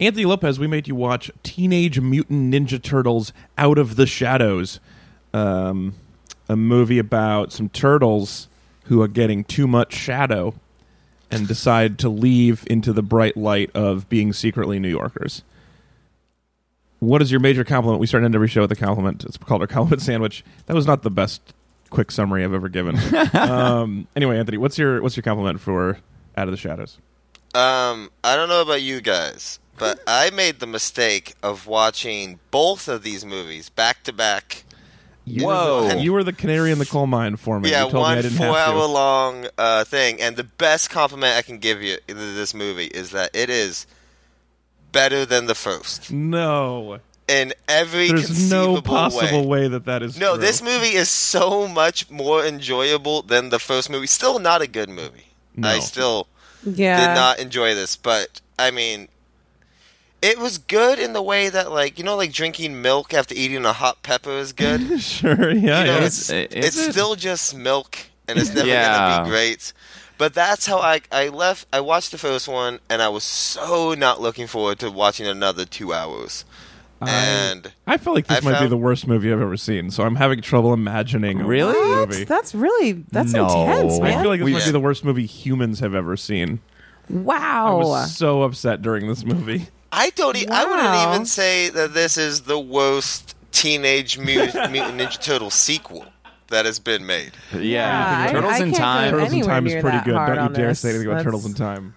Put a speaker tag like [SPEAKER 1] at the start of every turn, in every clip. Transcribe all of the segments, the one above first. [SPEAKER 1] Anthony Lopez, we made you watch Teenage Mutant Ninja Turtles Out of the Shadows, um, a movie about some turtles who are getting too much shadow and decide to leave into the bright light of being secretly New Yorkers. What is your major compliment? We start and end every show with a compliment. It's called our compliment sandwich. That was not the best quick summary I've ever given. um, anyway, Anthony, what's your what's your compliment for Out of the Shadows?
[SPEAKER 2] Um, I don't know about you guys, but I made the mistake of watching both of these movies back to back.
[SPEAKER 1] You
[SPEAKER 2] Whoa.
[SPEAKER 1] were the, you were the canary in the coal mine for me.
[SPEAKER 2] Yeah,
[SPEAKER 1] you told me I
[SPEAKER 2] one
[SPEAKER 1] didn't
[SPEAKER 2] four
[SPEAKER 1] have to.
[SPEAKER 2] hour long uh, thing. And the best compliment I can give you to this movie is that it is better than the first
[SPEAKER 1] No,
[SPEAKER 2] in every
[SPEAKER 1] there's
[SPEAKER 2] conceivable
[SPEAKER 1] no possible
[SPEAKER 2] way.
[SPEAKER 1] way, that that is.
[SPEAKER 2] No,
[SPEAKER 1] true.
[SPEAKER 2] this movie is so much more enjoyable than the first movie. Still not a good movie.
[SPEAKER 1] No.
[SPEAKER 2] I still
[SPEAKER 3] Yeah.
[SPEAKER 2] did not enjoy this, but I mean, it was good in the way that, like, you know, like drinking milk after eating a hot pepper is good. You
[SPEAKER 1] sure, yeah,
[SPEAKER 2] know,
[SPEAKER 1] yeah.
[SPEAKER 2] it's
[SPEAKER 4] Is- is
[SPEAKER 2] it's
[SPEAKER 4] it?
[SPEAKER 2] still just milk, and it's never
[SPEAKER 4] Yeah.
[SPEAKER 2] gonna be great. But that's how I I left. I watched the first one, and I was so not looking forward to watching another two hours. and
[SPEAKER 1] I feel like this
[SPEAKER 2] I
[SPEAKER 1] might be
[SPEAKER 2] found-
[SPEAKER 1] the worst movie I've ever seen, so I'm having trouble imagining. a
[SPEAKER 4] Really?
[SPEAKER 1] worse
[SPEAKER 3] That's,
[SPEAKER 1] Movie.
[SPEAKER 3] that's really that's
[SPEAKER 4] No.
[SPEAKER 3] intense,
[SPEAKER 1] I
[SPEAKER 3] man.
[SPEAKER 1] feel like this
[SPEAKER 4] We-
[SPEAKER 1] might be the worst movie humans have ever seen. I
[SPEAKER 3] wow.
[SPEAKER 1] was so upset during this movie.
[SPEAKER 2] I don't. E- I
[SPEAKER 3] Wow.
[SPEAKER 2] wouldn't even say that this is the worst Teenage Mut- Mutant Ninja Turtle sequel that has been made.
[SPEAKER 4] Yeah,
[SPEAKER 3] Yeah, I-
[SPEAKER 4] Turtles
[SPEAKER 3] I
[SPEAKER 4] in
[SPEAKER 3] can't
[SPEAKER 4] Time.
[SPEAKER 3] go
[SPEAKER 1] Turtles in
[SPEAKER 3] anywhere
[SPEAKER 1] Time is
[SPEAKER 3] near
[SPEAKER 1] pretty
[SPEAKER 3] that
[SPEAKER 1] good.
[SPEAKER 3] hard
[SPEAKER 1] Don't you
[SPEAKER 3] on
[SPEAKER 1] dare
[SPEAKER 3] this.
[SPEAKER 1] say anything about
[SPEAKER 3] That's-
[SPEAKER 1] Turtles in Time.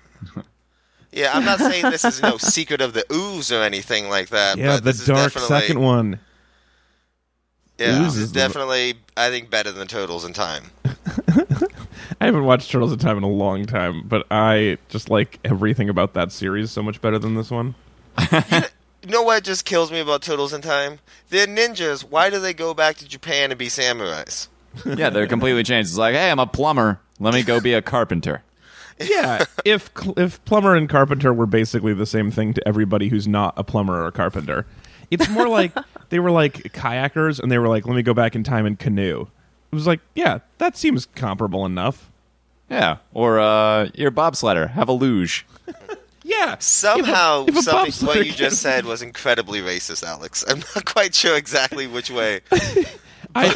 [SPEAKER 2] Yeah, I'm not saying this is no Secret of the Ooze or anything like that.
[SPEAKER 1] Yeah,
[SPEAKER 2] but
[SPEAKER 1] the
[SPEAKER 2] this is
[SPEAKER 1] dark
[SPEAKER 2] definitely-
[SPEAKER 1] second one.
[SPEAKER 2] Yeah,
[SPEAKER 1] Ooze
[SPEAKER 2] this
[SPEAKER 1] is
[SPEAKER 2] is
[SPEAKER 1] the-
[SPEAKER 2] definitely I think better than Turtles in Time.
[SPEAKER 1] I haven't watched Turtles in Time in a long time, but I just like everything about that series so much better than this one.
[SPEAKER 2] You know what just kills me about Turtles in Time? They're ninjas. Why do they go back to Japan and be samurais?
[SPEAKER 4] yeah, they're completely changed. It's like, hey, I'm a plumber. Let me go be a carpenter.
[SPEAKER 1] Yeah, if if plumber and carpenter were basically the same thing to everybody who's not a plumber or a carpenter, it's more like they were like kayakers and they were like, let me go back in time and canoe. It was like, yeah, that seems comparable enough.
[SPEAKER 4] Yeah, or uh, you're a bobsledder. Have a luge.
[SPEAKER 1] Yeah,
[SPEAKER 2] Somehow,
[SPEAKER 1] if a
[SPEAKER 2] something,
[SPEAKER 1] bobsledder
[SPEAKER 2] what you
[SPEAKER 1] can-
[SPEAKER 2] just said was incredibly racist, Alex. I'm not quite sure exactly which way.
[SPEAKER 1] I,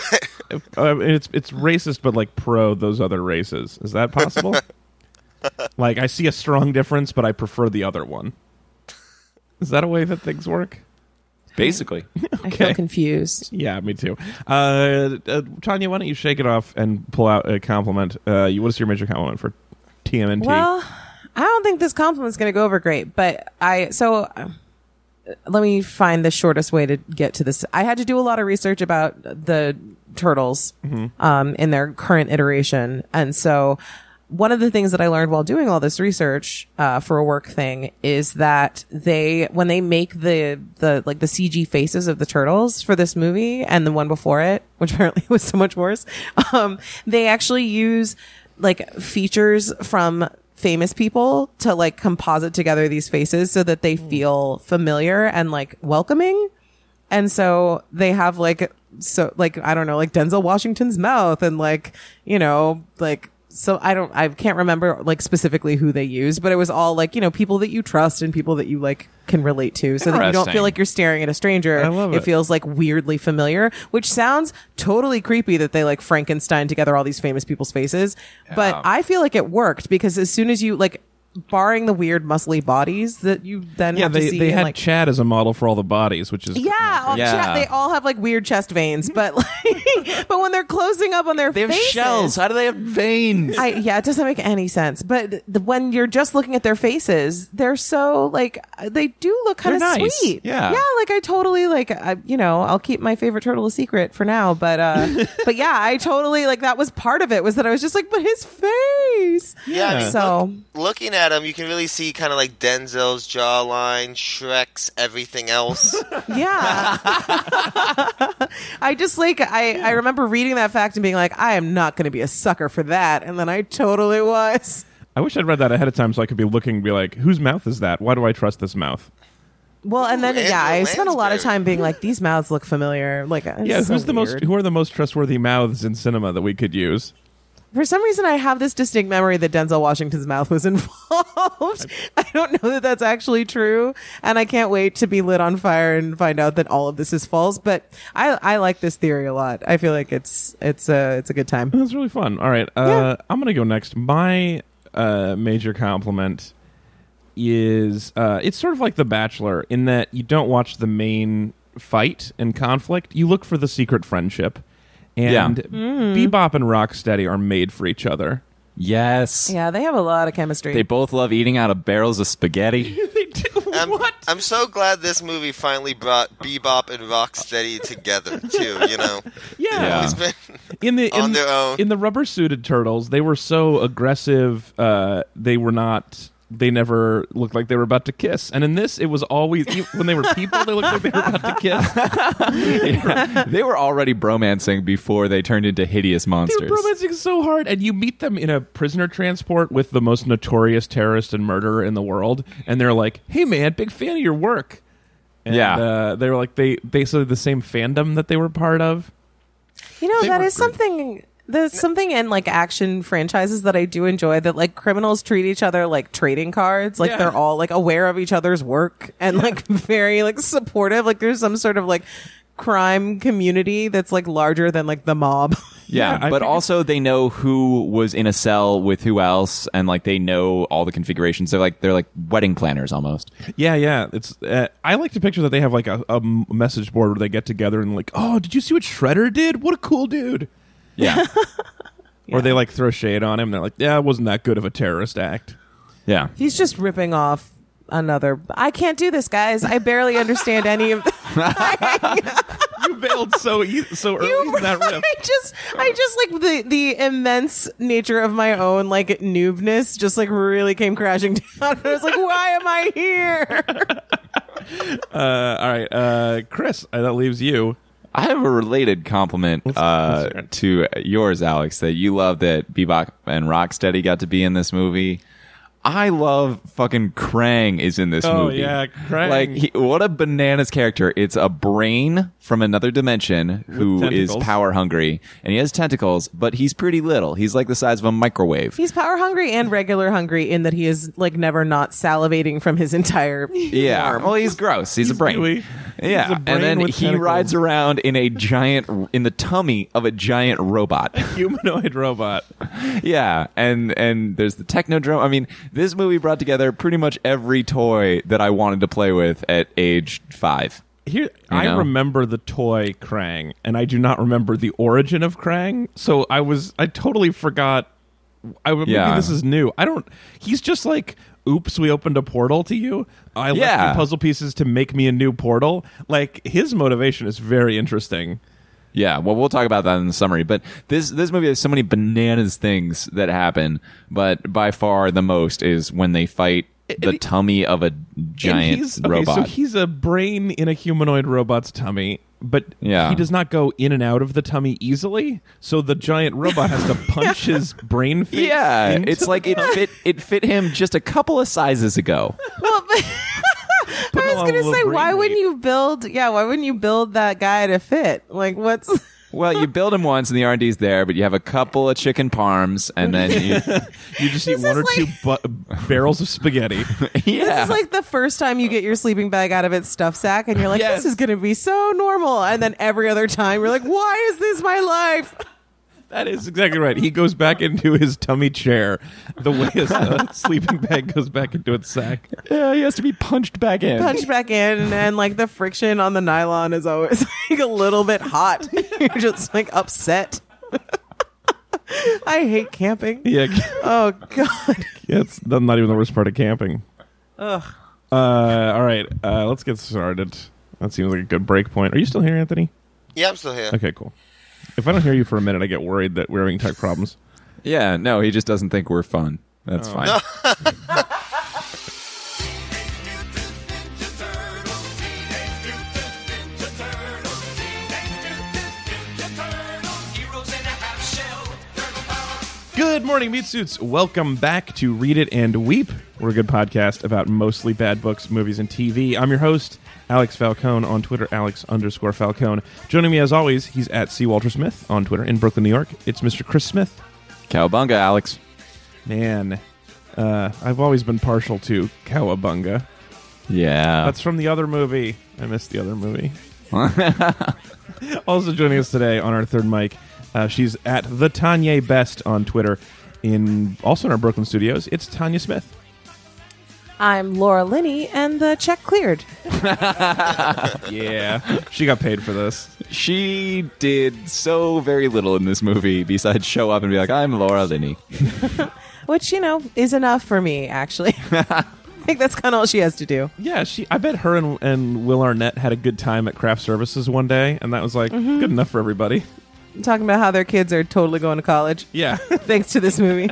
[SPEAKER 1] uh, it's it's racist, but like pro those other races. Is that possible? like, I see a strong difference, but I prefer the other one. Is that a way that things work?
[SPEAKER 4] Basically,
[SPEAKER 3] I feel
[SPEAKER 1] okay.
[SPEAKER 3] confused.
[SPEAKER 1] Yeah, me too. Uh, uh, Tanya, why don't you shake it off and pull out a compliment? Uh, you, what is your major compliment for TMNT?
[SPEAKER 3] Well, I don't think this compliment's going to go over great, but I so uh, let me find the shortest way to get to this. I had to do a lot of research about the turtles um, in their current iteration, and so one of the things that I learned while doing all this research uh, for a work thing is that they when they make the the like the CG faces of the turtles for this movie and the one before it, which apparently was so much worse, um, they actually use like features from famous people to like composite together these faces so that they feel familiar and like welcoming. And so they have like so like I don't know like Denzel Washington's mouth and like you know like so I don't I can't remember like specifically who they used but it was all like you know people that you trust and people that you like can relate to so that you don't
[SPEAKER 4] Interesting.
[SPEAKER 3] feel like you're staring at a stranger.
[SPEAKER 1] I love it.
[SPEAKER 3] feels like weirdly familiar, which sounds totally creepy that they like Frankenstein together all these famous people's faces, but
[SPEAKER 4] Yeah.
[SPEAKER 3] I feel like it worked because as soon as you like barring the weird muscly bodies that you then
[SPEAKER 1] yeah,
[SPEAKER 3] have to
[SPEAKER 1] they,
[SPEAKER 3] see
[SPEAKER 1] they
[SPEAKER 3] and,
[SPEAKER 1] had
[SPEAKER 3] like,
[SPEAKER 1] Chad as a model for all the bodies, which is
[SPEAKER 3] yeah, all
[SPEAKER 4] Yeah.
[SPEAKER 3] chest- they all have like weird chest veins, but like, but when they're closing up on their
[SPEAKER 4] they have
[SPEAKER 3] faces,
[SPEAKER 4] shells. How do they have veins?
[SPEAKER 3] I, yeah, it doesn't make any sense. But the, when you're just looking at their faces, they're so like uh, they do look kind of
[SPEAKER 1] They're nice.
[SPEAKER 3] sweet.
[SPEAKER 1] Yeah.
[SPEAKER 3] yeah. Like I totally like I, you know I'll keep my favorite turtle a secret for now. But uh, but yeah, I totally like that was part of it was that I was just like, but his face.
[SPEAKER 2] Yeah, I mean,
[SPEAKER 3] So
[SPEAKER 2] looking at him, you can really see kind of like Denzel's jawline, Shrek's everything else.
[SPEAKER 3] yeah, I just like I I remember reading that fact and being like, I am not going to be a sucker for that, and then I totally was.
[SPEAKER 1] I wish I'd read that ahead of time so I could be looking and be like, whose mouth is that? Why do I trust this mouth?
[SPEAKER 3] Well, and then
[SPEAKER 2] Ooh,
[SPEAKER 3] yeah, I
[SPEAKER 2] Andrew
[SPEAKER 3] spent a lot of
[SPEAKER 2] Lansbury.
[SPEAKER 3] time being like, these mouths look familiar. Like, uh,
[SPEAKER 1] Yeah, who's the most? Who are the most trustworthy mouths in cinema that we could use?
[SPEAKER 3] for some reason, I have this distinct memory that Denzel Washington's mouth was involved. I don't know that that's actually true, and I can't wait to be lit on fire and find out that all of this is false. But I, I like this theory a lot. I feel like it's it's a it's a good time.
[SPEAKER 1] That's really fun. All right. Uh, I'm going to go next. My uh, major compliment is uh, it's sort of like The Bachelor in that you don't watch the main fight and conflict, you look for the secret friendship.
[SPEAKER 4] Yeah.
[SPEAKER 1] And Bebop and Rocksteady are made for each other.
[SPEAKER 4] Yes.
[SPEAKER 3] Yeah, they have a lot of chemistry.
[SPEAKER 4] They both love eating out of barrels of spaghetti.
[SPEAKER 1] they do.
[SPEAKER 2] I'm,
[SPEAKER 1] what?
[SPEAKER 2] I'm so glad this movie finally brought bebop and rocksteady together too. You know,
[SPEAKER 1] yeah.
[SPEAKER 2] it's been
[SPEAKER 1] in the in,
[SPEAKER 2] on their own.
[SPEAKER 1] in the rubber suited turtles they were so aggressive uh they were not they never looked like they were about to kiss and in this it was always e- when they were people they looked like they were about to kiss
[SPEAKER 4] they were already bromancing before they turned into hideous
[SPEAKER 1] they
[SPEAKER 4] monsters.
[SPEAKER 1] were bromancing so hard and you meet them in a prisoner transport with the most notorious terrorist and murderer in the world and they're like hey man big fan of your work and,
[SPEAKER 4] Yeah.
[SPEAKER 1] uh, they were like they basically the same fandom that they were part of
[SPEAKER 3] You know,
[SPEAKER 1] They
[SPEAKER 3] that
[SPEAKER 1] were
[SPEAKER 3] is
[SPEAKER 1] great.
[SPEAKER 3] something. There's something in like action franchises that I do enjoy that like criminals treat each other like trading cards. Like
[SPEAKER 1] Yeah.
[SPEAKER 3] they're all like aware of each other's work and like very like supportive. Like there's some sort of like crime community that's like larger than like the mob.
[SPEAKER 4] Yeah,
[SPEAKER 1] I
[SPEAKER 4] but
[SPEAKER 1] think-
[SPEAKER 4] also they know who was in a cell with who else, and like they know all the configurations. They're like they're like wedding planners almost.
[SPEAKER 1] Yeah, yeah. It's uh, I like to picture that they have like a, a m- message board where they get together and like, oh, did you see what Shredder did? What a cool dude!
[SPEAKER 4] Yeah,
[SPEAKER 1] Or they like throw shade on him. They're like, yeah, it wasn't that good of a terrorist act.
[SPEAKER 4] yeah.
[SPEAKER 3] He's just ripping off another. I can't do this, guys. I barely understand any of.
[SPEAKER 1] You bailed so e- so early in that riff.
[SPEAKER 3] I just, I just like the the immense nature of my own like noobness just like really came crashing down. I was like, why am I here?
[SPEAKER 1] Uh, all right, uh, Chris, uh, that leaves you.
[SPEAKER 4] I have a related compliment uh,
[SPEAKER 1] let's hear it.
[SPEAKER 4] to yours, Alex, that you love that Bebop and Rocksteady got to be in this movie. I love fucking Krang is in this
[SPEAKER 1] Oh,
[SPEAKER 4] movie.
[SPEAKER 1] yeah, Krang.
[SPEAKER 4] Like he, what a bananas character! It's a brain from another dimension who is
[SPEAKER 1] tentacles.
[SPEAKER 4] power hungry, and he has tentacles, but he's pretty little. He's like the size of a microwave.
[SPEAKER 3] He's power hungry and regular hungry in that he is like never not salivating from his entire.
[SPEAKER 4] Yeah. Well, he's gross. He's, a brain.
[SPEAKER 1] gooey.
[SPEAKER 4] Yeah.
[SPEAKER 1] He's a brain
[SPEAKER 4] and then he
[SPEAKER 1] with tentacles.
[SPEAKER 4] rides around in a giant in the tummy of a giant robot.
[SPEAKER 1] Humanoid robot.
[SPEAKER 4] yeah. And and there's the Technodrome. I mean, this movie brought together pretty much every toy that I wanted to play with at age 5.
[SPEAKER 1] Here, I
[SPEAKER 4] know?
[SPEAKER 1] remember the toy Krang, and I do not remember the origin of Krang. So I was, I totally forgot. I would- maybe
[SPEAKER 4] Yeah.
[SPEAKER 1] this is new. I don't. He's just like, oops, we opened a portal to you. I left
[SPEAKER 4] Yeah.
[SPEAKER 1] you puzzle pieces to make me a new portal. Like his motivation is very interesting.
[SPEAKER 4] Yeah, well, we'll talk about that in the summary. But this this movie has so many bananas things that happen, but by far the most is when they fight the
[SPEAKER 1] he-
[SPEAKER 4] tummy of a
[SPEAKER 1] And
[SPEAKER 4] giant
[SPEAKER 1] he's, okay,
[SPEAKER 4] robot.
[SPEAKER 1] So he's a brain in a humanoid robot's tummy, but
[SPEAKER 4] Yeah.
[SPEAKER 1] he does not go in and out of the tummy easily. So the giant robot has to punch his brain. Face
[SPEAKER 4] yeah,
[SPEAKER 1] into
[SPEAKER 4] it's like it fit it fit him just a couple of sizes ago.
[SPEAKER 3] Well, but- I was
[SPEAKER 1] on a
[SPEAKER 3] gonna
[SPEAKER 1] little
[SPEAKER 3] say,
[SPEAKER 1] brain
[SPEAKER 3] why wouldn't
[SPEAKER 1] weight.
[SPEAKER 3] you build? Yeah, why wouldn't you build that guy to fit? Like, what's
[SPEAKER 4] Well, you build him once and the R&D's there, but you have a couple of chicken parms and then you
[SPEAKER 1] You just eat
[SPEAKER 3] This
[SPEAKER 1] one or
[SPEAKER 3] is
[SPEAKER 1] two bu- barrels of spaghetti.
[SPEAKER 4] Yeah.
[SPEAKER 3] It's like the first time you get your sleeping bag out of its stuff sack, and you're like,
[SPEAKER 1] Yes.
[SPEAKER 3] "This is gonna be so normal." And then every other time, you're like, "Why is this my life?"
[SPEAKER 1] that is exactly right. He goes back into his tummy chair the way his uh, sleeping bag goes back into its sack.
[SPEAKER 4] yeah, he has to be punched back in.
[SPEAKER 3] Punch back in, and like the friction on the nylon is always like a little bit hot. you're just like upset. I hate camping.
[SPEAKER 1] Yeah,
[SPEAKER 3] Oh god.
[SPEAKER 1] yeah it's that's not even the worst part of camping. Ugh. Uh, all right, uh, let's get started. That seems like a good break point. Are you still here, Anthony?
[SPEAKER 2] yeah, I'm still here.
[SPEAKER 1] Okay, cool. If I don't hear you for a minute, I get worried that we're having tech problems.
[SPEAKER 4] Yeah, no, he just doesn't think we're fun. That's fine.
[SPEAKER 1] Good morning, meat suits. Welcome back to Read It and Weep. We're a good podcast about mostly bad books, movies, and TV. I'm your host, Alex Falcone, on Twitter, Alex underscore Falcone. Joining me as always, he's at C. Walter Smith on Twitter in Brooklyn, New York. It's Mr. Chris Smith.
[SPEAKER 4] Cowabunga, Alex.
[SPEAKER 1] Man, uh, I've always been partial to Cowabunga.
[SPEAKER 4] Yeah.
[SPEAKER 1] That's from the other movie. I missed the other movie. also joining us today on our third mic, uh, she's at the Tanya Best on Twitter. In also in our Brooklyn studios, it's Tanya Smith.
[SPEAKER 3] I'm Laura Linney, and the check cleared.
[SPEAKER 1] Yeah, she got paid for this.
[SPEAKER 4] she did so very little in this movie besides show up and be like, I'm Laura Linney.
[SPEAKER 3] which you know is enough for me actually i think that's kind of all she has to do
[SPEAKER 1] Yeah, she. I bet her and, and Will Arnett had a good time at craft services one day, and that was like good enough for everybody.
[SPEAKER 3] I'm talking about how their kids are totally going to college
[SPEAKER 1] Yeah.
[SPEAKER 3] thanks to this movie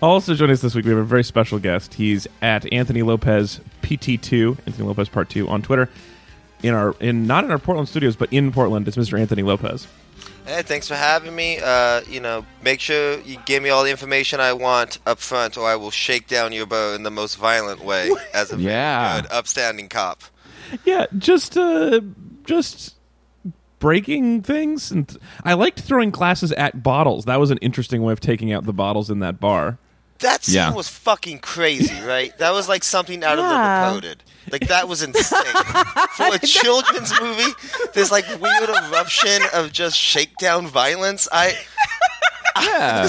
[SPEAKER 1] also joining us this week, we have a very special guest. He's at Anthony Lopez PT2, Anthony Lopez Part Two on Twitter. In our in not in our Portland studios, but in Portland, it's Mr. Anthony Lopez.
[SPEAKER 2] Hey, thanks for having me. Uh, you know, make sure you give me all the information I want up front, or I will shake down your bow in the most violent way as a very
[SPEAKER 4] Yeah.
[SPEAKER 2] good, upstanding cop.
[SPEAKER 1] Yeah, just uh just breaking things and I liked throwing glasses at bottles. That was an interesting way of taking out the bottles in that bar.
[SPEAKER 2] That scene
[SPEAKER 4] Yeah.
[SPEAKER 2] was fucking crazy, right? That was like something out
[SPEAKER 3] Yeah.
[SPEAKER 2] of Liverpool. Like that was insane for a children's movie. This like weird eruption of just shakedown violence. I
[SPEAKER 4] Yeah.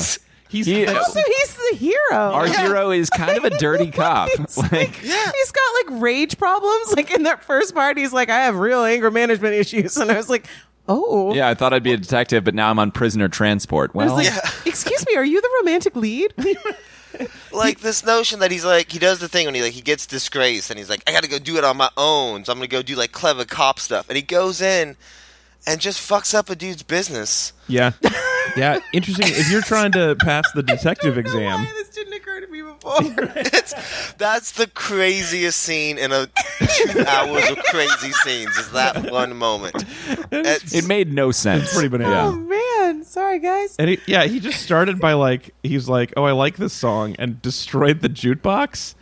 [SPEAKER 1] He's
[SPEAKER 4] He-
[SPEAKER 3] also he's the hero
[SPEAKER 4] Our hero is kind of a dirty cop.
[SPEAKER 3] He's
[SPEAKER 4] Like,
[SPEAKER 3] he's got like rage problems like in that first part he's like i have real anger management issues and i was like oh
[SPEAKER 4] yeah, I thought I'd be a detective, but now I'm on prisoner transport.
[SPEAKER 3] I was
[SPEAKER 4] Well,
[SPEAKER 3] like, excuse me, are you the romantic lead?
[SPEAKER 2] like this notion that he's like he does the thing when he like he gets disgraced and he's like I got to go do it on my own. So I'm gonna go do like clever cop stuff, and he goes in and just fucks up a dude's business.
[SPEAKER 1] Yeah. Yeah, interesting. If you're trying to pass the detective exam,
[SPEAKER 3] Why this didn't occur to me before.
[SPEAKER 2] It's, that's the craziest scene in a two hours of crazy scenes. Is that one moment? It's-
[SPEAKER 4] it made no sense.
[SPEAKER 1] pretty
[SPEAKER 3] oh
[SPEAKER 1] bananas.
[SPEAKER 3] man, sorry guys.
[SPEAKER 1] And he, yeah, he just started by like he's like, "Oh, I like this song," and destroyed the jukebox.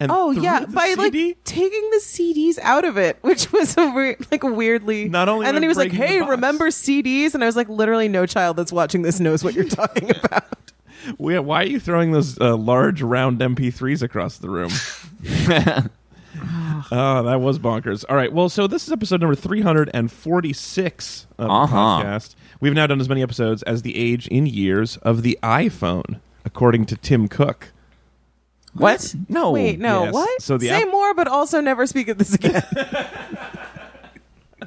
[SPEAKER 1] And
[SPEAKER 3] Oh
[SPEAKER 1] threw
[SPEAKER 3] yeah,
[SPEAKER 1] the
[SPEAKER 3] by
[SPEAKER 1] CD.
[SPEAKER 3] like taking the CDs out of it, which was a weird, like weirdly.
[SPEAKER 1] Not only were
[SPEAKER 3] and then
[SPEAKER 1] they
[SPEAKER 3] he was like,
[SPEAKER 1] breaking the
[SPEAKER 3] "Hey,
[SPEAKER 1] box."
[SPEAKER 3] remember CDs?" And I was like, "Literally, no child that's watching this knows what you're talking about."
[SPEAKER 1] Why- why are you throwing those uh, large round MP3s across the room? oh, that was bonkers. All right. Well, so this is episode number 346 of
[SPEAKER 4] Uh-huh.
[SPEAKER 1] the podcast. We've now done as many episodes as the age in years of the iPhone, according to Tim Cook.
[SPEAKER 4] What? No.
[SPEAKER 3] Wait, no,
[SPEAKER 1] yes.
[SPEAKER 3] what?
[SPEAKER 1] So the
[SPEAKER 3] say
[SPEAKER 1] app-
[SPEAKER 3] more, but also never speak of this again.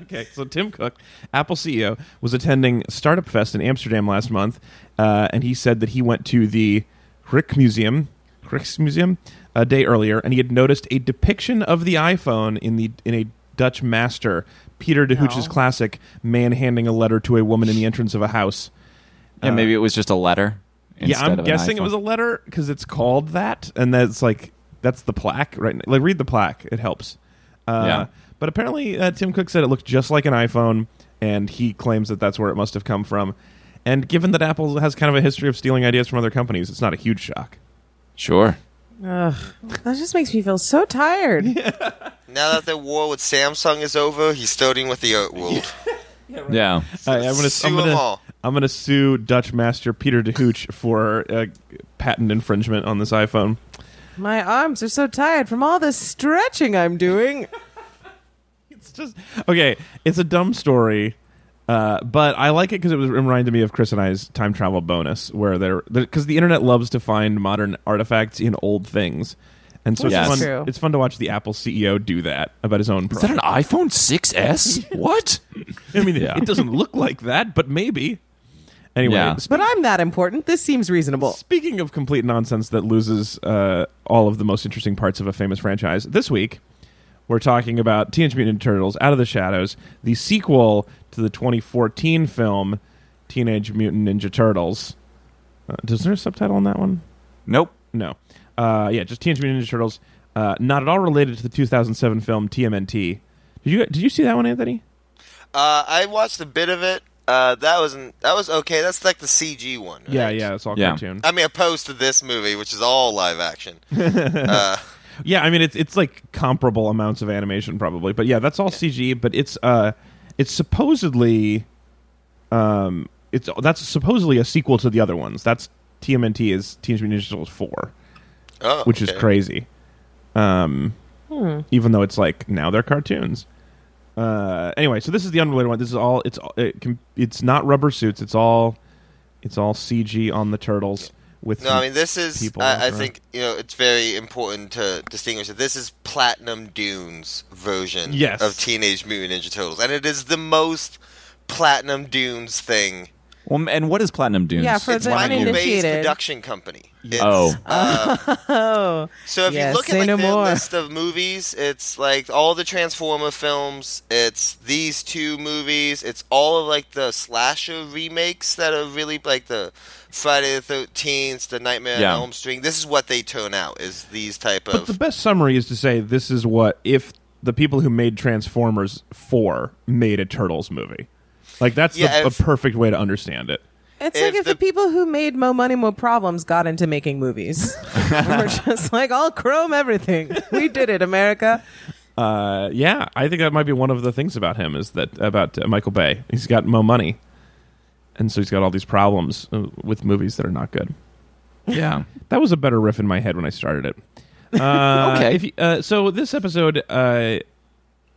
[SPEAKER 1] Okay, so Tim Cook, Apple CEO, was attending Startup Fest in Amsterdam last month, uh, and he said that he went to the Rick Museum, Rick's Museum, a day earlier, and he had noticed a depiction of the iPhone in the in a Dutch master Peter de Hooch's classic "Man Handing a Letter to a Woman in the Entrance of a House."
[SPEAKER 4] Yeah, maybe it was just a letter.
[SPEAKER 1] Yeah,
[SPEAKER 4] instead
[SPEAKER 1] I'm
[SPEAKER 4] of an
[SPEAKER 1] guessing it
[SPEAKER 4] iPhone.
[SPEAKER 1] was a letter because it's called that, and that's like that's the plaque, right? Like read the plaque; it helps. Uh,
[SPEAKER 4] Yeah.
[SPEAKER 1] But apparently, uh, Tim Cook said it looked just like an iPhone, and he claims that that's where it must have come from. And given that Apple has kind of a history of stealing ideas from other companies, it's not a huge shock.
[SPEAKER 4] Sure.
[SPEAKER 3] Ugh, that just makes me feel so tired.
[SPEAKER 2] Now that the war with Samsung is over, he's starting with the art world.
[SPEAKER 4] Yeah.
[SPEAKER 1] I, I'm gonna
[SPEAKER 2] Sue
[SPEAKER 1] I'm
[SPEAKER 2] 'em
[SPEAKER 1] gonna,
[SPEAKER 2] all.
[SPEAKER 1] I'm gonna sue Dutch master Peter de Hooch for uh, patent infringement on this iPhone.
[SPEAKER 3] My arms are so tired from all the stretching I'm doing.
[SPEAKER 1] It's just okay. It's a dumb story, uh, but I like it because it was it reminded me of Chris and I's time travel bonus, where they're because the internet loves to find modern artifacts in old things, and so
[SPEAKER 3] Which
[SPEAKER 1] it's
[SPEAKER 4] is
[SPEAKER 1] fun.
[SPEAKER 3] true.
[SPEAKER 1] It's fun to watch the Apple CEO do that about his own.
[SPEAKER 4] Is that
[SPEAKER 1] Product.
[SPEAKER 4] an iPhone 6S? what?
[SPEAKER 1] I mean,
[SPEAKER 4] Yeah.
[SPEAKER 1] it doesn't look like that, but maybe. Anyway,
[SPEAKER 4] Yeah.
[SPEAKER 1] sp-
[SPEAKER 3] But I'm that important. This seems reasonable.
[SPEAKER 1] speaking of complete nonsense that loses uh, all of the most interesting parts of a famous franchise, this week we're talking about Teenage Mutant Ninja Turtles: Out of the Shadows, the sequel to the 2014 film Teenage Mutant Ninja Turtles. Uh, is there a subtitle on that one?
[SPEAKER 4] Nope.
[SPEAKER 1] No. Uh, yeah, just Teenage Mutant Ninja Turtles. Uh, not at all related to the 2007 film TMNT. Did you did you see that one, Anthony?
[SPEAKER 2] Uh, I watched a bit of it. Uh, that wasn't that was okay. That's like the CG one. right?
[SPEAKER 1] Yeah, yeah, it's all
[SPEAKER 4] Yeah.
[SPEAKER 1] cartoon.
[SPEAKER 2] I mean, opposed to this movie, which is all live action.
[SPEAKER 1] Yeah, I mean it's it's like comparable amounts of animation probably, but yeah, that's all CG. But it's uh, it's supposedly um, it's that's supposedly a sequel to the other ones. That's TMNT is Teenage Mutant Ninja Turtles four,
[SPEAKER 2] Oh,
[SPEAKER 1] which
[SPEAKER 2] okay.
[SPEAKER 1] is crazy. Um, even though it's like now they're cartoons. Uh, anyway, so this is the unrelated one. This is all it's it can, it's not rubber suits. It's all it's all CG on the turtles with
[SPEAKER 2] No,
[SPEAKER 1] some
[SPEAKER 2] I mean this is.
[SPEAKER 1] people walking
[SPEAKER 2] I, I
[SPEAKER 1] around.
[SPEAKER 2] think you know it's very important to distinguish that this is Platinum Dune's version
[SPEAKER 1] Yes.
[SPEAKER 2] of Teenage Mutant Ninja Turtles, and it is the most Platinum Dune's thing.
[SPEAKER 4] Well, and what is Platinum Dunes?
[SPEAKER 3] Yeah, for
[SPEAKER 2] it's
[SPEAKER 3] the
[SPEAKER 2] Michael Bay's
[SPEAKER 3] uninitiated.
[SPEAKER 2] production company. It's,
[SPEAKER 4] Oh.
[SPEAKER 2] uh,
[SPEAKER 3] Oh,
[SPEAKER 2] so if
[SPEAKER 3] Yes,
[SPEAKER 2] you look at
[SPEAKER 3] say
[SPEAKER 2] like
[SPEAKER 3] no
[SPEAKER 2] the
[SPEAKER 3] more.
[SPEAKER 2] list of movies, it's like all the Transformer films. It's these two movies. It's all of like the slasher remakes that are really like the Friday the Thirteenth, the Nightmare
[SPEAKER 4] Yeah.
[SPEAKER 2] on Elm Street. This is what they turn out is these type
[SPEAKER 1] But
[SPEAKER 2] of.
[SPEAKER 1] the best summary is to say this is what if the people who made Transformers four made a Turtles movie. Like that's
[SPEAKER 2] Yeah,
[SPEAKER 1] the,
[SPEAKER 2] if-
[SPEAKER 1] a perfect way to understand it.
[SPEAKER 3] It's
[SPEAKER 2] If
[SPEAKER 3] like if the,
[SPEAKER 2] the-
[SPEAKER 3] people who made Mo Money Mo Problems got into making movies. We're just like, I'll chrome everything. We did it, America.
[SPEAKER 1] Uh, yeah, I think that might be one of the things about him is that about uh, Michael Bay. He's got mo money, and so he's got all these problems uh, with movies that are not good.
[SPEAKER 4] yeah.
[SPEAKER 1] That was a better riff in my head when I started it. Uh,
[SPEAKER 4] Okay.
[SPEAKER 1] If you, uh, so this episode uh,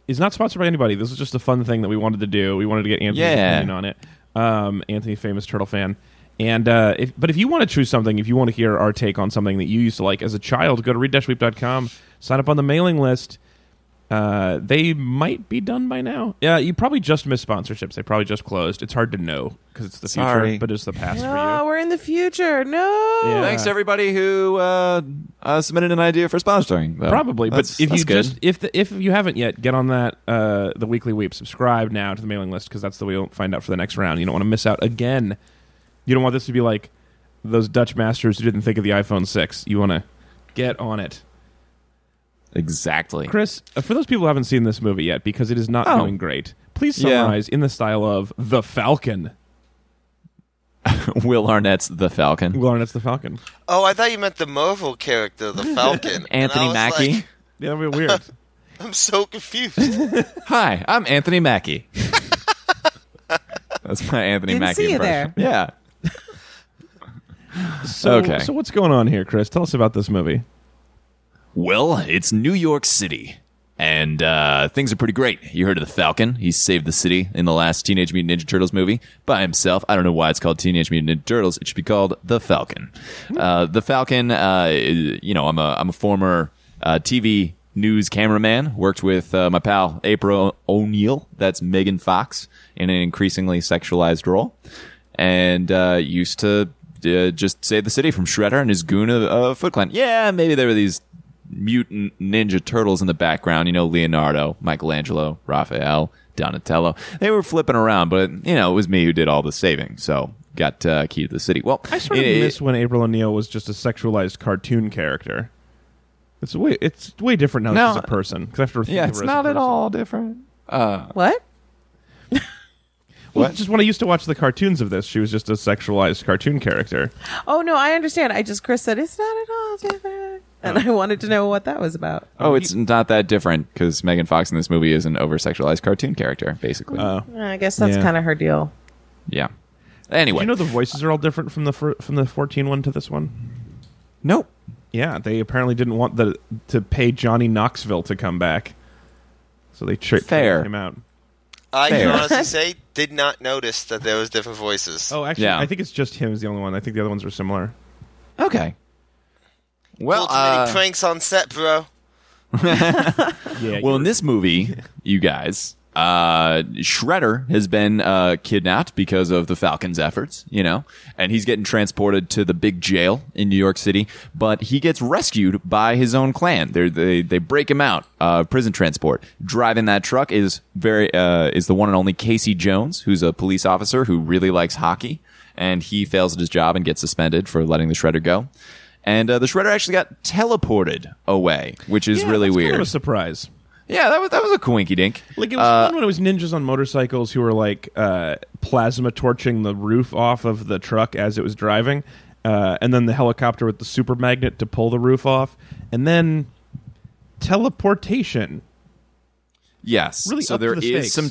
[SPEAKER 1] is not sponsored by anybody. This is just a fun thing that we wanted to do. We wanted to get Anthony's
[SPEAKER 4] Yeah.
[SPEAKER 1] opinion on it. Um, Anthony, famous turtle fan. And uh, if, but if you want to choose something, if you want to hear our take on something that you used to like as a child, go to read-weep.com, sign up on the mailing list. Uh, they might be done by now. Yeah, you probably just missed sponsorships. They probably just closed. It's hard to know because it's the
[SPEAKER 4] Sorry.
[SPEAKER 1] future, but it's the past for you.
[SPEAKER 3] No, we're in the future. No.
[SPEAKER 1] Yeah.
[SPEAKER 4] Thanks to everybody who uh, uh, submitted an idea for sponsoring. though.
[SPEAKER 1] Probably, but
[SPEAKER 4] That's-
[SPEAKER 1] if
[SPEAKER 4] that's
[SPEAKER 1] you
[SPEAKER 4] good.
[SPEAKER 1] just if the, if you haven't yet, get on that uh, the weekly weep. Subscribe now to the mailing list because that's the way you'll find out for the next round. You don't want to miss out again. You don't want this to be like those Dutch masters who didn't think of the iPhone six. You want to get on it,
[SPEAKER 4] exactly.
[SPEAKER 1] Chris. uh, For those people who haven't seen this movie yet because it is not
[SPEAKER 4] Oh.
[SPEAKER 1] doing great, please
[SPEAKER 4] Yeah.
[SPEAKER 1] summarize in the style of the Falcon.
[SPEAKER 4] Will Arnett's The Falcon.
[SPEAKER 1] Well, that's the Falcon.
[SPEAKER 2] Oh, I thought you meant the Marvel character, the Falcon. And I
[SPEAKER 4] Anthony
[SPEAKER 2] was
[SPEAKER 4] Mackie.
[SPEAKER 2] like,
[SPEAKER 1] Yeah, that'd be weird.
[SPEAKER 2] I'm so confused.
[SPEAKER 4] Hi, I'm Anthony Mackie. That's my Anthony
[SPEAKER 3] Didn't
[SPEAKER 4] Mackie
[SPEAKER 3] see you
[SPEAKER 4] impression. Yeah.
[SPEAKER 1] so,
[SPEAKER 4] Okay.
[SPEAKER 1] So what's going on here, Chris? Tell us about this movie.
[SPEAKER 4] Well, it's New York City, and uh, things are pretty great. You heard of the Falcon? He saved the city in the last Teenage Mutant Ninja Turtles movie by himself. I don't know why it's called Teenage Mutant Ninja Turtles. It should be called the Falcon. Uh, the Falcon. Uh, is- you know, I'm a I'm a former uh, TV news cameraman. Worked with uh, my pal April O'Neil. That's Megan Fox in an increasingly sexualized role, and uh, used to. Uh, just save the city from Shredder and his goon of uh, Foot Clan. Yeah, maybe there were these mutant ninja turtles in the background. You know, Leonardo, Michelangelo, Raphael, Donatello. They were flipping around, but you know, it was me who did all the saving. So got uh, key to the city. Well,
[SPEAKER 1] I sort of
[SPEAKER 4] it-
[SPEAKER 1] miss when April O'Neil was just a sexualized cartoon character. It's way it's way different now
[SPEAKER 4] No.
[SPEAKER 1] as a person. 'cause I have to think
[SPEAKER 4] Yeah,
[SPEAKER 1] of
[SPEAKER 4] it's
[SPEAKER 1] her as a
[SPEAKER 4] not at
[SPEAKER 1] person.
[SPEAKER 4] all different.
[SPEAKER 3] What?
[SPEAKER 1] Well, just when I used to watch the cartoons of this, she was just a sexualized cartoon character.
[SPEAKER 3] Oh, no, I understand. I just, Chris said, it's not at all
[SPEAKER 1] Oh.
[SPEAKER 3] different. And I wanted to know what that was about.
[SPEAKER 4] Oh, it's not that different because Megan Fox in this movie is an over sexualized cartoon character, basically.
[SPEAKER 1] Oh. Uh,
[SPEAKER 3] I guess that's
[SPEAKER 1] Yeah.
[SPEAKER 3] kind of her deal.
[SPEAKER 4] yeah.
[SPEAKER 1] Do
[SPEAKER 4] Anyway,
[SPEAKER 1] you know the voices are all different from the fir- from the fourteen one to this one?
[SPEAKER 4] nope.
[SPEAKER 1] Yeah, they apparently didn't want the to pay Johnny Knoxville to come back, so they tricked
[SPEAKER 4] Fair.
[SPEAKER 1] him out.
[SPEAKER 2] I can
[SPEAKER 4] Fair.
[SPEAKER 2] honestly say, did not notice that there was different voices.
[SPEAKER 1] Oh, actually,
[SPEAKER 4] Yeah.
[SPEAKER 1] I think it's just him is the only one. I think the other ones are similar.
[SPEAKER 4] Okay. Well,
[SPEAKER 2] Pulled too many
[SPEAKER 4] uh,
[SPEAKER 2] pranks on set, bro.
[SPEAKER 1] Yeah.
[SPEAKER 4] Well, in
[SPEAKER 1] you're-
[SPEAKER 4] this movie, you guys, uh, Shredder has been uh, kidnapped because of the Falcon's efforts, you know, and he's getting transported to the big jail in New York City. But he gets rescued by his own clan. They're, they they break him out uh, prison transport. Driving that truck is very uh, is the one and only Casey Jones, who's a police officer who really likes hockey, and he fails at his job and gets suspended for letting the Shredder go. And uh, the Shredder actually got teleported away, which is
[SPEAKER 1] Yeah,
[SPEAKER 4] really
[SPEAKER 1] that's
[SPEAKER 4] weird.
[SPEAKER 1] Kind of a surprise.
[SPEAKER 4] Yeah, that was that was a coinky dink.
[SPEAKER 1] Like it was
[SPEAKER 4] Uh,
[SPEAKER 1] fun when it was ninjas on motorcycles who were like uh, plasma torching the roof off of the truck as it was driving, uh, and then the helicopter with the super magnet to pull the roof off, and then teleportation.
[SPEAKER 4] Yes.
[SPEAKER 1] Really,
[SPEAKER 4] so
[SPEAKER 1] up to
[SPEAKER 4] there
[SPEAKER 1] the
[SPEAKER 4] is
[SPEAKER 1] stakes. Also
[SPEAKER 4] some
[SPEAKER 1] made me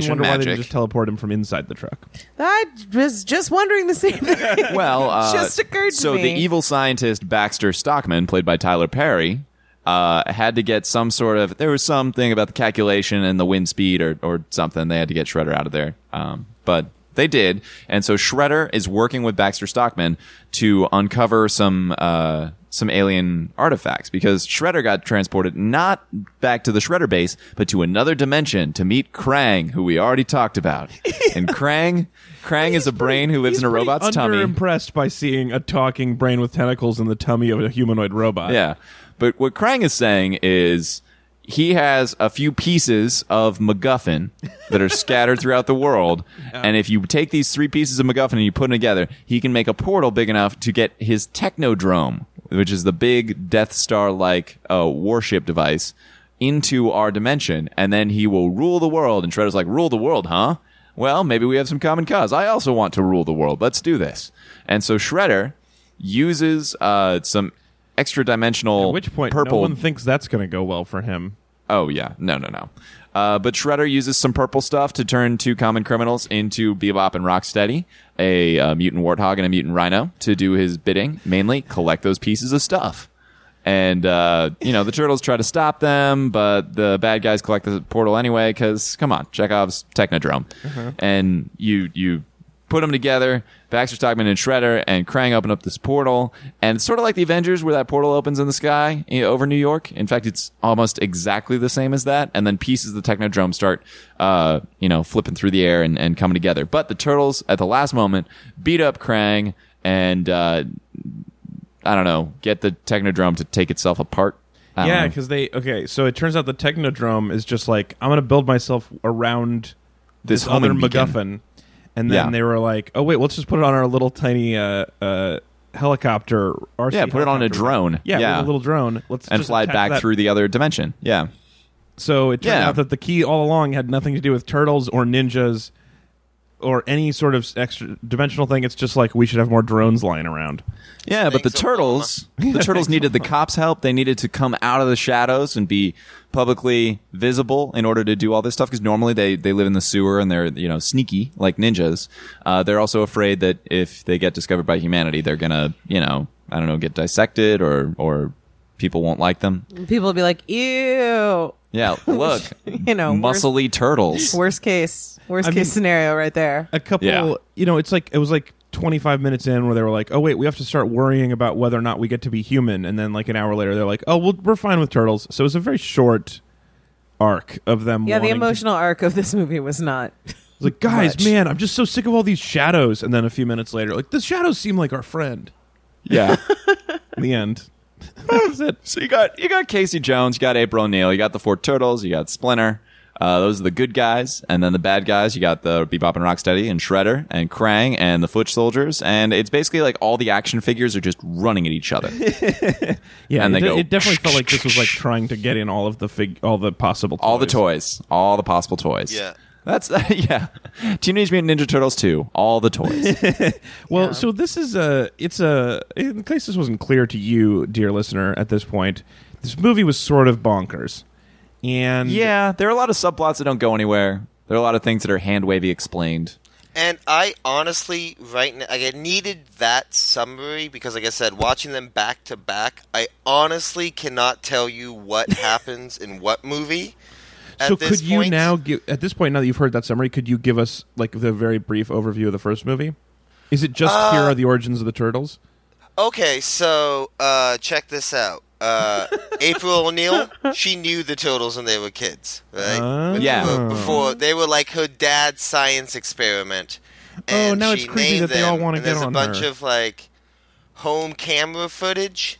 [SPEAKER 4] teleportation
[SPEAKER 1] wonder Why they didn't
[SPEAKER 4] magic.
[SPEAKER 1] just teleport him from inside the truck.
[SPEAKER 3] I was just wondering the same thing.
[SPEAKER 4] well, uh,
[SPEAKER 3] Just occurred to
[SPEAKER 4] so
[SPEAKER 3] me.
[SPEAKER 4] the evil scientist Baxter Stockman, played by Tyler Perry, uh, had to get some sort of. There was something about the calculation and the wind speed or or something. They had to get Shredder out of there, um, but they did. And so Shredder is working with Baxter Stockman to uncover some. Uh, some alien artifacts because Shredder got transported not back to the Shredder base, but to another dimension to meet Krang, who we already talked about. And Krang, Krang is a brain who lives
[SPEAKER 1] He's
[SPEAKER 4] in a
[SPEAKER 1] pretty
[SPEAKER 4] robot's tummy.
[SPEAKER 1] Underimpressed by seeing a talking brain with tentacles in the tummy of a humanoid robot.
[SPEAKER 4] Yeah. But what Krang is saying is he has a few pieces of MacGuffin that are scattered throughout the world. And if you take these three pieces of MacGuffin and you put them together, he can make a portal big enough to get his Technodrome, which is the big Death Star like uh, warship device, into our dimension. And then he will rule the world. And Shredder's like, rule the world, huh? Well, maybe we have some common cause. I also want to rule the world. Let's do this. And so Shredder uses uh, some extra dimensional
[SPEAKER 1] At which point,
[SPEAKER 4] purple
[SPEAKER 1] no one thinks that's going to go well for him.
[SPEAKER 4] oh yeah no no no uh, but shredder uses some purple stuff to turn two common criminals into bebop and rocksteady a uh, mutant warthog and a mutant rhino to do his bidding mainly collect those pieces of stuff and uh, you know the turtles try to stop them but the bad guys collect the portal anyway because come on chekhov's technodrome
[SPEAKER 1] Uh-huh.
[SPEAKER 4] and you you put them together. Baxter Stockman and Shredder and Krang open up this portal, and it's sort of like the Avengers, where that portal opens in the sky you know, over New York. In fact, it's almost exactly the same as that. And then pieces of the Technodrome start, uh, you know, flipping through the air and, and coming together. But the Turtles, at the last moment, beat up Krang and uh, I don't know, get the Technodrome to take itself apart. I don't
[SPEAKER 1] Yeah,
[SPEAKER 4] know.
[SPEAKER 1] because they okay. So it turns out the Technodrome is just like I'm going to build myself around
[SPEAKER 4] This
[SPEAKER 1] this, other
[SPEAKER 4] homing beacon.
[SPEAKER 1] MacGuffin, and then
[SPEAKER 4] Yeah.
[SPEAKER 1] they were like, "Oh wait, let's just put it on our little tiny uh, uh, helicopter." RC
[SPEAKER 4] Yeah, put it on a
[SPEAKER 1] helicopter.
[SPEAKER 4] drone.
[SPEAKER 1] Yeah,
[SPEAKER 4] Yeah.
[SPEAKER 1] with a little drone. Let's
[SPEAKER 4] and
[SPEAKER 1] just
[SPEAKER 4] fly
[SPEAKER 1] attack
[SPEAKER 4] back
[SPEAKER 1] that.
[SPEAKER 4] through the other dimension. Yeah.
[SPEAKER 1] So it turned
[SPEAKER 4] Yeah.
[SPEAKER 1] out that the key all along had nothing to do with turtles or ninjas or any sort of extra dimensional thing. It's just like we should have more drones lying around.
[SPEAKER 4] Yeah, but the
[SPEAKER 2] Thanks,
[SPEAKER 4] turtles, the turtles needed the cops' help. They needed to come out of the shadows and be publicly visible in order to do all this stuff. Because normally they, they live in the sewer and they're you know sneaky like ninjas. Uh, they're also afraid that if they get discovered by humanity, they're gonna you know I don't know get dissected or or people won't like them.
[SPEAKER 3] People will be like, ew.
[SPEAKER 4] Yeah, look,
[SPEAKER 3] You know, worst,
[SPEAKER 4] muscly turtles.
[SPEAKER 3] worst case, worst
[SPEAKER 1] I
[SPEAKER 3] case
[SPEAKER 1] mean-
[SPEAKER 3] scenario right there.
[SPEAKER 1] A couple,
[SPEAKER 4] Yeah.
[SPEAKER 1] you know, it's like it was like 25 minutes in where they were like, "Oh wait, we have to start worrying about whether or not we get to be human." And then like an hour later, they're like, "Oh, well, we're fine with turtles." So it's a very short arc of them.
[SPEAKER 3] Yeah, the
[SPEAKER 1] wanting to-
[SPEAKER 3] emotional arc of this movie was not.
[SPEAKER 1] It's like, guys,
[SPEAKER 3] much.
[SPEAKER 1] man, I'm just so sick of all these shadows. And then a few minutes later, like the shadows seem like our friend.
[SPEAKER 4] Yeah.
[SPEAKER 1] In the end, that's it.
[SPEAKER 4] So you got you got Casey Jones, you got April O'Neil, you got the four turtles, you got Splinter. Uh, those are the good guys, and then the bad guys. You got the Bebop and Rocksteady, and Shredder, and Krang, and the Foot Soldiers, and it's basically like all the action figures are just running at each other.
[SPEAKER 1] Yeah,
[SPEAKER 4] And
[SPEAKER 1] it, de-
[SPEAKER 4] they go,
[SPEAKER 1] it definitely felt like this was like trying to get in all of the fig, all the possible, toys.
[SPEAKER 4] all the toys, all the possible toys.
[SPEAKER 2] Yeah.
[SPEAKER 4] that's yeah. Teenage Mutant Ninja Turtles two, all the toys.
[SPEAKER 1] Well, so this is a, it's a. In case this wasn't clear to you, dear listener, at this point, this movie was sort of bonkers, and
[SPEAKER 4] yeah, there are a lot of subplots that don't go anywhere. There are a lot of things that are hand wavy explained.
[SPEAKER 2] And I honestly, right now, like, I needed that summary because, like I said, watching them back to back, I honestly cannot tell you what happens in what movie. At
[SPEAKER 1] So
[SPEAKER 2] this
[SPEAKER 1] could you
[SPEAKER 2] point.
[SPEAKER 1] now give at this point now that you've heard that summary, could you give us like the very brief overview of the first movie? Is it just here
[SPEAKER 2] Uh,
[SPEAKER 1] are the origins of the turtles?
[SPEAKER 2] Okay, so uh, check this out. Uh, April O'Neil, she knew the turtles when they were kids, right?
[SPEAKER 1] Oh.
[SPEAKER 2] When they
[SPEAKER 4] Yeah.
[SPEAKER 2] were- Before they were like her dad's science experiment. And
[SPEAKER 1] Oh, now
[SPEAKER 2] she
[SPEAKER 1] it's creepy
[SPEAKER 2] named
[SPEAKER 1] that they all
[SPEAKER 2] them,
[SPEAKER 1] wanna
[SPEAKER 2] and
[SPEAKER 1] get
[SPEAKER 2] There's a
[SPEAKER 1] on
[SPEAKER 2] bunch
[SPEAKER 1] her.
[SPEAKER 2] of like home camera footage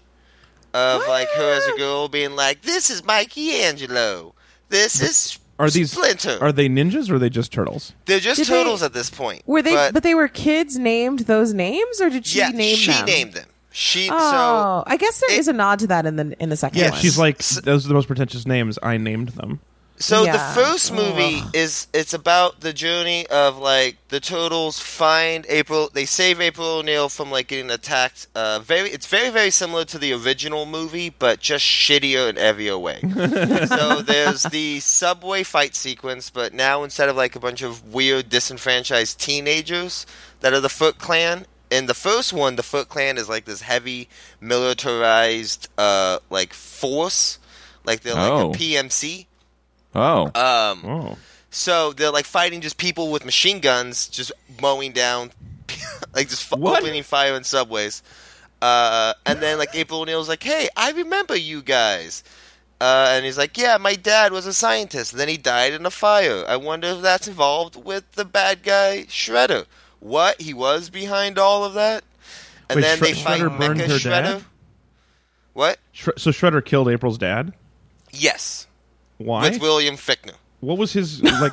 [SPEAKER 2] of like her as a girl being like, "This is Mikey Angelo. This is
[SPEAKER 1] Are these
[SPEAKER 2] Splinter.
[SPEAKER 1] Are they ninjas or are they just turtles?
[SPEAKER 2] They're just
[SPEAKER 3] Did they-
[SPEAKER 2] turtles at this point.
[SPEAKER 3] Were they? But,
[SPEAKER 2] But,
[SPEAKER 3] they were kids named those names, or did she
[SPEAKER 2] yeah,
[SPEAKER 3] name
[SPEAKER 2] she
[SPEAKER 3] them?
[SPEAKER 2] named them. She so
[SPEAKER 3] Oh, I guess there is
[SPEAKER 2] it-
[SPEAKER 3] a nod to that in the in the second
[SPEAKER 2] Yeah,
[SPEAKER 3] one.
[SPEAKER 1] She's like
[SPEAKER 2] S-
[SPEAKER 1] those are the most pretentious names. I named them.
[SPEAKER 2] So
[SPEAKER 3] Yeah.
[SPEAKER 2] the first movie is it's about the journey of like the turtles find April. They save April O'Neil from like getting attacked. Uh, very it's very very similar to the original movie, but just shittier in every way. so there's the subway fight sequence, but now instead of like a bunch of weird disenfranchised teenagers that are the Foot Clan. In the first one, the Foot Clan is like this heavy militarized uh, like force, like they're like
[SPEAKER 4] Oh.
[SPEAKER 2] a PMC.
[SPEAKER 4] Oh,
[SPEAKER 2] Um,
[SPEAKER 1] Oh,
[SPEAKER 2] so they're like fighting just people with machine guns, just mowing down, like just f-
[SPEAKER 1] What?
[SPEAKER 2] opening fire in subways. Uh, and then like April O'Neil's like, "Hey, I remember you guys," uh, and he's like, "Yeah, my dad was a scientist, and then he died in a fire. I wonder if that's involved with the bad guy Shredder. What he was behind all of that?" And
[SPEAKER 1] Wait,
[SPEAKER 2] then
[SPEAKER 1] Shre-
[SPEAKER 2] they fight
[SPEAKER 1] Shredder burned
[SPEAKER 2] Mecha
[SPEAKER 1] her
[SPEAKER 2] Shredder.
[SPEAKER 1] dad?
[SPEAKER 2] What?
[SPEAKER 1] Shre- so Shredder killed April's dad.
[SPEAKER 2] Yes,
[SPEAKER 1] Why?
[SPEAKER 2] with William Fickner.
[SPEAKER 1] what was his like?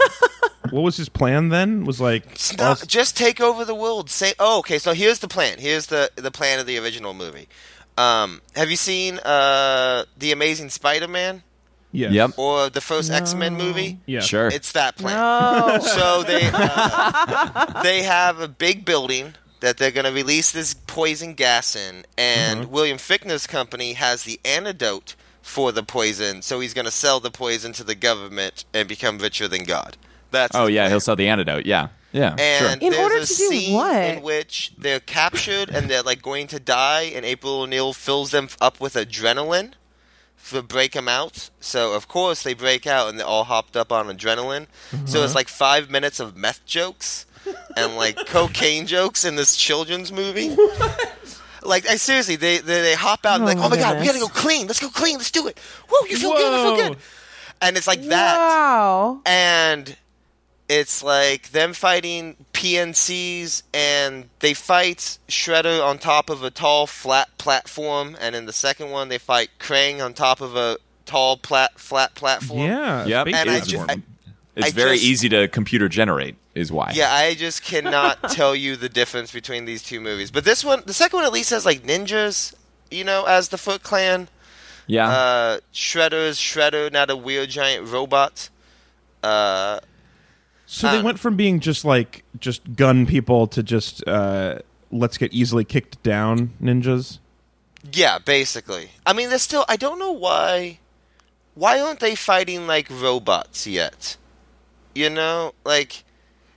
[SPEAKER 1] what was his plan then? Was like
[SPEAKER 2] It's
[SPEAKER 1] all-
[SPEAKER 2] not, just take over the world. Say, oh, okay. So here's the plan. Here's the the plan of the original movie. Um, have you seen uh, the Amazing Spider-Man
[SPEAKER 1] yes.
[SPEAKER 4] Yep.
[SPEAKER 2] or the first X-Men movie?
[SPEAKER 1] Yes.
[SPEAKER 4] sure.
[SPEAKER 2] It's that plan.
[SPEAKER 3] Oh,
[SPEAKER 2] So they uh, they have a big building that they're going to release this poison gas in, and
[SPEAKER 4] Mm-hmm.
[SPEAKER 2] William Fickner's company has the antidote for the poison, so he's going to sell the poison to the government and become richer than God. That's
[SPEAKER 4] oh
[SPEAKER 2] his
[SPEAKER 4] yeah,
[SPEAKER 2] plan.
[SPEAKER 4] he'll sell the antidote. Yeah, yeah.
[SPEAKER 2] And
[SPEAKER 4] sure.
[SPEAKER 3] In
[SPEAKER 2] there's
[SPEAKER 3] order
[SPEAKER 2] a
[SPEAKER 3] to do
[SPEAKER 2] scene
[SPEAKER 3] what?
[SPEAKER 2] in which they're captured and they're like going to die, and April O'Neil fills them up with adrenaline to break them out. So of course they break out and they're all hopped up on adrenaline.
[SPEAKER 3] Mm-hmm.
[SPEAKER 2] So it's like five minutes of meth jokes and like cocaine jokes in this children's movie. Like I seriously, they they, they hop out and
[SPEAKER 3] Oh
[SPEAKER 2] like,
[SPEAKER 3] my
[SPEAKER 2] oh my god, we gotta go
[SPEAKER 3] goodness.
[SPEAKER 2] clean. Let's go clean. Let's do it. Whoa, you feel good. You
[SPEAKER 1] Whoa.
[SPEAKER 2] feel good. And it's like that
[SPEAKER 3] wow.
[SPEAKER 2] and it's like them fighting PNCs, and they fight Shredder on top of a tall, flat platform, and in the second one, they fight Krang on top of a tall, plat, flat platform.
[SPEAKER 1] Yeah.
[SPEAKER 4] Yep.
[SPEAKER 1] uh, space
[SPEAKER 2] And I
[SPEAKER 1] platform.
[SPEAKER 2] just, I,
[SPEAKER 4] It's
[SPEAKER 2] I
[SPEAKER 4] very
[SPEAKER 2] just-
[SPEAKER 4] easy to computer generate, is why.
[SPEAKER 2] yeah, I just cannot tell you the difference between these two movies. But this one, the second one, at least has like ninjas, you know, as the Foot Clan.
[SPEAKER 4] yeah.
[SPEAKER 2] Uh, Shredder is Shredder, not a weird giant robot. Uh,
[SPEAKER 1] So they
[SPEAKER 2] Um,
[SPEAKER 1] went from being just like just gun people to just uh, let's get easily kicked down ninjas.
[SPEAKER 2] Yeah, basically. I mean, there's still. I don't know why. Why aren't they fighting like robots yet? You know, like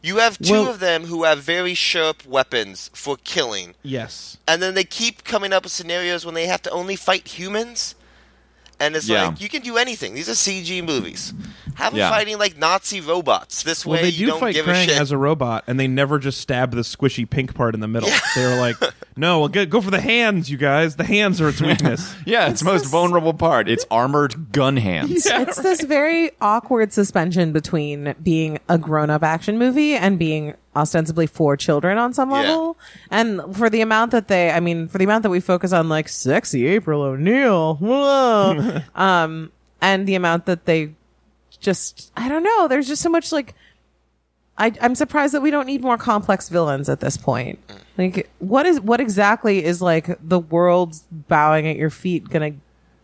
[SPEAKER 2] you have two
[SPEAKER 1] Well-
[SPEAKER 2] of them who have very sharp weapons for killing,
[SPEAKER 1] Yes.
[SPEAKER 2] and then they keep coming up with scenarios when they have to only fight humans. And it's
[SPEAKER 4] Yeah.
[SPEAKER 2] like you can do anything. These are CG movies. Have
[SPEAKER 4] Yeah.
[SPEAKER 2] them fighting like Nazi robots. This
[SPEAKER 1] Well,
[SPEAKER 2] way,
[SPEAKER 1] they
[SPEAKER 2] you
[SPEAKER 1] do
[SPEAKER 2] don't
[SPEAKER 1] fight
[SPEAKER 2] give a
[SPEAKER 1] Krang
[SPEAKER 2] shit.
[SPEAKER 1] as a robot, and they never just stab the squishy pink part in the middle. They were like, "No, well, go, go for the hands, you guys. The hands are its weakness."
[SPEAKER 4] yeah, it's, most
[SPEAKER 3] this-
[SPEAKER 4] vulnerable part. It's armored gun hands.
[SPEAKER 3] it's this very awkward suspension between being a grown-up action movie and being ostensibly for children on some
[SPEAKER 2] Yeah.
[SPEAKER 3] level and for the amount that they i mean for the amount that we focus on like sexy april o'neil whoa um and the amount that they just i don't know there's just so much like I, I'm surprised that we don't need more complex villains at this point. Like, what is what exactly is like the world bowing at your feet gonna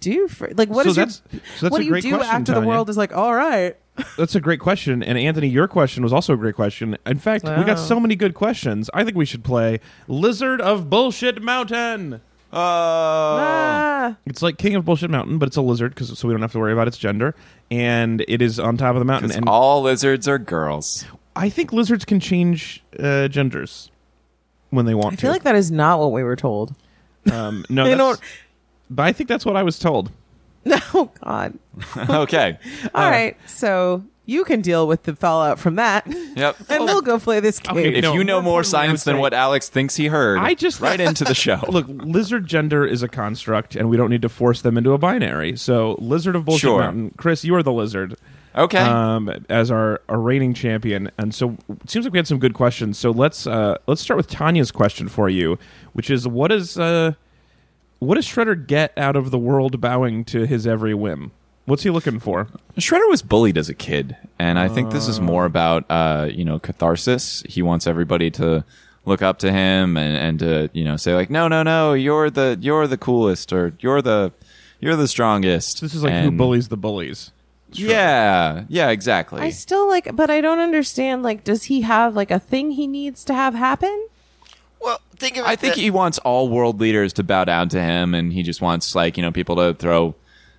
[SPEAKER 3] do for? Like, what
[SPEAKER 1] So
[SPEAKER 3] is your-
[SPEAKER 1] that's- so that's
[SPEAKER 3] what
[SPEAKER 1] a
[SPEAKER 3] do you
[SPEAKER 1] great
[SPEAKER 3] do
[SPEAKER 1] question,
[SPEAKER 3] after the
[SPEAKER 1] Tanya.
[SPEAKER 3] world is like, all right,
[SPEAKER 1] That's a great question, and Anthony, your question was also a great question. In fact, we
[SPEAKER 3] Wow.
[SPEAKER 1] got so many good questions. I think we should play Lizard of Bullshit Mountain. Oh.
[SPEAKER 2] Oh.
[SPEAKER 3] ah,
[SPEAKER 1] It's like King of Bullshit Mountain, but it's a lizard, 'cause- so we don't have to worry about its gender. And it is on top of the mountain. And
[SPEAKER 4] All lizards are girls.
[SPEAKER 1] I think lizards can change uh, genders when they want
[SPEAKER 3] I feel
[SPEAKER 1] to.
[SPEAKER 3] like that is not what we were told.
[SPEAKER 1] um, no,
[SPEAKER 3] They
[SPEAKER 1] that's-
[SPEAKER 3] don't-
[SPEAKER 1] but I think that's what I was told.
[SPEAKER 3] oh God!
[SPEAKER 4] okay.
[SPEAKER 3] All right,
[SPEAKER 1] Uh.
[SPEAKER 3] so you can deal with the fallout from that, and
[SPEAKER 4] Yep.
[SPEAKER 3] we'll go play this game.
[SPEAKER 1] Okay,
[SPEAKER 4] if
[SPEAKER 1] No,
[SPEAKER 4] you
[SPEAKER 1] more
[SPEAKER 4] know more
[SPEAKER 1] importantly, I would
[SPEAKER 4] science than
[SPEAKER 1] say-
[SPEAKER 4] what Alex thinks he heard,
[SPEAKER 1] I just-
[SPEAKER 4] right into the show.
[SPEAKER 1] Look, lizard gender is a construct, and we don't need to force them into a binary. So, lizard of bullshit
[SPEAKER 4] Sure.
[SPEAKER 1] mountain, Chris, you are the lizard.
[SPEAKER 4] okay.
[SPEAKER 1] Um, as our, our reigning champion, and so it seems like we had some good questions. So let's uh, let's start with Tanya's question for you, which is what is uh, what does Shredder get out of the world bowing to his every whim? What's he looking for?
[SPEAKER 4] Shredder was bullied as a kid, and I think
[SPEAKER 1] Oh.
[SPEAKER 4] this is more about uh, you know catharsis. He wants everybody to look up to him and, and to you know say like, no, no, no, you're the you're the coolest, or you're the you're the strongest.
[SPEAKER 1] This is like who
[SPEAKER 4] And-
[SPEAKER 1] bullies the bullies.
[SPEAKER 4] Yeah, yeah, exactly.
[SPEAKER 3] I still like, but I don't understand. Like, does he have like a thing he needs to have happen?
[SPEAKER 2] Well, think of it.
[SPEAKER 4] I think
[SPEAKER 2] that-
[SPEAKER 4] he wants all world leaders to bow down to him, and he just wants like you know people to throw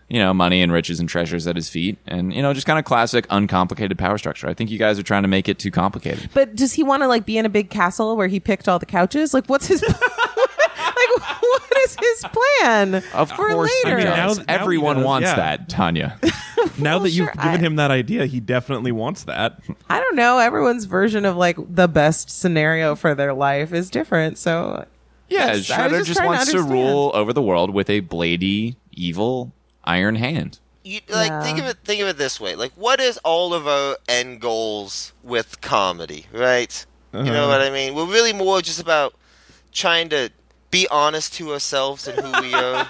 [SPEAKER 4] you know money and riches and treasures at his feet, and you know just kind of classic uncomplicated power structure. I think you guys are trying to make it too complicated.
[SPEAKER 3] But does he want to like be in a big castle where he picked all the couches? Like, what's his like? What is his plan?
[SPEAKER 4] Of
[SPEAKER 3] for
[SPEAKER 4] course, he
[SPEAKER 3] later?
[SPEAKER 1] I mean, now-
[SPEAKER 4] does.
[SPEAKER 1] now he
[SPEAKER 4] everyone
[SPEAKER 1] does,
[SPEAKER 4] wants
[SPEAKER 1] yeah.
[SPEAKER 4] that, Tanya.
[SPEAKER 1] now that you've
[SPEAKER 3] sure,
[SPEAKER 1] given
[SPEAKER 3] I-
[SPEAKER 1] him that idea, he definitely wants that.
[SPEAKER 3] I don't know. Everyone's version of like the best scenario for their life is different. So
[SPEAKER 4] yeah,
[SPEAKER 3] That's- I was
[SPEAKER 4] Shredder
[SPEAKER 3] just
[SPEAKER 4] just,
[SPEAKER 3] trying to
[SPEAKER 4] wants to,
[SPEAKER 3] understand.
[SPEAKER 4] rule over the world with a bladey, evil iron hand.
[SPEAKER 2] you, like
[SPEAKER 3] Yeah.
[SPEAKER 2] think of it think of it this way like what is all of our end goals with comedy right you
[SPEAKER 1] Uh-huh.
[SPEAKER 2] know what i mean we're really more just about trying to be honest to ourselves and who we are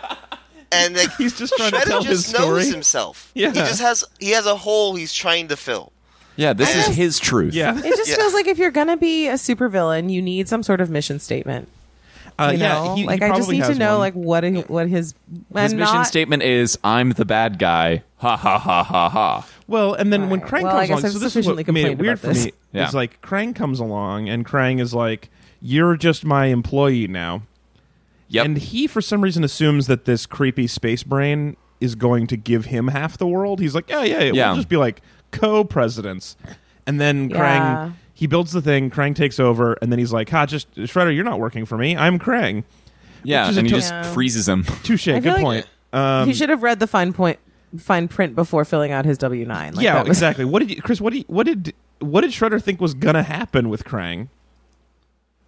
[SPEAKER 2] and like
[SPEAKER 1] He's just trying to
[SPEAKER 2] Shredder
[SPEAKER 1] tell
[SPEAKER 2] just
[SPEAKER 1] his
[SPEAKER 2] knows
[SPEAKER 1] story.
[SPEAKER 2] himself
[SPEAKER 1] Yeah.
[SPEAKER 2] he just has he has a hole he's trying to fill
[SPEAKER 4] Yeah, this
[SPEAKER 2] I
[SPEAKER 4] is
[SPEAKER 2] guess-
[SPEAKER 4] his truth.
[SPEAKER 1] Yeah.
[SPEAKER 3] it just
[SPEAKER 2] Yeah.
[SPEAKER 3] feels like if you're gonna be a supervillain, you need some sort of mission statement.
[SPEAKER 1] Uh,
[SPEAKER 3] You know,
[SPEAKER 1] yeah, he- he
[SPEAKER 3] like I just
[SPEAKER 1] probably
[SPEAKER 3] need to
[SPEAKER 1] has
[SPEAKER 3] know
[SPEAKER 1] one.
[SPEAKER 3] like what he- what his
[SPEAKER 4] His
[SPEAKER 3] and
[SPEAKER 4] mission
[SPEAKER 3] not-
[SPEAKER 4] statement is I'm the bad guy. Ha ha ha ha ha.
[SPEAKER 1] Well, and then when
[SPEAKER 3] Alright.
[SPEAKER 1] Krang
[SPEAKER 3] Well,
[SPEAKER 1] comes
[SPEAKER 3] I guess
[SPEAKER 1] along,
[SPEAKER 3] I've
[SPEAKER 1] so this is
[SPEAKER 3] sufficiently
[SPEAKER 1] what made it
[SPEAKER 3] complained
[SPEAKER 1] weird
[SPEAKER 3] about
[SPEAKER 1] for
[SPEAKER 3] this.
[SPEAKER 1] me.
[SPEAKER 4] Yeah.
[SPEAKER 1] Is like Krang comes along, and Krang is like, "You're just my employee now,"
[SPEAKER 4] Yep.
[SPEAKER 1] and he, for some reason, assumes that this creepy space brain is going to give him half the world. He's like, "Yeah, yeah, yeah.
[SPEAKER 4] Yeah.
[SPEAKER 1] we'll just be like co-presidents," and then Krang.
[SPEAKER 3] Yeah.
[SPEAKER 1] He builds the thing. Krang takes over, and then he's like, "Ha, just Shredder, you're not working for me. I'm Krang."
[SPEAKER 4] yeah,
[SPEAKER 1] which is a
[SPEAKER 4] and he
[SPEAKER 1] tot-
[SPEAKER 4] just
[SPEAKER 3] Yeah.
[SPEAKER 4] freezes him.
[SPEAKER 1] Touche.
[SPEAKER 3] I
[SPEAKER 1] Good
[SPEAKER 3] feel like-
[SPEAKER 1] point. Um,
[SPEAKER 3] he should have read the fine point fine print before filling out his W nine. Like,
[SPEAKER 1] yeah,
[SPEAKER 3] that was-
[SPEAKER 1] exactly. What did you, Chris? What did what did what did Shredder think was gonna happen with Krang?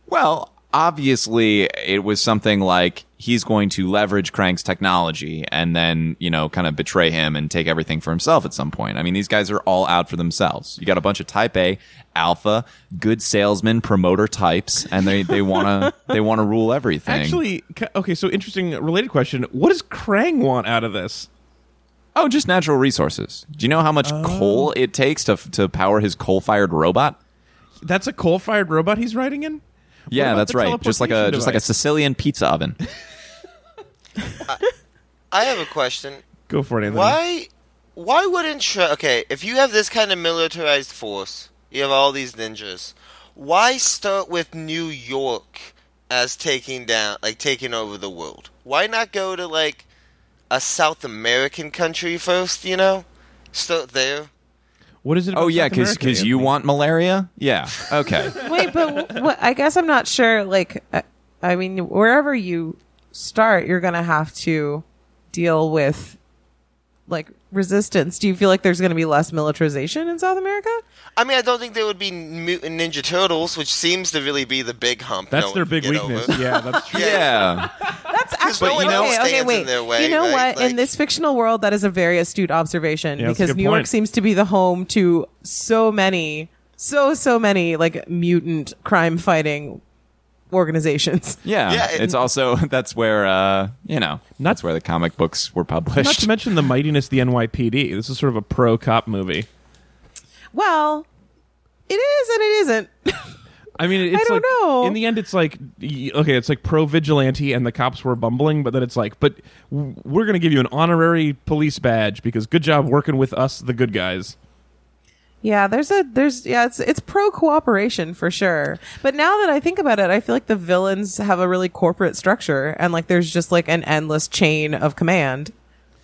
[SPEAKER 4] Well, obviously, it was something like he's going to leverage Krang's technology and then, you know, kind of betray him and take everything for himself at some point. I mean, these guys are all out for themselves. You got a bunch of type A, alpha, good salesman, promoter types, and they, they want to they want to rule everything.
[SPEAKER 1] Actually, ca- okay. So interesting, uh, related question. What does Krang want out of this?
[SPEAKER 4] oh, just natural resources. Do you know how much
[SPEAKER 1] Oh.
[SPEAKER 4] coal it takes to to power his coal-fired robot?
[SPEAKER 1] That's a coal-fired robot he's riding in. What
[SPEAKER 4] Yeah,
[SPEAKER 1] about
[SPEAKER 4] that's
[SPEAKER 1] the
[SPEAKER 4] right. Just like a
[SPEAKER 1] teleportation
[SPEAKER 4] just like a
[SPEAKER 1] device?
[SPEAKER 4] Sicilian pizza oven.
[SPEAKER 2] i have a question
[SPEAKER 1] Go for it, Anthony.
[SPEAKER 2] Why? Why wouldn't Shre- okay? If you have this kind of militarized force, you have all these ninjas. Why start with New York as taking down, like taking over the world? Why not go to like a South American country first? You know, start there.
[SPEAKER 1] What is it?
[SPEAKER 4] Oh
[SPEAKER 1] about
[SPEAKER 4] yeah,
[SPEAKER 1] South
[SPEAKER 4] because
[SPEAKER 1] America,
[SPEAKER 4] you
[SPEAKER 1] Anthony?
[SPEAKER 4] want malaria. Yeah. Okay.
[SPEAKER 3] Wait, but w- what, I guess I'm not sure. Like, uh, I mean, wherever you start, you're gonna have to deal with like resistance. Do you feel like there's gonna be less militarization in South America?
[SPEAKER 2] I mean, I don't think there would be Mutant Ninja Turtles, which seems to really be the big hump.
[SPEAKER 1] That's
[SPEAKER 2] no one
[SPEAKER 1] their
[SPEAKER 2] can
[SPEAKER 1] big
[SPEAKER 2] get
[SPEAKER 1] weakness.
[SPEAKER 2] over.
[SPEAKER 1] Yeah, that's true.
[SPEAKER 4] yeah.
[SPEAKER 3] That's actually
[SPEAKER 2] no one
[SPEAKER 3] okay,
[SPEAKER 2] else
[SPEAKER 3] okay,
[SPEAKER 2] stands in
[SPEAKER 3] wait.
[SPEAKER 2] their way,
[SPEAKER 3] you know
[SPEAKER 2] right?
[SPEAKER 3] what?
[SPEAKER 2] Like-
[SPEAKER 3] in this fictional world, that is a very astute observation
[SPEAKER 1] Yeah, that's a
[SPEAKER 3] because
[SPEAKER 1] good
[SPEAKER 3] New York
[SPEAKER 1] point.
[SPEAKER 3] seems to be the home to so many, so so many like mutant crime fighting organizations.
[SPEAKER 4] Yeah,
[SPEAKER 2] Yeah,
[SPEAKER 4] it's
[SPEAKER 2] it-
[SPEAKER 4] also that's where uh, you know
[SPEAKER 1] Not-
[SPEAKER 4] that's where the comic books were
[SPEAKER 1] Not
[SPEAKER 4] published.
[SPEAKER 1] to mention the mightiness of the NYPD. This is sort of a pro cop movie.
[SPEAKER 3] Well, it is and it isn't.
[SPEAKER 1] I mean, it's
[SPEAKER 3] don't
[SPEAKER 1] like
[SPEAKER 3] know.
[SPEAKER 1] in the end, it's like y- okay, it's like pro vigilante, and the cops were bumbling, but then it's like, but w- we're going to give you an honorary police badge because good job working with us, the good guys.
[SPEAKER 3] Yeah, there's a there's yeah, it's it's pro cooperation for sure. But now that I think about it, I feel like the villains have a really corporate structure and like there's just like an endless chain of command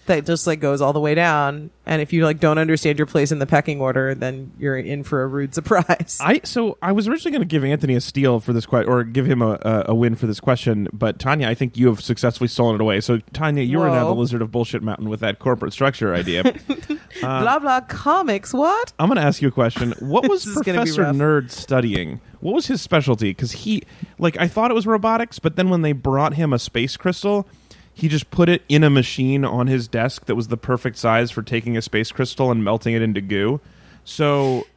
[SPEAKER 3] that just like goes all the way down and if you like don't understand your place in the pecking order, then you're in for a rude surprise.
[SPEAKER 1] I so I was originally going to give Anthony a steal for this question, or give him a, a, a win for this question. But Tanya, I think you have successfully stolen it away. So Tanya, you are now
[SPEAKER 3] Whoa.
[SPEAKER 1] the lizard of bullshit mountain with that corporate structure idea.
[SPEAKER 3] blah blah comics, what?
[SPEAKER 1] I'm going to ask you a question. What was
[SPEAKER 3] This is gonna be
[SPEAKER 1] Professor
[SPEAKER 3] rough.
[SPEAKER 1] Nerd studying? What was his specialty? Because he, like, I thought it was robotics, but then when they brought him a space crystal, he just put it in a machine on his desk that was the perfect size for taking a space crystal and melting it into goo. So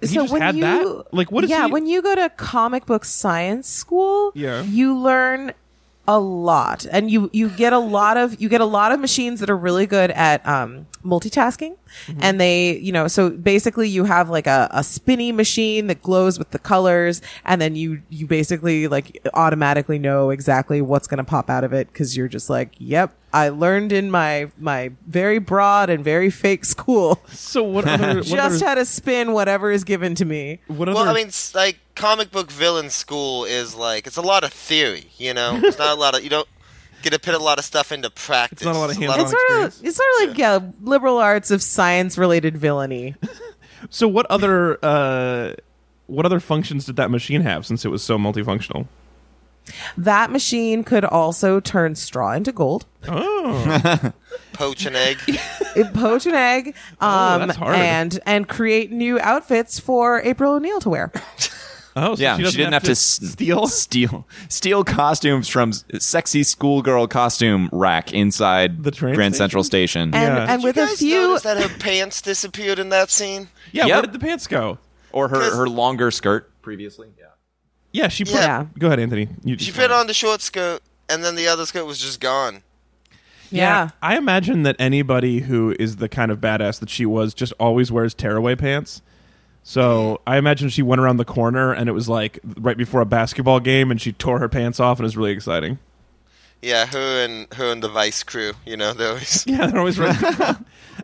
[SPEAKER 1] He just had that? Like, what is
[SPEAKER 3] yeah
[SPEAKER 1] he-
[SPEAKER 3] when you go to comic book science school
[SPEAKER 1] Yeah.
[SPEAKER 3] you learn a lot, and you you get a lot of you get a lot of machines that are really good at um, multitasking,
[SPEAKER 1] Mm-hmm.
[SPEAKER 3] and they you know so basically you have like a, a spinny machine that glows with the colors, and then you you basically like automatically know exactly what's going to pop out of it because you're just like, yep, I learned in my my very broad and very fake school
[SPEAKER 1] So what other, what
[SPEAKER 3] just
[SPEAKER 1] other,
[SPEAKER 3] how to spin whatever is given to me.
[SPEAKER 1] what
[SPEAKER 2] Well,
[SPEAKER 1] other-
[SPEAKER 2] I mean, it's like comic book villain school is like it's a lot of theory. You know, it's not a lot of you don't get to put a lot of stuff into practice.
[SPEAKER 1] not a lot of hands-on
[SPEAKER 3] It's sort of
[SPEAKER 1] experience.
[SPEAKER 3] it's sort of like yeah, liberal arts of science related villainy.
[SPEAKER 1] so what other uh, what other functions did that machine have since it was so multifunctional?
[SPEAKER 3] That machine could also turn straw into gold.
[SPEAKER 1] Oh,
[SPEAKER 2] poach an egg.
[SPEAKER 3] It poach an egg, um,
[SPEAKER 1] Oh, that's hard.
[SPEAKER 3] and and create new outfits for April O'Neil to wear.
[SPEAKER 1] oh, so
[SPEAKER 4] Yeah,
[SPEAKER 1] she,
[SPEAKER 4] she,
[SPEAKER 1] doesn't
[SPEAKER 4] didn't have, to, s-
[SPEAKER 1] steal.
[SPEAKER 4] steal, steal costumes from s- sexy schoolgirl costume rack inside
[SPEAKER 1] The train
[SPEAKER 4] Grand
[SPEAKER 1] station?
[SPEAKER 4] Central Station.
[SPEAKER 3] And
[SPEAKER 1] Yeah. Did
[SPEAKER 3] and
[SPEAKER 2] You
[SPEAKER 3] with a
[SPEAKER 2] guys
[SPEAKER 3] few
[SPEAKER 2] notice that her pants disappeared in that scene?
[SPEAKER 1] Yeah, where
[SPEAKER 4] Yep.
[SPEAKER 1] did the pants go?
[SPEAKER 4] or her,
[SPEAKER 2] 'Cause-
[SPEAKER 4] her longer skirt previously. Yeah.
[SPEAKER 1] Yeah, she put.
[SPEAKER 2] Yeah.
[SPEAKER 1] Go ahead, Anthony. You
[SPEAKER 2] She put on the short skirt, and then the other skirt was just gone.
[SPEAKER 3] yeah.
[SPEAKER 1] I imagine that anybody who is the kind of badass that she was just always wears tearaway pants. So I imagine she went around the corner and it was like right before a basketball game, and she tore her pants off, and it was really exciting.
[SPEAKER 2] Yeah, her and her and the Vice crew. You know, they always.
[SPEAKER 1] Yeah, they're always. Really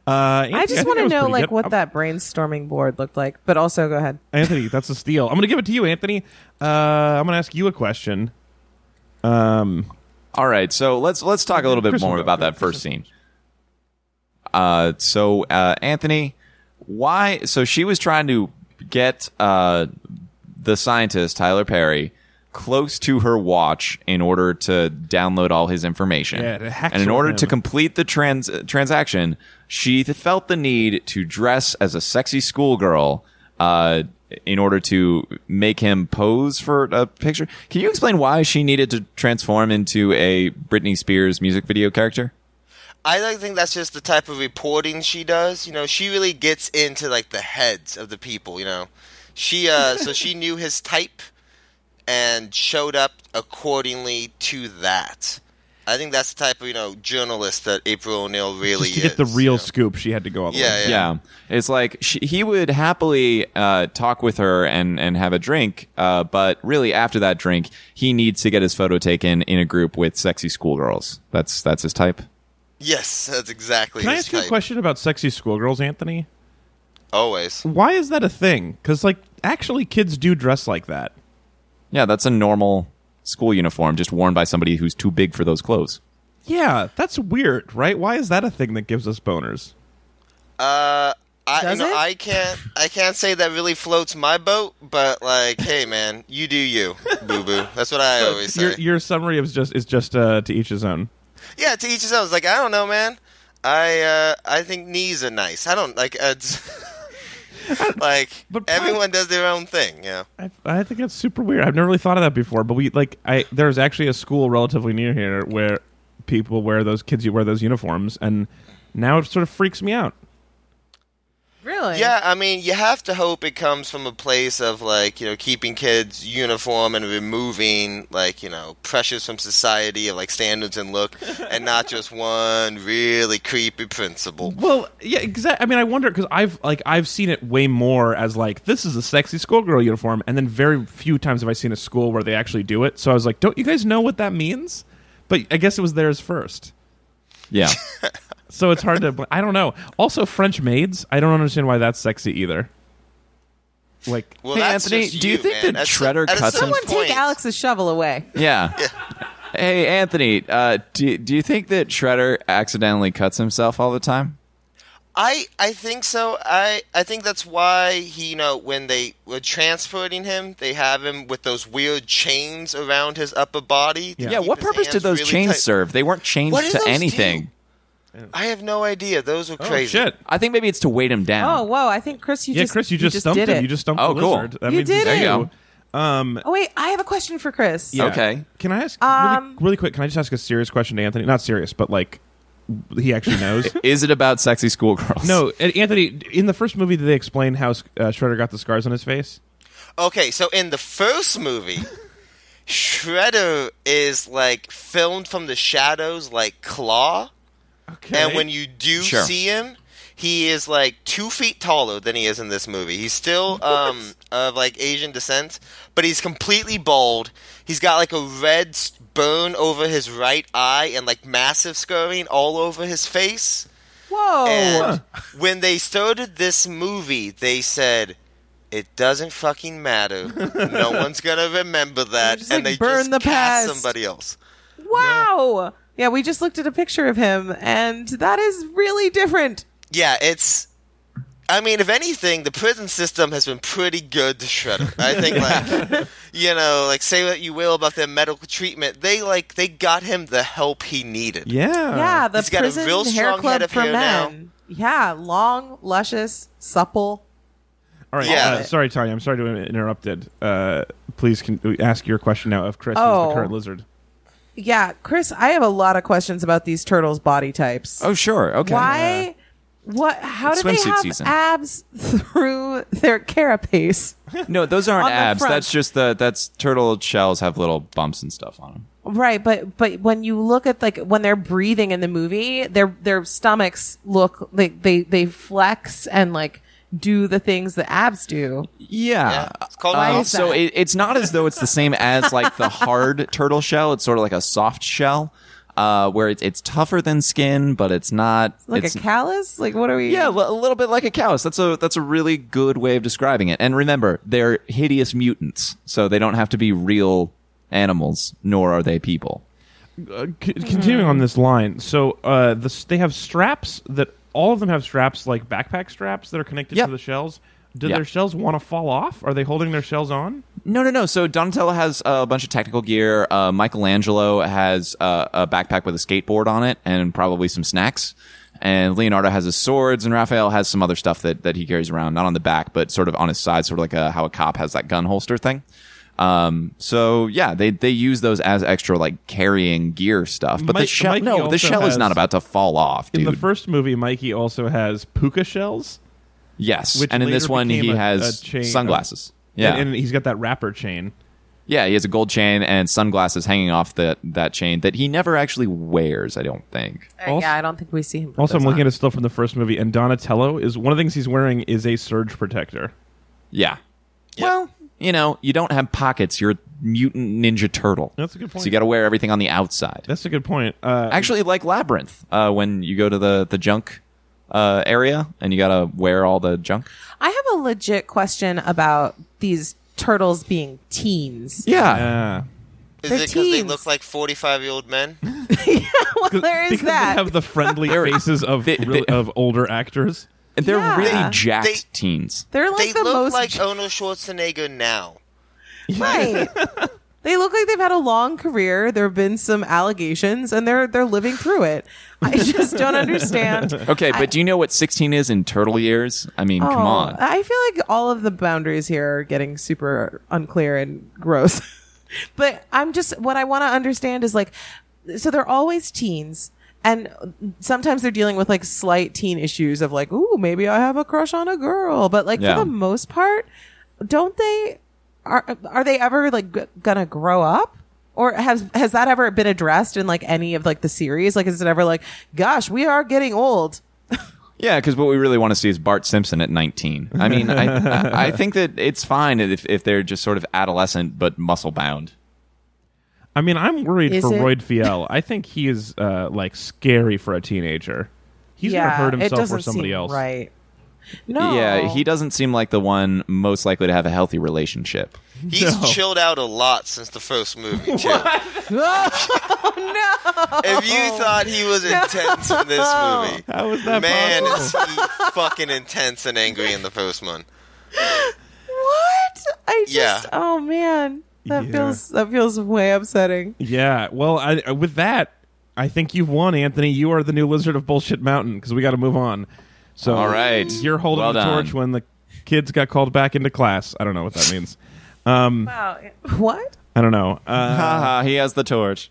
[SPEAKER 1] uh,
[SPEAKER 3] I just want to know like what that brainstorming board looked like. But also go ahead.
[SPEAKER 1] Anthony, that's a steal. I'm going to give it to you, Anthony. Uh, I'm going to ask you a question. Um,
[SPEAKER 4] All right, so let's let's talk a little bit
[SPEAKER 1] Chris will
[SPEAKER 4] more
[SPEAKER 1] go.
[SPEAKER 4] about that first scene. Uh, so uh, Anthony, why? So she was trying to get uh, the scientist Tyler Perry close to her watch in order to download all his information.
[SPEAKER 1] Yeah, to hack
[SPEAKER 4] and in
[SPEAKER 1] sort
[SPEAKER 4] order
[SPEAKER 1] him.
[SPEAKER 4] to complete the trans- transaction, she th- felt the need to dress as a sexy schoolgirl. Uh, in order to make him pose for a picture, can you explain why she needed to transform into a Britney Spears music video character?
[SPEAKER 2] I like think that's just the type of reporting she does. You know, she really gets into like the heads of the people. You know, she uh, so she knew his type and showed up accordingly to that. I think that's the type of you know journalist that April O'Neil really
[SPEAKER 1] just to
[SPEAKER 2] is.
[SPEAKER 1] get the real
[SPEAKER 2] you know?
[SPEAKER 1] scoop, she had to go all the
[SPEAKER 2] Yeah,
[SPEAKER 1] way.
[SPEAKER 2] yeah.
[SPEAKER 4] yeah. It's like she, he would happily uh, talk with her and, and have a drink, uh, but really after that drink, he needs to get his photo taken in a group with sexy schoolgirls. That's that's his type.
[SPEAKER 2] Yes, that's exactly.
[SPEAKER 1] Can I
[SPEAKER 2] his
[SPEAKER 1] ask you a
[SPEAKER 2] type.
[SPEAKER 1] question about sexy schoolgirls, Anthony?
[SPEAKER 2] Always.
[SPEAKER 1] Why is that a thing? Because like actually, kids do dress like that.
[SPEAKER 4] Yeah, that's a normal school uniform, just worn by somebody who's too big for those clothes.
[SPEAKER 1] Yeah, that's weird, right? Why is that a thing that gives us boners?
[SPEAKER 2] Uh, I,
[SPEAKER 3] Does
[SPEAKER 2] you know,
[SPEAKER 3] it?
[SPEAKER 2] I can't. I can't say that really floats my boat, but like, hey, man, you do you, boo boo. That's what I always say.
[SPEAKER 1] Your, your summary is just is just uh, to each his own.
[SPEAKER 2] Yeah, to each his own. It's like I don't know, man. I uh, I think knees are nice. I don't like uh, it's like
[SPEAKER 1] But part-
[SPEAKER 2] everyone does their own thing. You know,
[SPEAKER 1] I, I think that's super weird. I've never really thought of that before. But we like I there's actually a school relatively near here where people wear those kids you wear those uniforms, and now it sort of freaks me out.
[SPEAKER 3] Really?
[SPEAKER 2] yeah. I mean, you have to hope it comes from a place of like you know keeping kids uniform and removing like you know pressures from society of like standards and look, and not just one really creepy principle.
[SPEAKER 1] Well, yeah, exactly. I mean, I wonder because I've like I've seen it way more as like this is a sexy schoolgirl uniform, and then very few times have I seen a school where they actually do it. So I was like, don't you guys know what that means? But I guess it was theirs first.
[SPEAKER 4] Yeah.
[SPEAKER 1] So it's hard to. I don't know. Also, French maids. I don't understand why that's sexy either. Like,
[SPEAKER 2] Well,
[SPEAKER 4] Hey,
[SPEAKER 2] that's
[SPEAKER 4] Anthony,
[SPEAKER 2] just
[SPEAKER 4] do you think
[SPEAKER 2] man.
[SPEAKER 4] that
[SPEAKER 2] That's-
[SPEAKER 4] Shredder
[SPEAKER 2] at a
[SPEAKER 4] cuts
[SPEAKER 2] certain
[SPEAKER 4] him?
[SPEAKER 3] Someone
[SPEAKER 2] point-
[SPEAKER 3] take Alex's shovel away.
[SPEAKER 4] Yeah. Hey, Anthony, uh, do, do you think that Shredder accidentally cuts himself all the time?
[SPEAKER 2] I I think so. I I think that's why he you know when they were transporting him, they have him with those weird chains around his upper body. to
[SPEAKER 1] Yeah.
[SPEAKER 4] Yeah,
[SPEAKER 2] keep
[SPEAKER 4] what
[SPEAKER 2] his
[SPEAKER 4] purpose
[SPEAKER 2] hands
[SPEAKER 4] did those
[SPEAKER 2] really
[SPEAKER 4] chains
[SPEAKER 2] tight.
[SPEAKER 4] serve? They weren't chains
[SPEAKER 2] What do
[SPEAKER 4] to
[SPEAKER 2] those do?
[SPEAKER 4] anything.
[SPEAKER 2] I have no idea. Those were
[SPEAKER 1] oh
[SPEAKER 2] crazy.
[SPEAKER 1] shit!
[SPEAKER 4] I think maybe it's to weight him down.
[SPEAKER 3] Oh whoa! I think Chris, you
[SPEAKER 1] Yeah,
[SPEAKER 3] just
[SPEAKER 1] Chris, you just, stumped
[SPEAKER 3] did
[SPEAKER 1] him.
[SPEAKER 3] it.
[SPEAKER 1] You just stumped
[SPEAKER 4] Oh,
[SPEAKER 1] the
[SPEAKER 4] cool.
[SPEAKER 1] lizard. That
[SPEAKER 3] You
[SPEAKER 1] means
[SPEAKER 3] did
[SPEAKER 1] it's
[SPEAKER 3] it.
[SPEAKER 4] There you
[SPEAKER 1] you.
[SPEAKER 4] go.
[SPEAKER 3] Oh wait, I have a question for Chris.
[SPEAKER 1] Yeah.
[SPEAKER 4] Okay.
[SPEAKER 1] Can I ask really,
[SPEAKER 3] Um,
[SPEAKER 1] really quick? Can I just ask a serious question to Anthony? Not serious, but like he actually knows.
[SPEAKER 4] Is it about sexy schoolgirls?
[SPEAKER 1] no, and Anthony. In the first movie, did they explain how uh, Shredder got the scars on his face?
[SPEAKER 2] Okay, so in the first movie, Shredder is like filmed from the shadows, like Claw.
[SPEAKER 1] Okay.
[SPEAKER 2] And when you do
[SPEAKER 4] Sure.
[SPEAKER 2] see him, he is like two feet taller than he is in this movie. He's still um, of like Asian descent, but he's completely bald. He's got like a red s- burn over his right eye and like massive scurrying all over his face.
[SPEAKER 3] Whoa.
[SPEAKER 2] And when they started this movie, they said, "It doesn't fucking matter. No one's gonna remember that."
[SPEAKER 3] just,
[SPEAKER 2] and they
[SPEAKER 3] like,
[SPEAKER 2] just
[SPEAKER 3] burn the
[SPEAKER 2] cast
[SPEAKER 3] past.
[SPEAKER 2] somebody else.
[SPEAKER 3] wow. Yeah. we just looked at a picture of him, and that is really different.
[SPEAKER 2] Yeah, it's. I mean, if anything, the prison system has been pretty good to Shredder. I think, like, you know, like say what you will about their medical treatment, they like they got him the help he needed.
[SPEAKER 1] yeah.
[SPEAKER 3] yeah, the
[SPEAKER 2] Uh, he's got a
[SPEAKER 3] prison
[SPEAKER 2] real
[SPEAKER 3] hair
[SPEAKER 2] strong
[SPEAKER 3] club
[SPEAKER 2] head of
[SPEAKER 3] for
[SPEAKER 2] hair now.
[SPEAKER 3] men. Yeah, long, luscious, supple.
[SPEAKER 1] All right.
[SPEAKER 2] Yeah.
[SPEAKER 1] Uh, sorry, Tanya. I'm sorry to have interrupted. Uh, please can, ask your question now of Chris, who's
[SPEAKER 3] Oh.
[SPEAKER 1] the current lizard.
[SPEAKER 3] Yeah, Chris, I have a lot of questions about these turtles' body types.
[SPEAKER 4] Oh, sure. Okay.
[SPEAKER 3] Why?
[SPEAKER 2] Uh,
[SPEAKER 3] What? How
[SPEAKER 4] It's
[SPEAKER 3] do they
[SPEAKER 4] swimsuit
[SPEAKER 3] have
[SPEAKER 4] season.
[SPEAKER 3] abs through their carapace?
[SPEAKER 4] No, those aren't
[SPEAKER 3] On the
[SPEAKER 4] abs.
[SPEAKER 3] front.
[SPEAKER 4] That's just the that's turtle shells have little bumps and stuff on them.
[SPEAKER 3] Right, but but when you look at like when they're breathing in the movie, their their stomachs look like they they flex and like do the things that abs do.
[SPEAKER 4] Yeah.
[SPEAKER 2] Yeah, it's called
[SPEAKER 4] Um,
[SPEAKER 2] Why
[SPEAKER 3] is
[SPEAKER 4] so
[SPEAKER 3] that?
[SPEAKER 4] it, it's not as though it's the same as like the hard turtle shell. It's sort of like a soft shell, uh, where it's it's tougher than skin, but it's not
[SPEAKER 3] Like
[SPEAKER 4] it's-
[SPEAKER 3] a callus? Like what are we
[SPEAKER 4] Yeah, li- a little bit like a callus. That's a that's a really good way of describing it. And remember, they're hideous mutants, so they don't have to be real animals, nor are they people.
[SPEAKER 1] Uh, c- continuing on this line, so uh, the, s- they have straps that all of them have straps like backpack straps that are connected
[SPEAKER 4] Yep.
[SPEAKER 1] to the shells. Do
[SPEAKER 4] Yeah.
[SPEAKER 1] their shells want to fall off? Are they holding their shells on?
[SPEAKER 4] No, no, no. So Donatello has uh, a bunch of technical gear. Uh, Michelangelo has uh, a backpack with a skateboard on it and probably some snacks. And Leonardo has his swords, and Raphael has some other stuff that, that he carries around, not on the back, but sort of on his side, sort of like a, how a cop has that gun holster thing. Um, so yeah, they they use those as extra like carrying gear stuff. But
[SPEAKER 1] Mi-
[SPEAKER 4] the shell,
[SPEAKER 1] Mikey
[SPEAKER 4] no,
[SPEAKER 1] also
[SPEAKER 4] the shell
[SPEAKER 1] has-
[SPEAKER 4] is not about to fall off,
[SPEAKER 1] In
[SPEAKER 4] dude.
[SPEAKER 1] the first movie, Mikey also has puka shells.
[SPEAKER 4] yes,
[SPEAKER 1] which
[SPEAKER 4] and in
[SPEAKER 1] later
[SPEAKER 4] this one he
[SPEAKER 1] became a-
[SPEAKER 4] has
[SPEAKER 1] a chain-
[SPEAKER 4] sunglasses.
[SPEAKER 1] And-
[SPEAKER 4] yeah,
[SPEAKER 1] and, he's got that wrapper chain.
[SPEAKER 4] Yeah, he has a gold chain and sunglasses hanging off that that chain that he never actually wears. I don't think.
[SPEAKER 3] Uh,
[SPEAKER 1] Also-
[SPEAKER 3] yeah, I don't think we see him. put
[SPEAKER 1] Also, I'm
[SPEAKER 3] those
[SPEAKER 1] looking
[SPEAKER 3] on.
[SPEAKER 1] at a still from the first movie, and Donatello is one of the things he's wearing is a surge protector.
[SPEAKER 4] Yeah. Well, you know, you don't have pockets. You're a mutant ninja turtle.
[SPEAKER 1] That's a good point.
[SPEAKER 4] So you got to wear everything on the outside.
[SPEAKER 1] That's a good point. Uh,
[SPEAKER 4] Actually, like labyrinth, uh, when you go to the the junk uh, area and you got to wear all the junk.
[SPEAKER 3] I have a legit question about these turtles being teens.
[SPEAKER 4] Yeah.
[SPEAKER 1] yeah.
[SPEAKER 2] Is
[SPEAKER 3] They're
[SPEAKER 2] it because they
[SPEAKER 3] teens.
[SPEAKER 2] look like forty-five-year-old men?
[SPEAKER 3] well, there is
[SPEAKER 1] because
[SPEAKER 3] that.
[SPEAKER 1] they have the friendly faces of
[SPEAKER 4] they-
[SPEAKER 1] real-
[SPEAKER 4] they-
[SPEAKER 1] of older actors.
[SPEAKER 4] And They're
[SPEAKER 3] Yeah.
[SPEAKER 4] really jacked
[SPEAKER 2] They-
[SPEAKER 4] teens.
[SPEAKER 3] They're like
[SPEAKER 2] They
[SPEAKER 3] the
[SPEAKER 2] look
[SPEAKER 3] most
[SPEAKER 2] like Arnold Schwarzenegger now.
[SPEAKER 3] right. they look like they've had a long career. There have been some allegations, and they're they're living through it. I just don't understand.
[SPEAKER 4] Okay, but do you know what 16 is in turtle years? I mean,
[SPEAKER 3] Oh.
[SPEAKER 4] come on.
[SPEAKER 3] I feel like all of the boundaries here are getting super unclear and gross. but I'm just what I want to understand is like so they're always teens and sometimes they're dealing with like slight teen issues of like ooh maybe I have a crush on a girl but like
[SPEAKER 4] Yeah.
[SPEAKER 3] for the most part don't they are are they ever like g- gonna grow up or has has that ever been addressed in like any of like the series like is it ever like gosh we are getting old
[SPEAKER 4] Yeah, because what we really want to see is Bart Simpson at 19. I mean, I, I, I think that it's fine if, if they're just sort of adolescent but muscle bound.
[SPEAKER 1] I mean, I'm worried
[SPEAKER 3] Is
[SPEAKER 1] for
[SPEAKER 3] it?
[SPEAKER 1] Royd Fiel. I think he is uh, like scary for a teenager. He's gonna hurt
[SPEAKER 3] it
[SPEAKER 1] himself or
[SPEAKER 3] doesn't
[SPEAKER 1] somebody
[SPEAKER 3] seem
[SPEAKER 1] else.
[SPEAKER 3] Right. No.
[SPEAKER 4] Yeah, he doesn't seem like the one most likely to have a healthy relationship.
[SPEAKER 2] He's
[SPEAKER 1] No.
[SPEAKER 2] chilled out a lot since the first movie too.
[SPEAKER 1] Oh,
[SPEAKER 2] If you thought he was intense in this movie,
[SPEAKER 1] How is that
[SPEAKER 2] man,
[SPEAKER 1] possible?
[SPEAKER 2] is he fucking intense and angry in the first one.
[SPEAKER 3] What? I just.
[SPEAKER 2] Yeah.
[SPEAKER 3] Oh man, that
[SPEAKER 1] Yeah.
[SPEAKER 3] feels that feels way upsetting.
[SPEAKER 1] Yeah. Well, I, uh, with that, I think you've won, Anthony. You are the new lizard of bullshit mountain because we got to move on. So,
[SPEAKER 4] All right.
[SPEAKER 1] you're holding
[SPEAKER 4] Well
[SPEAKER 1] the
[SPEAKER 4] done.
[SPEAKER 1] torch when the kids got called back into class. I don't know what that means.
[SPEAKER 3] Wow. What?
[SPEAKER 1] I don't know. Uh,
[SPEAKER 4] Haha, he has the torch.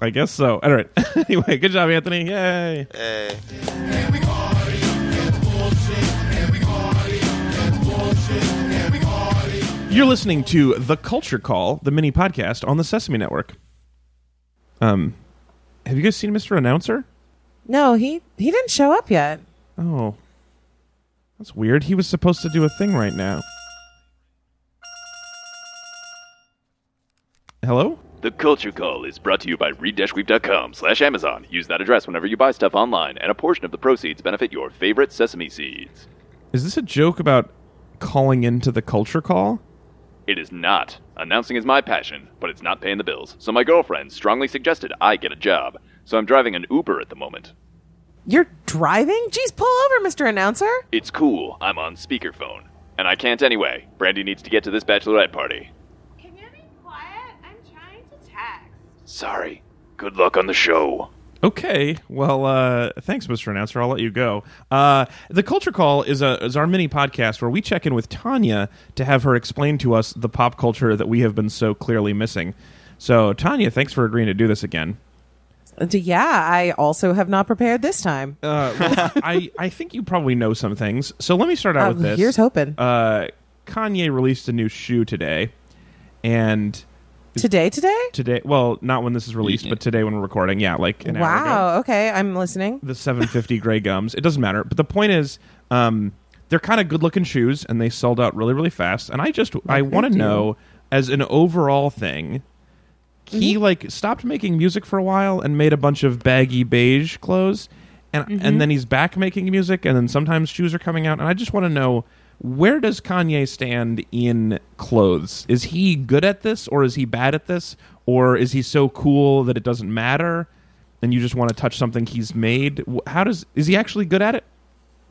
[SPEAKER 1] I guess so. All right. anyway, good job, Anthony. Yay.
[SPEAKER 2] Eh.
[SPEAKER 1] You're listening to The Culture Call, the mini podcast on the Sesame Network. Um, have you guys seen Mr. Announcer?
[SPEAKER 3] No, he he didn't show up yet.
[SPEAKER 1] Oh. That's weird. He was supposed to do a thing right now. Hello?
[SPEAKER 5] The Culture Call is brought to you by read-weave.com slash Amazon. Use that address whenever you buy stuff online, and a portion of the proceeds benefit your favorite sesame seeds.
[SPEAKER 1] Is this a joke about calling into the culture call?
[SPEAKER 5] It is not. Announcing is my passion, but it's not paying the bills, so my girlfriend strongly suggested I get a job. So I'm driving an Uber at the moment.
[SPEAKER 3] You're driving? Geez, pull over, Mr. Announcer.
[SPEAKER 5] It's cool, I'm on speakerphone. And I can't anyway. Brandy needs to get to this bachelorette party.
[SPEAKER 6] Can you be quiet? I'm trying to text.
[SPEAKER 5] Sorry. Good luck on the show.
[SPEAKER 1] Okay. Well, uh, thanks, Mr. Announcer. I'll let you go. Uh, the Culture Call is a is our mini podcast where we check in with Tanya to have her explain to us the pop culture that we have been so clearly missing. So, Tanya, thanks for agreeing to do this again.
[SPEAKER 3] Uh, Yeah, I also have not prepared this time.
[SPEAKER 1] Uh, well, I I think you probably know some things. So let me start out
[SPEAKER 3] Um,
[SPEAKER 1] with this.
[SPEAKER 3] here's hoping.
[SPEAKER 1] Uh, Kanye released a new shoe today, and
[SPEAKER 3] today, today.
[SPEAKER 1] today, well, not when this is released, but today when we're recording. Yeah, like an hour ago.
[SPEAKER 3] Wow. Okay, I'm listening.
[SPEAKER 1] the 750 gray gums. It doesn't matter. But the point is, um, they're kind of good looking shoes, and they sold out really, really fast. And I just, I want to know, as an overall thing, he like stopped making music for a while and made a bunch of baggy beige clothes, and and then he's back making music, and then sometimes shoes are coming out. And I just want to know. Where does Kanye stand in clothes? Is he good at this or is he bad at this? Or is he so cool that it doesn't matter? and you just want to touch something he's made wh- how does is he actually good at it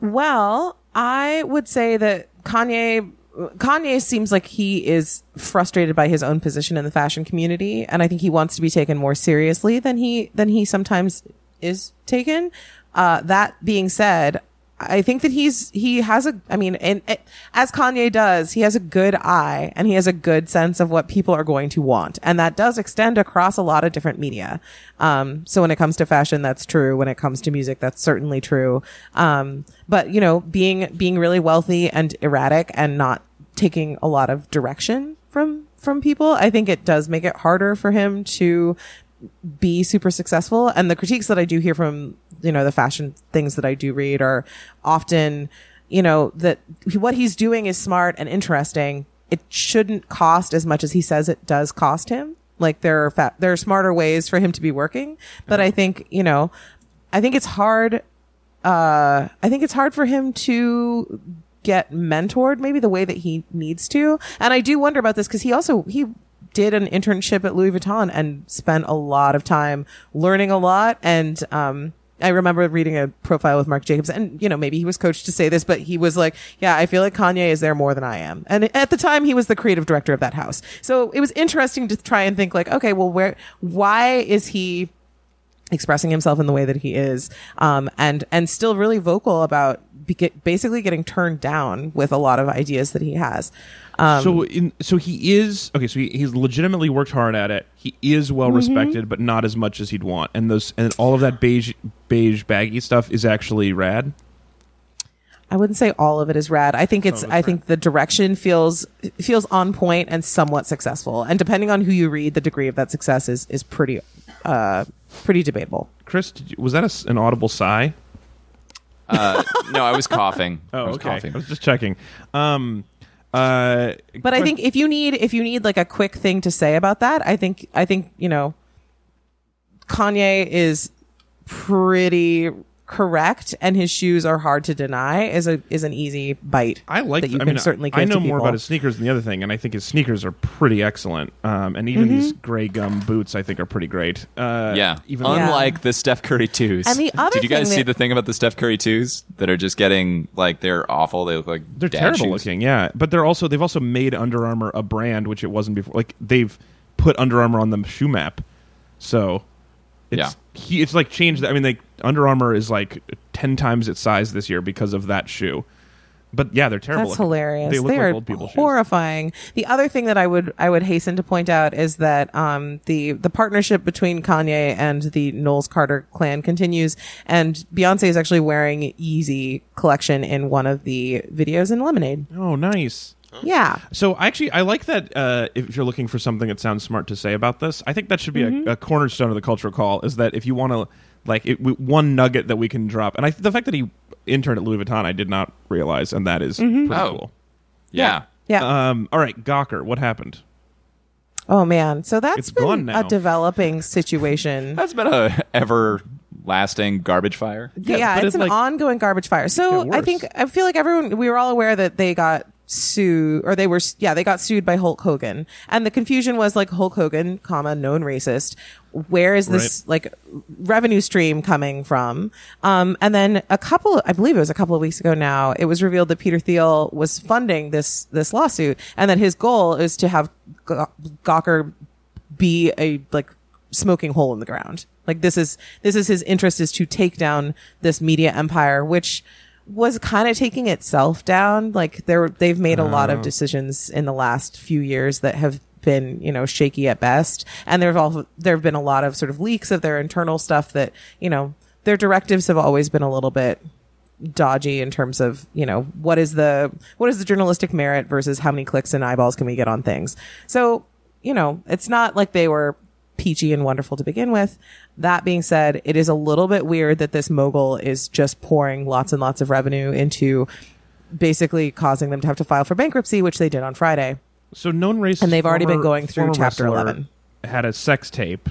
[SPEAKER 3] Well, I would say that Kanye Kanye seems like he is frustrated by his own position in the fashion community and I think he wants to be taken more seriously than he than he sometimes is taken. Uh that being said, I think that he's he has a I mean and, and as Kanye does, he has a good eye and he has a good sense of what people are going to want and that does extend across a lot of different media. Um so when it comes to fashion that's true, when it comes to music that's certainly true. Um but you know, being being really wealthy and erratic and not taking a lot of direction from from people, I think it does make it harder for him to be super successful and the critiques that i do hear from you know the fashion things that i do read are often you know that he- what he's doing is smart and interesting it shouldn't cost as much as he says it does cost him like there are fa- there are smarter ways for him to be working but i think you know i think it's hard uh, I think it's hard for him to get mentored maybe the way that he needs to. And I do wonder about this because he also, he did an internship at Louis Vuitton and spent a lot of time learning a lot. And, um, I remember reading a profile with Mark Jacobs and, you know, maybe he was coached to say this, but he was like, yeah, I feel like Kanye is there more than I am. And at the time he was the creative director of that house. So it was interesting to try and think like, okay, well, where, why is he expressing himself in the way that he is um, and and still really vocal about be- get- basically getting turned down with a lot of ideas that he has um,
[SPEAKER 1] so in so he is okay so he, he's legitimately worked hard at it he is well
[SPEAKER 3] Mm-hmm.
[SPEAKER 1] respected but not as much as he'd want and those and all of that beige beige baggy stuff is actually rad
[SPEAKER 3] i wouldn't say all of it is rad i think it's i think the direction feels feels on point and somewhat successful and depending on who you read the degree of that success is is pretty uh pretty debatable
[SPEAKER 1] chris did you, was that a s an audible sigh
[SPEAKER 4] Uh, no, I was coughing. I was
[SPEAKER 1] i
[SPEAKER 4] coughing.
[SPEAKER 1] Oh, was just checking um uh
[SPEAKER 3] but i think if you need if you need like a quick thing to say about that i think i think you know kanye is pretty correct and his shoes are hard to deny is a is an easy bite
[SPEAKER 1] I like
[SPEAKER 3] that
[SPEAKER 1] I
[SPEAKER 3] you can
[SPEAKER 1] mean,
[SPEAKER 3] certainly give
[SPEAKER 1] I know
[SPEAKER 3] to
[SPEAKER 1] more
[SPEAKER 3] people.
[SPEAKER 1] about his sneakers than the other thing, and I think his sneakers are pretty excellent. Um, and even these
[SPEAKER 3] Mm-hmm.
[SPEAKER 1] gray gum boots, I think, are pretty great. Uh,
[SPEAKER 4] Yeah.
[SPEAKER 1] even
[SPEAKER 4] Unlike the Steph Curry twos.
[SPEAKER 3] And the other
[SPEAKER 4] Did you guys
[SPEAKER 3] thing
[SPEAKER 4] see
[SPEAKER 3] that-
[SPEAKER 4] the thing about the Steph Curry twos that are just getting like they're awful? They look like
[SPEAKER 1] They're
[SPEAKER 4] dad
[SPEAKER 1] terrible
[SPEAKER 4] shoes.
[SPEAKER 1] looking, yeah. But they're also they've also made Under Armour a brand, which it wasn't before. Like they've put Under Armour on the shoe map, so it's he, it's like changed. I mean, like Under Armour is like ten times its size this year because of that shoe. But yeah, they're terrible.
[SPEAKER 3] That's
[SPEAKER 1] looking.
[SPEAKER 3] hilarious.
[SPEAKER 1] They
[SPEAKER 3] They,
[SPEAKER 1] look like
[SPEAKER 3] are
[SPEAKER 1] old people shoes.
[SPEAKER 3] horrifying. The other thing that I would I would hasten to point out is that um, the the partnership between Kanye and the Knowles Carter clan continues, and Beyonce is actually wearing Yeezy collection in one of the videos in Lemonade.
[SPEAKER 1] Oh, nice.
[SPEAKER 3] Yeah,
[SPEAKER 1] So actually, I like that. Uh, if you're looking for something that sounds smart to say about this, I think that should be
[SPEAKER 3] Mm-hmm.
[SPEAKER 1] a, a cornerstone of the cultural call. Is that if you want to, like, it, w- one nugget that we can drop, and I, the fact that he interned at Louis Vuitton, I did not realize, and that is pretty
[SPEAKER 4] Oh.
[SPEAKER 1] cool.
[SPEAKER 4] Yeah.
[SPEAKER 3] Mm-hmm. yeah.
[SPEAKER 1] Um, all right, Gawker, what happened?
[SPEAKER 3] oh man, so that's
[SPEAKER 1] it's
[SPEAKER 3] been
[SPEAKER 1] gone now.
[SPEAKER 3] a developing situation.
[SPEAKER 4] That's been a everlasting garbage fire.
[SPEAKER 1] Yeah,
[SPEAKER 3] Yeah,
[SPEAKER 1] but
[SPEAKER 3] it's,
[SPEAKER 1] it's
[SPEAKER 3] an
[SPEAKER 1] like-
[SPEAKER 3] ongoing garbage fire. So
[SPEAKER 1] got
[SPEAKER 3] I
[SPEAKER 1] worse.
[SPEAKER 3] think I feel like everyone we were all aware that they got sued or they were yeah they got sued by Hulk Hogan and the confusion was like Hulk Hogan, comma known racist. Where is this like revenue stream coming from? Um, and then a couple, I believe it was a couple of weeks ago now, it was revealed that Peter Thiel was funding this this lawsuit and that his goal is to have Ga- Gawker be a like smoking hole in the ground. Like this is this is his interest is to take down this media empire, which was kind of taking itself down. Like there they've made a lot of decisions in the last few years that have been you know shaky at best, and there've all there have been a lot of sort of leaks of their internal stuff that you know their directives have always been a little bit dodgy in terms of you know what is the what is the journalistic merit versus how many clicks and eyeballs can we get on things so you know it's not like they were peachy and wonderful to begin with that being said it is a little bit weird that this mogul is just pouring lots and lots of revenue into basically causing them to have to file for bankruptcy which they did on friday
[SPEAKER 1] So known racist,
[SPEAKER 3] And they've already been
[SPEAKER 1] former-
[SPEAKER 3] going through
[SPEAKER 1] former
[SPEAKER 3] chapter
[SPEAKER 1] wrestler
[SPEAKER 3] 11.
[SPEAKER 1] Had a sex tape.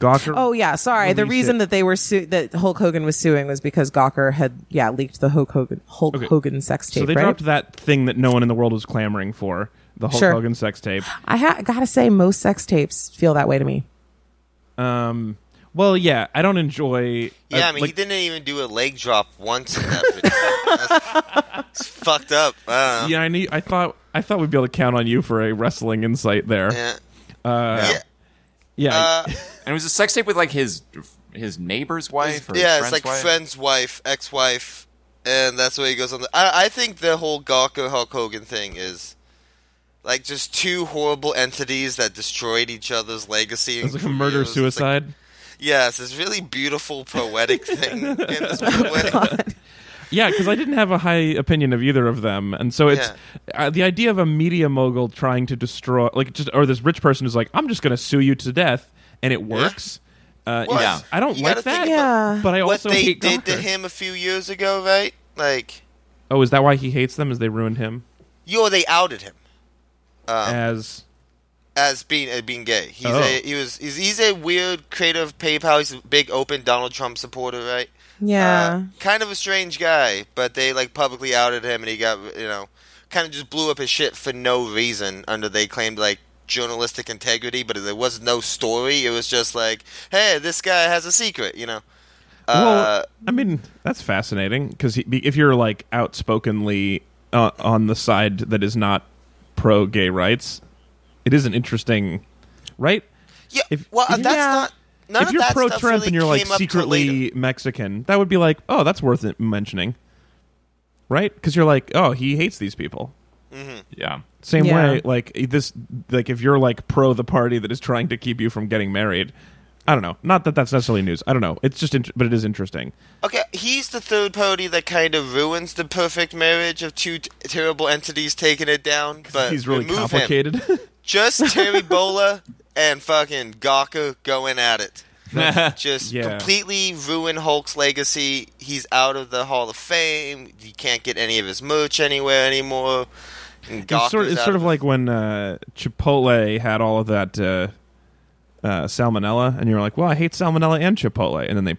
[SPEAKER 1] Gawker.
[SPEAKER 3] Oh yeah, sorry. The
[SPEAKER 1] Release
[SPEAKER 3] reason
[SPEAKER 1] it.
[SPEAKER 3] that they were su- that Hulk Hogan was suing was because Gawker had yeah leaked the Hulk Hogan Hulk
[SPEAKER 1] Okay.
[SPEAKER 3] Hogan sex tape.
[SPEAKER 1] So they
[SPEAKER 3] right?
[SPEAKER 1] dropped that thing that no one in the world was clamoring for, the Hulk
[SPEAKER 3] Sure.
[SPEAKER 1] Hogan sex tape.
[SPEAKER 3] I ha- gotta say, most sex tapes feel that way to me.
[SPEAKER 1] Um, well, yeah, I don't enjoy. uh,
[SPEAKER 2] Yeah, I mean,
[SPEAKER 1] like-
[SPEAKER 2] he didn't even do a leg drop once in that video. That's- it's fucked up. Uh, I don't know.
[SPEAKER 1] Yeah, I knew, I thought I thought we'd be able to count on you for a wrestling insight there. Yeah,
[SPEAKER 2] Yeah.
[SPEAKER 1] Uh,
[SPEAKER 2] yeah.
[SPEAKER 1] I-
[SPEAKER 2] Uh,
[SPEAKER 4] And it was a sex tape with like his his neighbor's wife. Or
[SPEAKER 2] yeah,
[SPEAKER 4] friend's
[SPEAKER 2] it's like
[SPEAKER 4] wife.
[SPEAKER 2] friend's wife, ex-wife, and that's where he goes on. The, I, I think the whole Gawker Hulk Hogan thing is like just two horrible entities that destroyed each other's legacy.
[SPEAKER 1] it's
[SPEAKER 2] and
[SPEAKER 1] like a
[SPEAKER 2] careers.
[SPEAKER 1] murder
[SPEAKER 2] It's like-
[SPEAKER 1] suicide.
[SPEAKER 2] yes, it's really beautiful, poetic thing. in this way.
[SPEAKER 1] yeah, because I didn't have a high opinion of either of them, and so it's uh, the idea of a media mogul trying to destroy, like, just or this rich person who's like, "I'm just going to sue you to death," and it works. Uh,
[SPEAKER 2] Well,
[SPEAKER 1] it's- I don't
[SPEAKER 2] you
[SPEAKER 1] like
[SPEAKER 2] gotta think
[SPEAKER 1] that.
[SPEAKER 2] about
[SPEAKER 3] Yeah.
[SPEAKER 1] But I
[SPEAKER 2] What
[SPEAKER 1] also
[SPEAKER 2] they
[SPEAKER 1] hate
[SPEAKER 2] did to
[SPEAKER 1] Gawker.
[SPEAKER 2] him a few years ago, right? Like,
[SPEAKER 1] Oh, is that why he hates them? Is they ruined him
[SPEAKER 2] yo, they outed him. Um,
[SPEAKER 1] as
[SPEAKER 2] as being uh, being gay. He's
[SPEAKER 1] Oh.
[SPEAKER 2] a he was he's, he's a weird creative PayPal. He's a big open Donald Trump supporter, right?
[SPEAKER 3] Yeah.
[SPEAKER 2] Uh, kind of a strange guy, but they like publicly outed him, and he got you know kind of just blew up his shit for no reason. Under they claimed like journalistic integrity, but there was no story. It was just like, hey, this guy has a secret, you know. Uh,
[SPEAKER 1] Well, I mean, that's fascinating because if you're like outspokenly uh, on the side that is not pro gay rights, it is an interesting, right?
[SPEAKER 2] yeah,
[SPEAKER 1] if-
[SPEAKER 2] well, uh,
[SPEAKER 1] if-
[SPEAKER 2] that's
[SPEAKER 3] Yeah.
[SPEAKER 2] not. None
[SPEAKER 1] if
[SPEAKER 2] of
[SPEAKER 1] you're
[SPEAKER 2] that
[SPEAKER 1] pro
[SPEAKER 2] stuff
[SPEAKER 1] Trump
[SPEAKER 2] really
[SPEAKER 1] and you're like
[SPEAKER 2] came up till later.
[SPEAKER 1] secretly Mexican, that would be like, oh, that's worth it mentioning, right? Because you're like, oh, he hates these people.
[SPEAKER 4] Yeah.
[SPEAKER 1] Same
[SPEAKER 3] Yeah.
[SPEAKER 1] way, like this, like if you're like pro the party that is trying to keep you from getting married. I don't know. Not that that's necessarily news. I don't know. It's just, int- but it is interesting.
[SPEAKER 2] Okay, he's the third party that kind of ruins the perfect marriage of two t- terrible entities taking it down. But
[SPEAKER 1] He's really
[SPEAKER 2] remove him.
[SPEAKER 1] complicated.
[SPEAKER 2] Just Terry Bola and fucking Gawker going at it. Just
[SPEAKER 1] Yeah.
[SPEAKER 2] completely ruin Hulk's legacy. He's out of the Hall of Fame. He can't get any of his merch anywhere anymore. And
[SPEAKER 1] It's
[SPEAKER 2] Gawker's
[SPEAKER 1] sort, it's
[SPEAKER 2] out
[SPEAKER 1] sort of
[SPEAKER 2] his-
[SPEAKER 1] like when uh, Chipotle had all of that uh, uh, salmonella, and you were like, "Well, I hate salmonella and Chipotle," and then they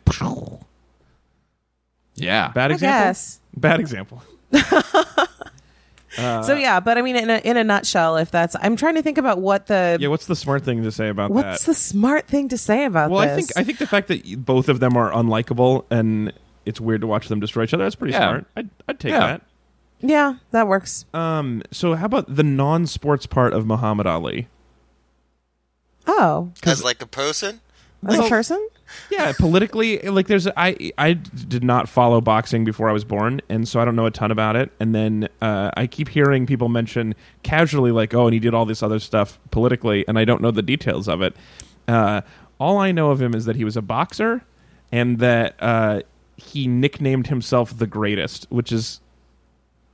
[SPEAKER 4] Yeah.
[SPEAKER 1] bad
[SPEAKER 3] I
[SPEAKER 1] example.
[SPEAKER 3] guess.
[SPEAKER 1] Bad example. uh,
[SPEAKER 3] so yeah, but I mean, in a, in a nutshell, if that's, I'm trying to think about what the
[SPEAKER 1] Yeah, what's the smart thing to say about
[SPEAKER 3] what's
[SPEAKER 1] that?
[SPEAKER 3] the smart thing to say about
[SPEAKER 1] well,
[SPEAKER 3] this.
[SPEAKER 1] I think I think the fact that you- both of them are unlikable and it's weird to watch them destroy each other. That's pretty
[SPEAKER 4] Yeah.
[SPEAKER 1] smart. I'd, I'd take
[SPEAKER 4] Yeah.
[SPEAKER 3] yeah, that works.
[SPEAKER 1] that. Um, so, how about the non-sports part of Muhammad Ali?
[SPEAKER 3] Oh,
[SPEAKER 2] as like a person.
[SPEAKER 3] as a
[SPEAKER 1] Well-
[SPEAKER 3] person,
[SPEAKER 1] yeah, politically, like there's I I did not follow boxing before I was born, and so I don't know a ton about it. And then uh, I keep hearing people mention casually, like, oh, and he did all this other stuff politically, and I don't know the details of it. Uh, all I know of him is that he was a boxer, and that uh, he nicknamed himself the greatest, which is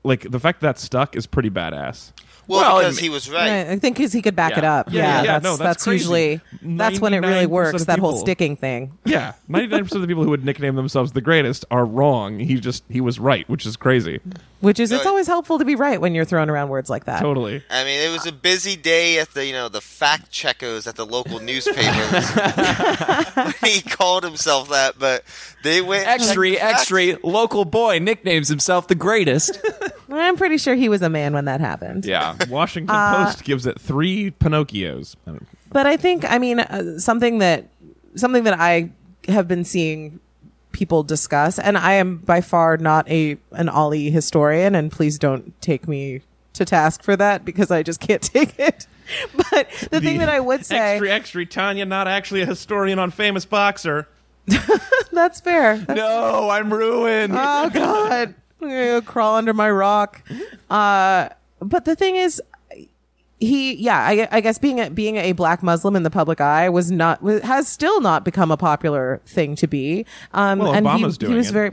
[SPEAKER 1] like the fact that stuck is pretty badass.
[SPEAKER 2] Well,
[SPEAKER 4] Well,
[SPEAKER 2] because
[SPEAKER 4] and-
[SPEAKER 2] he was right.
[SPEAKER 3] Right. I think 'cause he could back
[SPEAKER 4] Yeah.
[SPEAKER 3] it up.
[SPEAKER 1] Yeah,
[SPEAKER 3] Yeah,
[SPEAKER 1] yeah, yeah.
[SPEAKER 3] that's,
[SPEAKER 1] No, that's
[SPEAKER 3] that's
[SPEAKER 1] crazy.
[SPEAKER 3] usually that's when it
[SPEAKER 1] 99%
[SPEAKER 3] really
[SPEAKER 1] of
[SPEAKER 3] works. That whole
[SPEAKER 1] people-
[SPEAKER 3] sticking thing.
[SPEAKER 1] Yeah, ninety nine percent of the people who would nickname themselves the greatest are wrong. He just he was right, which is crazy.
[SPEAKER 3] Which is, it's
[SPEAKER 2] Right.
[SPEAKER 3] always helpful to be right when you're throwing around words like that.
[SPEAKER 1] Totally.
[SPEAKER 2] I mean, it was a busy day at the you know the fact checkers at the local newspapers. he called himself that, but they went
[SPEAKER 4] X3, X3, local boy nicknames himself the greatest.
[SPEAKER 3] I'm pretty sure he was a man when that happened.
[SPEAKER 4] Yeah.
[SPEAKER 1] Washington
[SPEAKER 3] Uh,
[SPEAKER 1] Post gives it three Pinocchios. I don't-
[SPEAKER 3] But I think, I mean, uh, something that something that I have been seeing people discuss, and I am by far not a an Ollie historian, and please don't take me to task for that because I just can't take it. But the, thing that I would say
[SPEAKER 1] extra extra Tanya, not actually a historian on famous boxer.
[SPEAKER 3] that's fair. That's
[SPEAKER 4] No, I'm ruined.
[SPEAKER 1] Uh,
[SPEAKER 3] oh god I'm gonna go crawl under my rock uh but the thing is he yeah i, I guess being a being a black muslim in the public eye was not was, has still not become a popular thing to be um
[SPEAKER 1] Well,
[SPEAKER 3] and he,
[SPEAKER 1] Obama's doing
[SPEAKER 3] he was
[SPEAKER 1] it.
[SPEAKER 3] very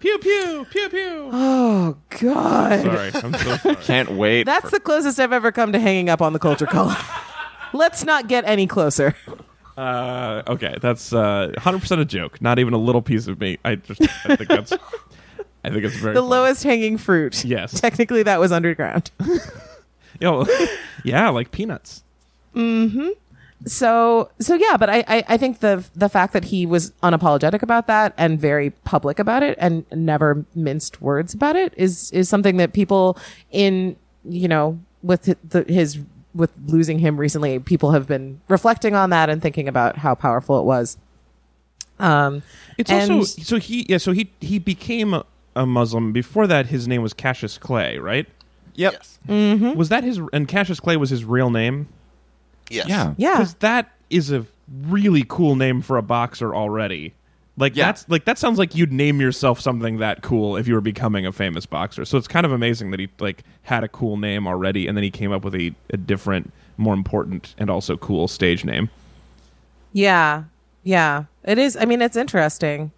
[SPEAKER 1] Pew pew pew pew.
[SPEAKER 3] oh god
[SPEAKER 1] Sorry, I'm so sorry.
[SPEAKER 4] Can't wait.
[SPEAKER 3] that's the closest i've ever come to hanging up on the culture column let's not get any closer
[SPEAKER 1] Uh, okay, that's uh, 100% a joke. Not even a little piece of me. I just I think that's I think it's very
[SPEAKER 3] the
[SPEAKER 1] funny.
[SPEAKER 3] lowest hanging fruit
[SPEAKER 1] Yes.
[SPEAKER 3] technically that was underground
[SPEAKER 1] Yo, yeah, like peanuts.
[SPEAKER 3] so so yeah but I, I i think the the fact that he was unapologetic about that and very public about it and never minced words about it is is something that people in you know with hi- the, his with losing him recently people have been reflecting on that and thinking about how powerful it was um
[SPEAKER 1] It's
[SPEAKER 3] and-
[SPEAKER 1] also so he yeah so he he became a, a Muslim before that. His name was Cassius Clay, right?
[SPEAKER 4] yep.
[SPEAKER 2] Yes.
[SPEAKER 3] Mm-hmm.
[SPEAKER 1] Was that his and Cassius Clay was his real name?
[SPEAKER 2] Yes.
[SPEAKER 4] Yeah.
[SPEAKER 3] yeah
[SPEAKER 1] because that is a really cool name for a boxer already. Like
[SPEAKER 4] Yeah.
[SPEAKER 1] that's like that sounds like you'd name yourself something that cool if you were becoming a famous boxer. So it's kind of amazing that he like had a cool name already, and then he came up with a, a different, more important, and also cool stage name.
[SPEAKER 3] yeah yeah it is i mean it's interesting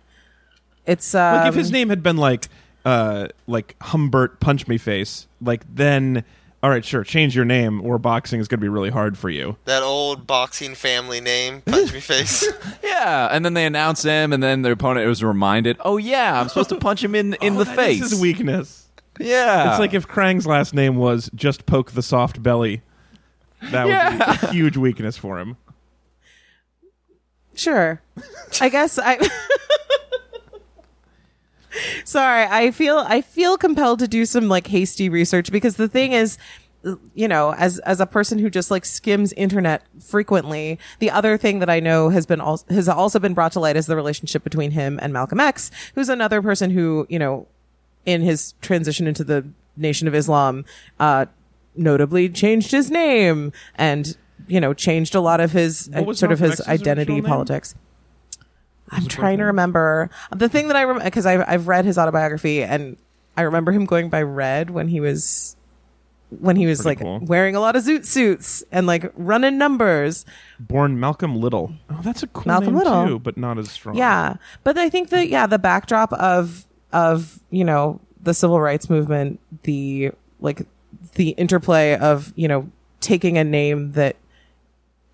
[SPEAKER 3] it's uh
[SPEAKER 1] Like if his name had been like uh like Humbert Punch Me Face, like then all right, sure, change your name or boxing is going to be really hard for you.
[SPEAKER 2] That old boxing family name, punch me face.
[SPEAKER 4] Yeah. And then they announce him, and then their opponent was reminded, oh, yeah, I'm supposed to punch him in, in
[SPEAKER 1] Oh,
[SPEAKER 4] the
[SPEAKER 1] that is
[SPEAKER 4] face.
[SPEAKER 1] his weakness.
[SPEAKER 4] Yeah.
[SPEAKER 1] It's like if Krang's last name was just poke the soft belly. That would be a huge weakness for him.
[SPEAKER 3] Sure. I guess I Sorry, I feel I feel compelled to do some like hasty research because the thing is you know, as as a person who just like skims internet frequently, the other thing that I know has been al- has also been brought to light is the relationship between him and Malcolm X, who's another person who, you know, in his transition into the Nation of Islam, uh, notably changed his name and you know changed a lot of his
[SPEAKER 1] What was
[SPEAKER 3] sort of
[SPEAKER 1] Malcolm
[SPEAKER 3] his
[SPEAKER 1] X's
[SPEAKER 3] identity
[SPEAKER 1] original name?
[SPEAKER 3] politics. I'm trying to remember the thing that I remember because I've I've read his autobiography and I remember him going by Red when he was when he was
[SPEAKER 1] Pretty
[SPEAKER 3] like
[SPEAKER 1] cool.
[SPEAKER 3] wearing a lot of zoot suits and like running numbers.
[SPEAKER 1] Born Malcolm Little. Oh, that's a cool
[SPEAKER 3] Malcolm
[SPEAKER 1] name
[SPEAKER 3] Little.
[SPEAKER 1] too, but not as strong.
[SPEAKER 3] Yeah, but I think that yeah, the backdrop of of you know the civil rights movement, the like the interplay of you know taking a name that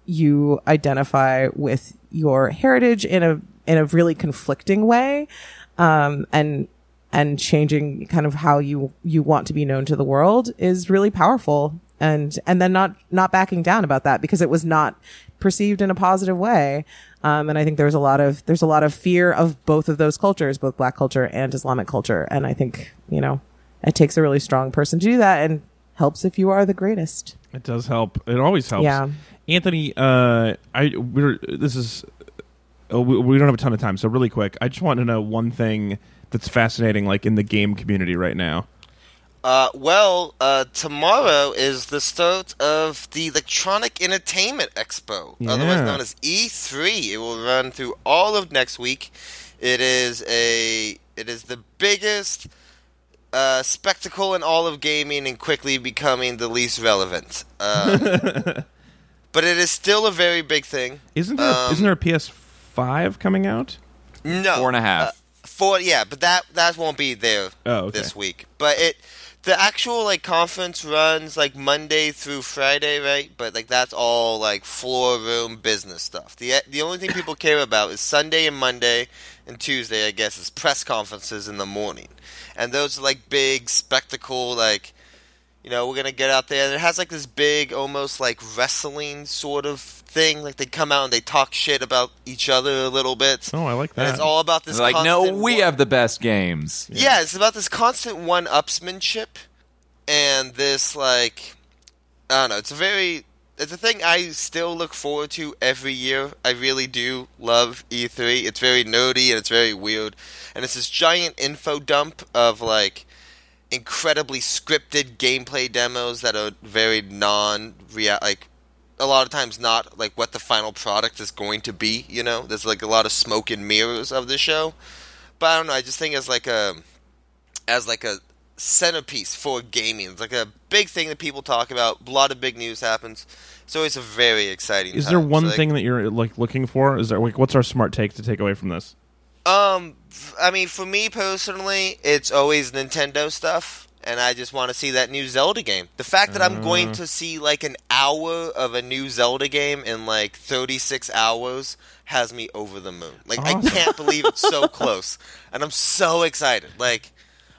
[SPEAKER 3] you identify with your heritage in a in a really conflicting way, um, and and changing kind of how you you want to be known to the world is really powerful. And and then not not backing down about that because it was not perceived in a positive way. Um, and I think there's a lot of there's a lot of fear of both of those cultures, both black culture and Islamic culture. And I think you know it takes a really strong person to do that, and helps if you are the greatest.
[SPEAKER 1] It does help. It always helps.
[SPEAKER 3] Yeah.
[SPEAKER 1] Anthony, uh, I we're this is uh, we, we don't have a ton of time, so really quick, I just want to know one thing that's fascinating, like in the game community right now.
[SPEAKER 2] Uh, well, uh, tomorrow is the start of the Electronic Entertainment Expo, otherwise
[SPEAKER 1] Yeah.
[SPEAKER 2] known as E3. It will run through all of next week. It is a it is the biggest uh, spectacle in all of gaming, and quickly becoming the least relevant. Um, but it is still a very big thing.
[SPEAKER 1] Isn't there
[SPEAKER 2] Um,
[SPEAKER 1] isn't there a PS5 coming out?
[SPEAKER 2] No, uh,
[SPEAKER 4] Four and a half.
[SPEAKER 2] four yeah but that that won't be there
[SPEAKER 1] Oh, okay.
[SPEAKER 2] this week but it the actual like conference runs like monday through friday right but like that's all like floor room business stuff the the only thing people care about is sunday and monday and tuesday i guess is press conferences in the morning and those are like big spectacle like you know, we're gonna get out there. And it has like this big, almost like wrestling sort of thing. Like they come out and they talk shit about each other a little bit.
[SPEAKER 1] Oh, I like
[SPEAKER 2] And
[SPEAKER 1] that.
[SPEAKER 2] it's all about
[SPEAKER 4] It's
[SPEAKER 2] this.
[SPEAKER 4] like, no,
[SPEAKER 2] constant
[SPEAKER 4] we
[SPEAKER 2] war-
[SPEAKER 4] have the best games.
[SPEAKER 2] Yeah, it's about this constant one-upsmanship, and this like, I don't know. It's a very. It's a thing I still look forward to every year. I really do love E3. It's very nerdy and it's very weird, and it's this giant info dump of like incredibly scripted gameplay demos that are very non real like a lot of times not like what the final product is going to be you know there's like a lot of smoke and mirrors of the show but i don't know i just think as like a as like a centerpiece for gaming it's like a big thing that people talk about a lot of big news happens it's always a very exciting
[SPEAKER 1] Is
[SPEAKER 2] time.
[SPEAKER 1] there one
[SPEAKER 2] So, uh, like,
[SPEAKER 1] thing that you're like looking for? Is there like what's our smart take to take away from this?
[SPEAKER 2] Um, f- I mean, for me personally, it's always Nintendo stuff, and I just want to see that new Zelda game. The fact that I'm going to see like an hour of a new Zelda game in like 36 hours has me over the moon. Like, I
[SPEAKER 1] Awesome.
[SPEAKER 2] can't believe it's so close, and I'm so excited. Like.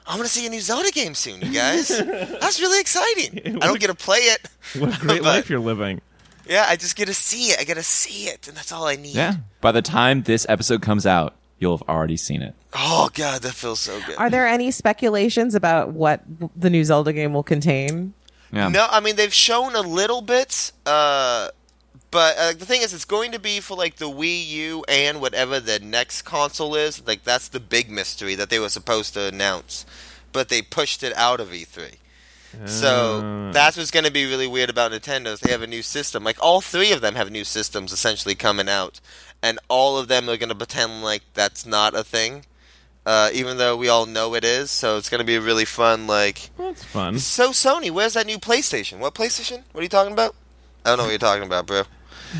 [SPEAKER 2] I'm gonna see a new Zelda game soon, you guys. That's really exciting. I don't get to play it.
[SPEAKER 1] What a great
[SPEAKER 2] But-
[SPEAKER 1] life you're living.
[SPEAKER 2] Yeah, I just get to see it. I get to see it, and that's all I need.
[SPEAKER 4] Yeah. By the time this episode comes out, you'll have already seen it.
[SPEAKER 2] Oh god, that feels so good.
[SPEAKER 3] Are there any speculations about what the new Zelda game will contain?
[SPEAKER 4] Yeah.
[SPEAKER 2] No, I mean they've shown a little bit, uh, but uh, the thing is, it's going to be for like the Wii U and whatever the next console is. Like that's the big mystery that they were supposed to announce, but they pushed it out of E3. So that's what's going to be really weird about Nintendo. Is they have a new system. Like all three of them have new systems essentially coming out, and all of them are going to pretend like that's not a thing, uh, even though we all know it is. So it's going to be a really fun like.
[SPEAKER 1] That's fun.
[SPEAKER 2] So Sony, where's that new PlayStation? What PlayStation? What are you talking about? I don't know what you're talking about, bro.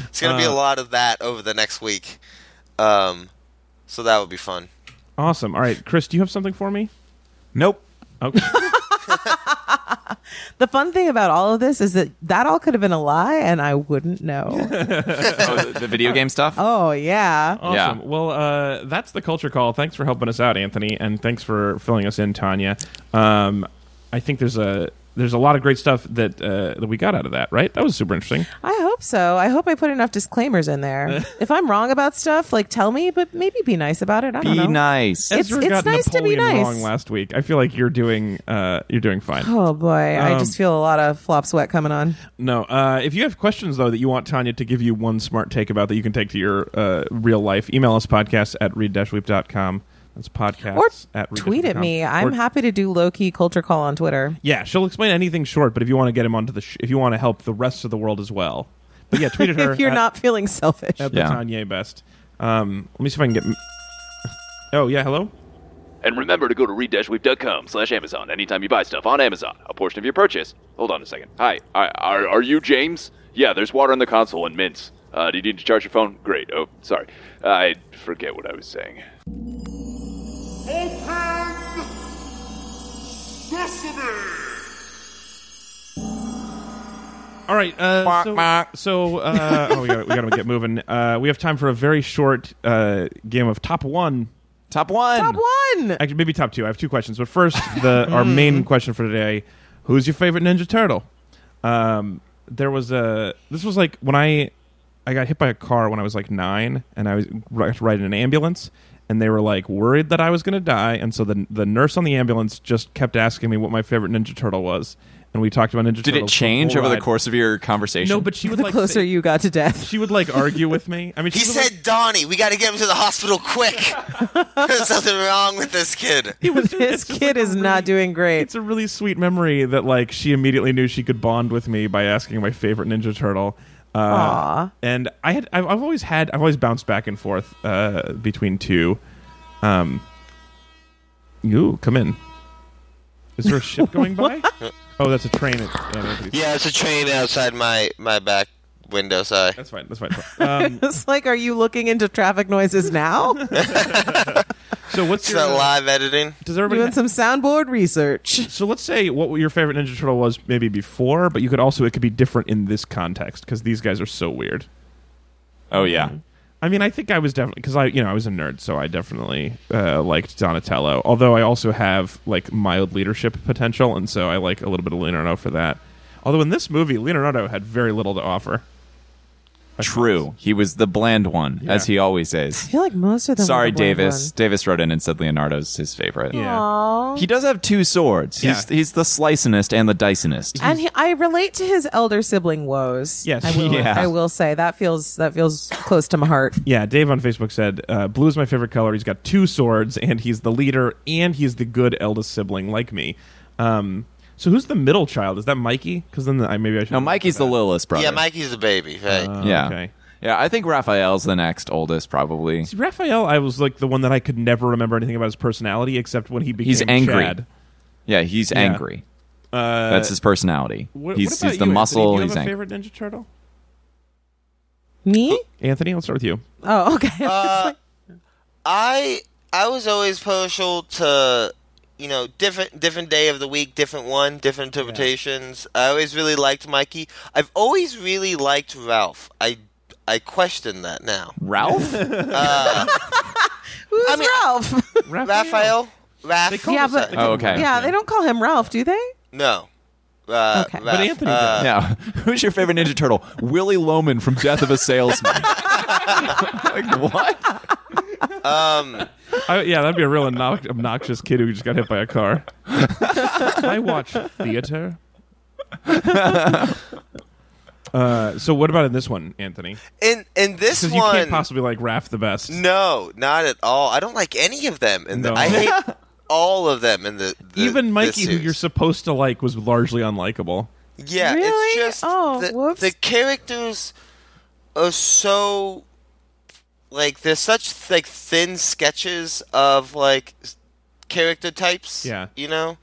[SPEAKER 2] It's gonna be a
[SPEAKER 1] Uh,
[SPEAKER 2] lot of that over the next week. Um, so that would be fun.
[SPEAKER 1] Awesome. All right, Chris, do you have something for me? Oh,
[SPEAKER 4] Nope.
[SPEAKER 1] Okay.
[SPEAKER 3] The fun thing about all of this is that that all could have been a lie and I wouldn't know.
[SPEAKER 4] Oh, the, the video game stuff?
[SPEAKER 3] oh, yeah.
[SPEAKER 1] Awesome.
[SPEAKER 4] Yeah.
[SPEAKER 1] Well, uh, that's the culture call. Thanks for helping us out, Anthony, and thanks for filling us in, Tanya. Um, I think there's a there's a lot of great stuff that uh, that we got out of that. Right? That was super interesting.
[SPEAKER 3] I hope so. I hope I put enough disclaimers in there. if I'm wrong about stuff, like tell me, but maybe be nice about it. I don't
[SPEAKER 4] Be
[SPEAKER 3] know.
[SPEAKER 4] nice.
[SPEAKER 3] It's-
[SPEAKER 1] Ezra
[SPEAKER 3] it's
[SPEAKER 1] got
[SPEAKER 3] nice to be
[SPEAKER 1] Napoleon
[SPEAKER 3] nice.
[SPEAKER 1] wrong last week. I feel like you're doing uh, you're doing fine.
[SPEAKER 3] Oh boy, I
[SPEAKER 1] Um,
[SPEAKER 3] just feel a lot of flop sweat coming on.
[SPEAKER 1] No. Uh, if you have questions, though, that you want Tanya to give you one smart take about that you can take to your uh, real life, email us podcast at read-weep.com. That's podcast
[SPEAKER 3] Or
[SPEAKER 1] at read
[SPEAKER 3] tweet at me. I'm happy to do low key culture call on Twitter.
[SPEAKER 1] Yeah, she'll explain anything short, but if you want to get him onto the sh- if you want to help the rest of the world as well. But yeah, tweet at her
[SPEAKER 3] if you're
[SPEAKER 1] at,
[SPEAKER 3] not feeling selfish.
[SPEAKER 1] at
[SPEAKER 4] Yeah.
[SPEAKER 1] the Tanya best. Um, let me see if I can get m- Oh, yeah, hello.
[SPEAKER 5] And remember to go to read-weep.com slash Amazon anytime you buy stuff on Amazon. A portion of your purchase. Hold on a second. Hi, I, are, are you James? Yeah, there's water on the console and mints. Uh, do you need to charge your phone? Great. Oh, sorry. I forget what I was saying.
[SPEAKER 7] Open Sesame!
[SPEAKER 1] All right. Uh, so, so uh, oh, we got we got to get moving. Uh, we have time for a very short uh, game of top 1
[SPEAKER 4] Top one.
[SPEAKER 3] Top one.
[SPEAKER 1] Actually, maybe top two. I have two questions, but first, the our
[SPEAKER 3] Mm-hmm.
[SPEAKER 1] main question for today: Who's your favorite Ninja Turtle? Um, there was a. This was like when I I got hit by a car when I was like nine, and I was ri- riding an ambulance, and they were like worried that I was going to die, and so the the nurse on the ambulance just kept asking me what my favorite Ninja Turtle was, and we talked about Ninja
[SPEAKER 4] Did it
[SPEAKER 1] Turtles
[SPEAKER 4] change
[SPEAKER 1] whole
[SPEAKER 4] over the
[SPEAKER 1] ride.
[SPEAKER 4] course of your conversation?
[SPEAKER 1] No, but she would
[SPEAKER 3] the
[SPEAKER 1] like
[SPEAKER 3] closer
[SPEAKER 1] say-
[SPEAKER 3] you got to death.
[SPEAKER 1] she would like argue with me. I mean,
[SPEAKER 2] He
[SPEAKER 1] she was,
[SPEAKER 2] said, "Donnie, we got to get him to the hospital quick. There's something wrong with this kid."
[SPEAKER 3] this kid is not doing
[SPEAKER 1] it's
[SPEAKER 3] great.
[SPEAKER 1] a really sweet memory that like she immediately knew she could bond with me by asking my favorite Ninja Turtle. Uh,
[SPEAKER 3] Aw.
[SPEAKER 1] and I had I've, I've always had I've always bounced back and forth uh, between two. Um, you come in. Is there a ship going by? Oh, that's a train. At, yeah, that's what he-
[SPEAKER 2] Yeah, it's a train outside my my back window. Sorry.
[SPEAKER 1] that's fine. That's fine. Um,
[SPEAKER 3] It's like, are you looking into traffic noises now?
[SPEAKER 1] so what's
[SPEAKER 2] It's
[SPEAKER 1] your uh,
[SPEAKER 2] not live editing.
[SPEAKER 1] does everybody
[SPEAKER 3] Doing some soundboard research.
[SPEAKER 1] So let's say what your favorite Ninja Turtle was maybe before, but you could also it could be different in this context because these guys are so weird.
[SPEAKER 4] oh yeah.
[SPEAKER 1] I mean, I think I was definitely because I you know I was a nerd, so I definitely uh, liked Donatello. Although I also have like mild leadership potential, and so I like a little bit of Leonardo for that. Although in this movie, Leonardo had very little to offer.
[SPEAKER 4] True. He was the bland one, as he always
[SPEAKER 3] I
[SPEAKER 4] is.
[SPEAKER 3] feel like most of them.
[SPEAKER 4] Sorry, Davis. Davis wrote in and said Leonardo's his favorite.
[SPEAKER 1] Yeah.
[SPEAKER 3] Aww.
[SPEAKER 4] He does have two swords. He's
[SPEAKER 1] Yeah.
[SPEAKER 4] he's the slicinest and the dicinest.
[SPEAKER 3] and he, I relate to his elder sibling woes.
[SPEAKER 1] Yes.
[SPEAKER 3] I will,
[SPEAKER 4] Yeah.
[SPEAKER 3] I will say that feels that feels close to my heart.
[SPEAKER 1] Yeah, Dave on Facebook said uh, blue is my favorite color. He's got two swords, and he's the leader, and he's the good eldest sibling like me. Um, so who's the middle child? Is that Mikey? Because then the, I maybe I should.
[SPEAKER 4] No, Mikey's the littlest brother.
[SPEAKER 2] Yeah, Mikey's the baby. Right.
[SPEAKER 4] Yeah.
[SPEAKER 1] okay.
[SPEAKER 4] Yeah, I think Raphael's the next oldest, probably.
[SPEAKER 1] See, Raphael, I was like the one that I could never remember anything about his personality except when he became
[SPEAKER 4] He's angry.
[SPEAKER 1] Chad.
[SPEAKER 4] Yeah, he's angry. That's his personality.
[SPEAKER 1] Wh- Uh, what
[SPEAKER 4] he's
[SPEAKER 1] about
[SPEAKER 4] he's the
[SPEAKER 1] you,
[SPEAKER 4] muscle.
[SPEAKER 1] Anthony? Do you
[SPEAKER 4] he's
[SPEAKER 1] have a
[SPEAKER 4] angry.
[SPEAKER 1] favorite Ninja Turtle?
[SPEAKER 3] Me?
[SPEAKER 1] Anthony, let's start with you.
[SPEAKER 3] Oh, okay.
[SPEAKER 2] I I was always partial to you know different different day of the week, different one, different interpretations. I always really liked Mikey. I've always really liked Ralph. I I question that now.
[SPEAKER 4] Ralph?
[SPEAKER 3] Who's
[SPEAKER 2] I mean-
[SPEAKER 3] Ralph?
[SPEAKER 2] Raphael, Raph.
[SPEAKER 1] They call
[SPEAKER 3] Yeah,
[SPEAKER 1] him
[SPEAKER 3] but-
[SPEAKER 1] that.
[SPEAKER 4] Oh, okay.
[SPEAKER 3] yeah, they don't call him Ralph, do they?
[SPEAKER 2] no. Uh,
[SPEAKER 3] Okay. But
[SPEAKER 2] Raph.
[SPEAKER 1] Anthony
[SPEAKER 2] Uh,
[SPEAKER 1] does.
[SPEAKER 4] yeah. Who's your favorite Ninja Turtle? Willy Loman from Death of a Salesman. like, what?
[SPEAKER 1] I- yeah, that'd be a real obnox- obnoxious kid who just got hit by a car. I watch theater. uh, so what about in this one, Anthony?
[SPEAKER 2] in in this
[SPEAKER 1] Because
[SPEAKER 2] one,
[SPEAKER 1] you can't possibly like Raph the best.
[SPEAKER 2] no, not at all. I don't like any of them, and
[SPEAKER 1] No.
[SPEAKER 2] I hate all of them. In the, the
[SPEAKER 1] Even
[SPEAKER 2] this
[SPEAKER 1] Mikey, who
[SPEAKER 2] series.
[SPEAKER 1] you're supposed to like, was largely unlikable.
[SPEAKER 2] Yeah,
[SPEAKER 3] Really?
[SPEAKER 2] it's just
[SPEAKER 3] Oh,
[SPEAKER 2] the,
[SPEAKER 3] whoops.
[SPEAKER 2] the characters are so like they're such like thin sketches of like s- character types.
[SPEAKER 1] Yeah.
[SPEAKER 2] you know.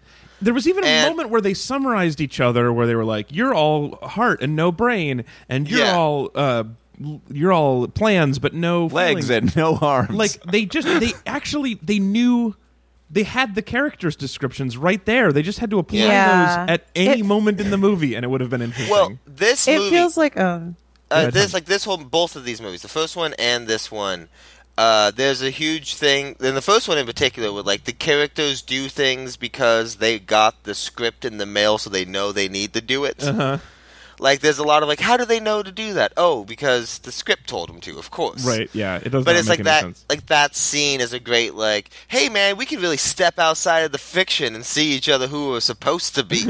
[SPEAKER 1] There was even a
[SPEAKER 2] And-
[SPEAKER 1] moment where they summarized each other, where they were like, "You're all heart and no brain, and you're
[SPEAKER 2] Yeah.
[SPEAKER 1] all uh, l- you're all plans but no
[SPEAKER 4] Legs
[SPEAKER 1] feelings."
[SPEAKER 4] and no arms.
[SPEAKER 1] like they just they actually they knew they had the characters descriptions right there. They just had to apply
[SPEAKER 3] Yeah.
[SPEAKER 1] those at any
[SPEAKER 3] It-
[SPEAKER 1] moment in the movie, and it would have been interesting.
[SPEAKER 2] Well, this
[SPEAKER 3] It
[SPEAKER 2] movie,
[SPEAKER 3] feels like um
[SPEAKER 2] uh,
[SPEAKER 1] Yeah,
[SPEAKER 2] this
[SPEAKER 1] tell
[SPEAKER 2] like this whole both of these movies, the first one and this one. Uh, there's a huge thing in the first one in particular where like the characters do things because they got the script in the mail so they know they need to do it
[SPEAKER 1] Uh-huh.
[SPEAKER 2] like there's a lot of like how do they know to do that oh because the script told them to of course
[SPEAKER 1] right? Yeah, it doesn't.
[SPEAKER 2] but it's like
[SPEAKER 1] any
[SPEAKER 2] that
[SPEAKER 1] Sense.
[SPEAKER 2] like that scene is a great like hey man we could really step outside of the fiction and see each other who we're supposed to be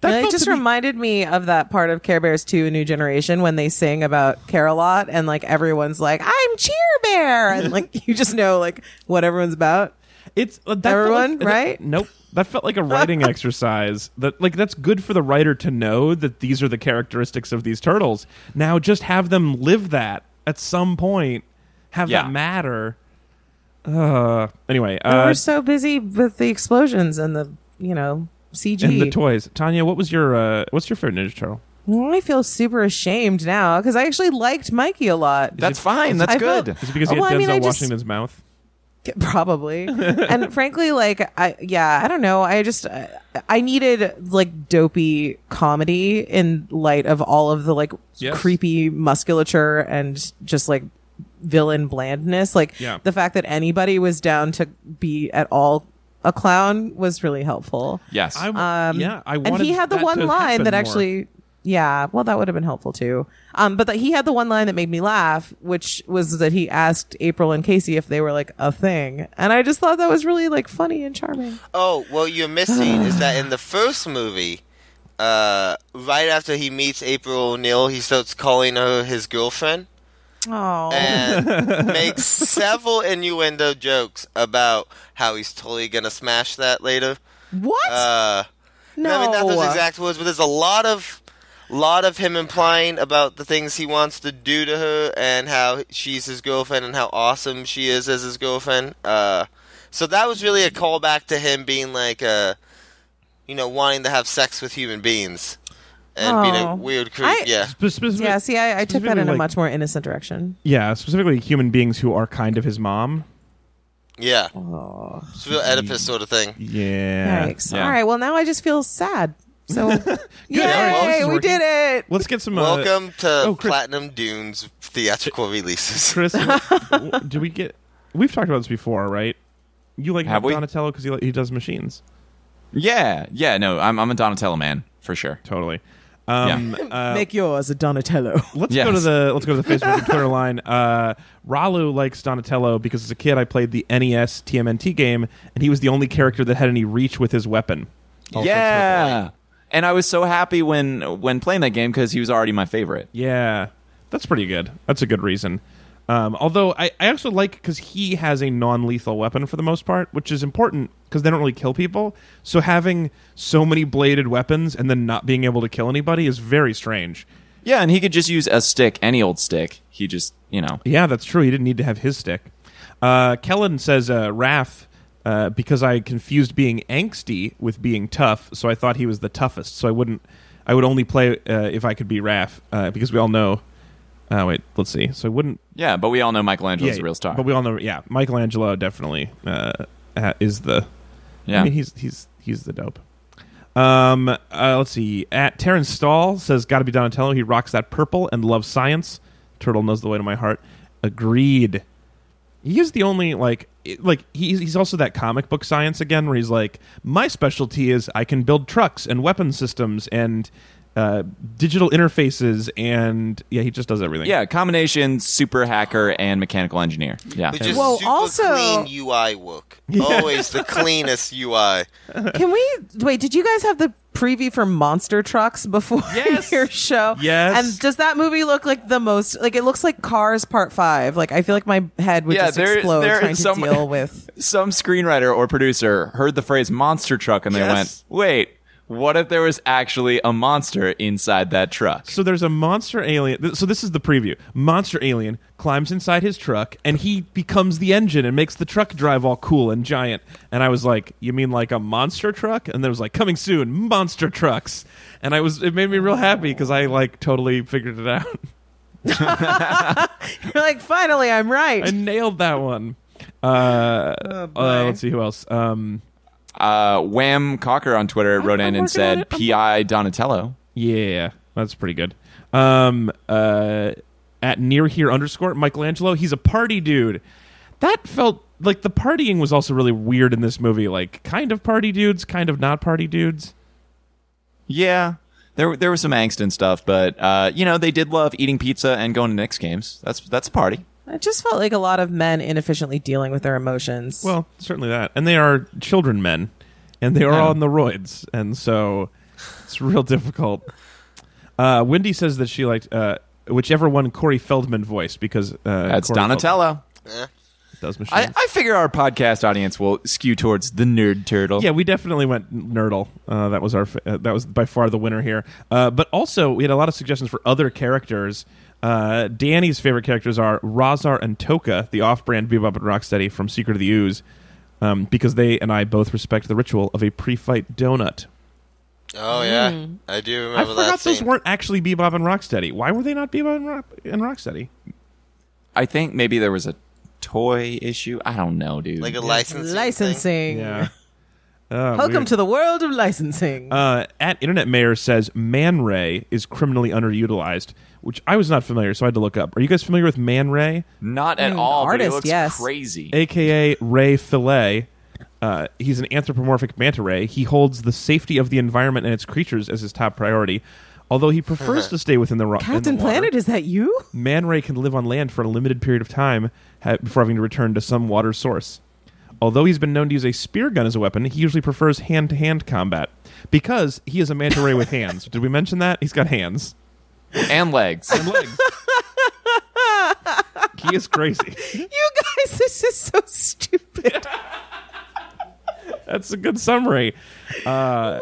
[SPEAKER 1] That
[SPEAKER 3] it
[SPEAKER 1] felt
[SPEAKER 3] just
[SPEAKER 1] to me-
[SPEAKER 3] reminded me of that part of Care Bears 2 A New Generation when they sing about Care a lot and like everyone's like, I'm Cheer Bear. And like you just know like what everyone's about.
[SPEAKER 1] It's uh, that felt
[SPEAKER 3] Everyone,
[SPEAKER 1] like- that-
[SPEAKER 3] right?
[SPEAKER 1] nope. That felt like a writing exercise. That like that's good for the writer to know that these are the characteristics of these turtles. Now just have them live that at some point. Have
[SPEAKER 4] Yeah.
[SPEAKER 1] that matter. Uh. Anyway,
[SPEAKER 3] We
[SPEAKER 1] uh,
[SPEAKER 3] We're so busy with the explosions and the, you know, CG.
[SPEAKER 1] and the toys. Tanya, what was your uh, what's your favorite Ninja Turtle?
[SPEAKER 3] Well, I feel super ashamed now because I actually liked Mikey a lot.
[SPEAKER 4] That's fine. That's
[SPEAKER 3] I felt-
[SPEAKER 4] good.
[SPEAKER 1] Is it because he
[SPEAKER 3] Well,
[SPEAKER 1] had
[SPEAKER 3] I
[SPEAKER 1] Denzel
[SPEAKER 3] mean, I just-
[SPEAKER 1] Washington's mouth?
[SPEAKER 3] probably and frankly like i yeah i don't know i just uh, i needed like dopey comedy in light of all of the like
[SPEAKER 1] Yes.
[SPEAKER 3] creepy musculature and just like villain blandness like
[SPEAKER 1] Yeah.
[SPEAKER 3] the fact that anybody was down to be at all a clown was really helpful
[SPEAKER 4] yes.
[SPEAKER 1] I,
[SPEAKER 3] um
[SPEAKER 1] yeah, I wanted
[SPEAKER 3] and he had the
[SPEAKER 1] that to
[SPEAKER 3] one
[SPEAKER 1] happen
[SPEAKER 3] line that
[SPEAKER 1] more.
[SPEAKER 3] actually yeah well that would have been helpful too um but that he had the one line that made me laugh which was that he asked april and casey if they were like a thing and i just thought that was really like funny and charming
[SPEAKER 2] oh well you're missing is that in the first movie uh, right after he meets April O'Neil, he starts calling her his girlfriend
[SPEAKER 3] Oh,
[SPEAKER 2] and makes several innuendo jokes about how he's totally gonna smash that later.
[SPEAKER 3] what?
[SPEAKER 2] Uh,
[SPEAKER 3] no,
[SPEAKER 2] I mean not those exact words, but there's a lot of lot of him implying about the things he wants to do to her and how she's his girlfriend and how awesome she is as his girlfriend. Uh, so that was really a callback to him being like, uh, you know, wanting to have sex with human beings and being
[SPEAKER 3] Oh.
[SPEAKER 2] a weird creep.
[SPEAKER 3] I-
[SPEAKER 2] yeah.
[SPEAKER 1] Spe- specific-
[SPEAKER 3] yeah. See, I, I took that in
[SPEAKER 1] specifically,
[SPEAKER 3] a
[SPEAKER 1] like-
[SPEAKER 3] much more innocent direction.
[SPEAKER 1] yeah, specifically human beings who are kind of his mom.
[SPEAKER 2] Yeah.
[SPEAKER 3] Oh,
[SPEAKER 2] It's a real Oedipus sort of thing.
[SPEAKER 1] Yeah.
[SPEAKER 3] yikes.
[SPEAKER 4] Yeah.
[SPEAKER 3] All right. Well, now I just feel sad. So,
[SPEAKER 1] all right, well, this
[SPEAKER 3] yay,
[SPEAKER 1] is
[SPEAKER 3] we
[SPEAKER 1] working.
[SPEAKER 3] did it.
[SPEAKER 1] Let's get some. uh,
[SPEAKER 2] Welcome to
[SPEAKER 3] oh,
[SPEAKER 1] Chris-
[SPEAKER 2] Platinum Dunes theatrical releases.
[SPEAKER 1] Chris, w- do we get? We've talked about this before, right? You like
[SPEAKER 4] Have we?
[SPEAKER 1] Donatello because he li- he does machines.
[SPEAKER 4] Yeah, yeah, no, I'm, I'm a Donatello man for sure.
[SPEAKER 1] Totally. Um, uh,
[SPEAKER 3] Make yours a Donatello.
[SPEAKER 1] let's
[SPEAKER 4] Yes.
[SPEAKER 1] go to the let's go to the Facebook and Twitter line. Uh, Ralu likes Donatello because as a kid I played the E NES TMNT game, and he was the only character that had any reach with his weapon. Also
[SPEAKER 4] yeah, and I was so happy when when playing that game because he was already my favorite.
[SPEAKER 1] Yeah, that's pretty good. That's a good reason. Um, although I, I also like because he has a non-lethal weapon for the most part, which is important because they don't really kill people. So having so many bladed weapons and then not being able to kill anybody is very strange.
[SPEAKER 4] Yeah, and he could just use a stick, any old stick. He just, you know,
[SPEAKER 1] Yeah, that's true. He didn't need to have his stick. Uh, Kellen says, uh, "Raph, uh, because I confused being angsty with being tough, so I thought he was the toughest. So I wouldn't. I would only play uh, if I could be Raph, uh, because we all know. Uh, wait, let's see. So I wouldn't
[SPEAKER 4] yeah. But we all know Michelangelo's a real star.
[SPEAKER 1] But we all know, yeah, Michelangelo definitely uh, ha- is the.
[SPEAKER 4] yeah,
[SPEAKER 1] I mean, he's he's he's the dope. Um, uh, let's see. At Terrence Stahl says, "Got to be Donatello. He rocks that purple and loves science. Turtle knows the way to my heart." Agreed. He is the only like it- like he's he's also that comic book science again, where he's like, "My specialty is I can build trucks and weapon systems and." Uh, digital interfaces and yeah, he just does everything.
[SPEAKER 4] yeah, combination super hacker and mechanical engineer. Yeah,
[SPEAKER 2] Which is
[SPEAKER 3] Whoa,
[SPEAKER 2] super
[SPEAKER 3] also-
[SPEAKER 2] clean UI work. Always the cleanest UI.
[SPEAKER 3] Can we wait? Did you guys have the preview for Monster Trucks before
[SPEAKER 1] Yes.
[SPEAKER 3] your show?
[SPEAKER 1] Yes.
[SPEAKER 3] And does that movie look like the most? Like it looks like Cars Part Five. Like I feel like my head would
[SPEAKER 4] Yeah,
[SPEAKER 3] just
[SPEAKER 4] there-
[SPEAKER 3] explode
[SPEAKER 4] there
[SPEAKER 3] trying
[SPEAKER 4] is
[SPEAKER 3] to
[SPEAKER 4] some-
[SPEAKER 3] deal with.
[SPEAKER 4] some screenwriter or producer heard the phrase monster truck and they
[SPEAKER 2] Yes.
[SPEAKER 4] went, wait, what if there was actually a monster inside that truck?
[SPEAKER 1] So there's a monster alien. th- So this is the preview. Monster alien climbs inside his truck and he becomes the engine and makes the truck drive all cool and giant. And I was like, "You mean like a monster truck?" And there was like, "Coming soon, monster trucks." And I was it made me real happy because I like totally figured it out.
[SPEAKER 3] You're like, finally, I'm right.
[SPEAKER 1] I nailed that one. Uh,
[SPEAKER 3] Oh, boy.
[SPEAKER 1] uh, let's see who else. Um,
[SPEAKER 4] Uh, Wham Cocker on Twitter wrote
[SPEAKER 1] I'm
[SPEAKER 4] in
[SPEAKER 1] working
[SPEAKER 4] and
[SPEAKER 1] on it.
[SPEAKER 4] said,
[SPEAKER 1] I'm-
[SPEAKER 4] P.I. Donatello.
[SPEAKER 1] Yeah, that's pretty good. Um, uh, at near here underscore Michelangelo, he's a party dude. That felt like the partying was also really weird in this movie. Like, kind of party dudes, kind of not party dudes.
[SPEAKER 4] Yeah. There, there was some angst and stuff, but uh, you know they did love eating pizza and going to Knicks games. That's that's a party.
[SPEAKER 3] It just felt like a lot of men inefficiently dealing with their emotions.
[SPEAKER 1] Well, certainly that, and they are children men, and they are
[SPEAKER 4] Yeah.
[SPEAKER 1] on the roids, and so it's real difficult. Uh, Wendy says that she liked uh, whichever one Corey Feldman voiced because uh,
[SPEAKER 4] That's
[SPEAKER 1] Corey Feldman
[SPEAKER 4] Donatello.
[SPEAKER 2] Eh.
[SPEAKER 1] does machines.
[SPEAKER 4] I, I figure our podcast audience will skew towards the nerd turtle.
[SPEAKER 1] Yeah, we definitely went Nerdle. Uh, that was our fa- uh, that was by far the winner here. Uh, but also, we had a lot of suggestions for other characters. Uh, Danny's favorite characters are Razar and Toka, the off-brand bebop and rocksteady from Secret of the Ooze, um, because they and I both respect the ritual of a pre-fight donut.
[SPEAKER 2] Oh yeah, I do remember
[SPEAKER 1] Hmm. I
[SPEAKER 2] that
[SPEAKER 1] forgot
[SPEAKER 2] scene.
[SPEAKER 1] those weren't actually bebop and rocksteady. Why were they not bebop and, rock- and rocksteady?
[SPEAKER 4] I think maybe there was a toy issue. I don't know, dude.
[SPEAKER 2] like a licensing. thing?
[SPEAKER 3] licensing.
[SPEAKER 1] Yeah. Uh,
[SPEAKER 3] Welcome
[SPEAKER 1] weird.
[SPEAKER 3] to the world of licensing.
[SPEAKER 1] Uh, at Internet Mayor says Man Ray is criminally underutilized, which I was not familiar, so I had to look up. Are you guys familiar with Man Ray,
[SPEAKER 4] Not at
[SPEAKER 3] Mm,
[SPEAKER 4] all. but
[SPEAKER 3] artist,
[SPEAKER 4] he looks
[SPEAKER 3] yes.
[SPEAKER 4] crazy.
[SPEAKER 1] aka Ray Fillet? Uh, he's an anthropomorphic manta ray. He holds the safety of the environment and its creatures as his top priority, although he prefers to stay within the Mm-hmm. rock.
[SPEAKER 3] Captain Planet, is that you?
[SPEAKER 1] Man Ray can live on land for a limited period of time ha- before having to return to some water source. Although he's been known to use a spear gun as a weapon, he usually prefers hand to hand combat because he is a manta ray with hands. Did we mention that? He's got hands
[SPEAKER 4] and legs.
[SPEAKER 1] and legs. he is crazy.
[SPEAKER 3] You guys, this is so stupid.
[SPEAKER 1] That's a good summary.
[SPEAKER 3] Why?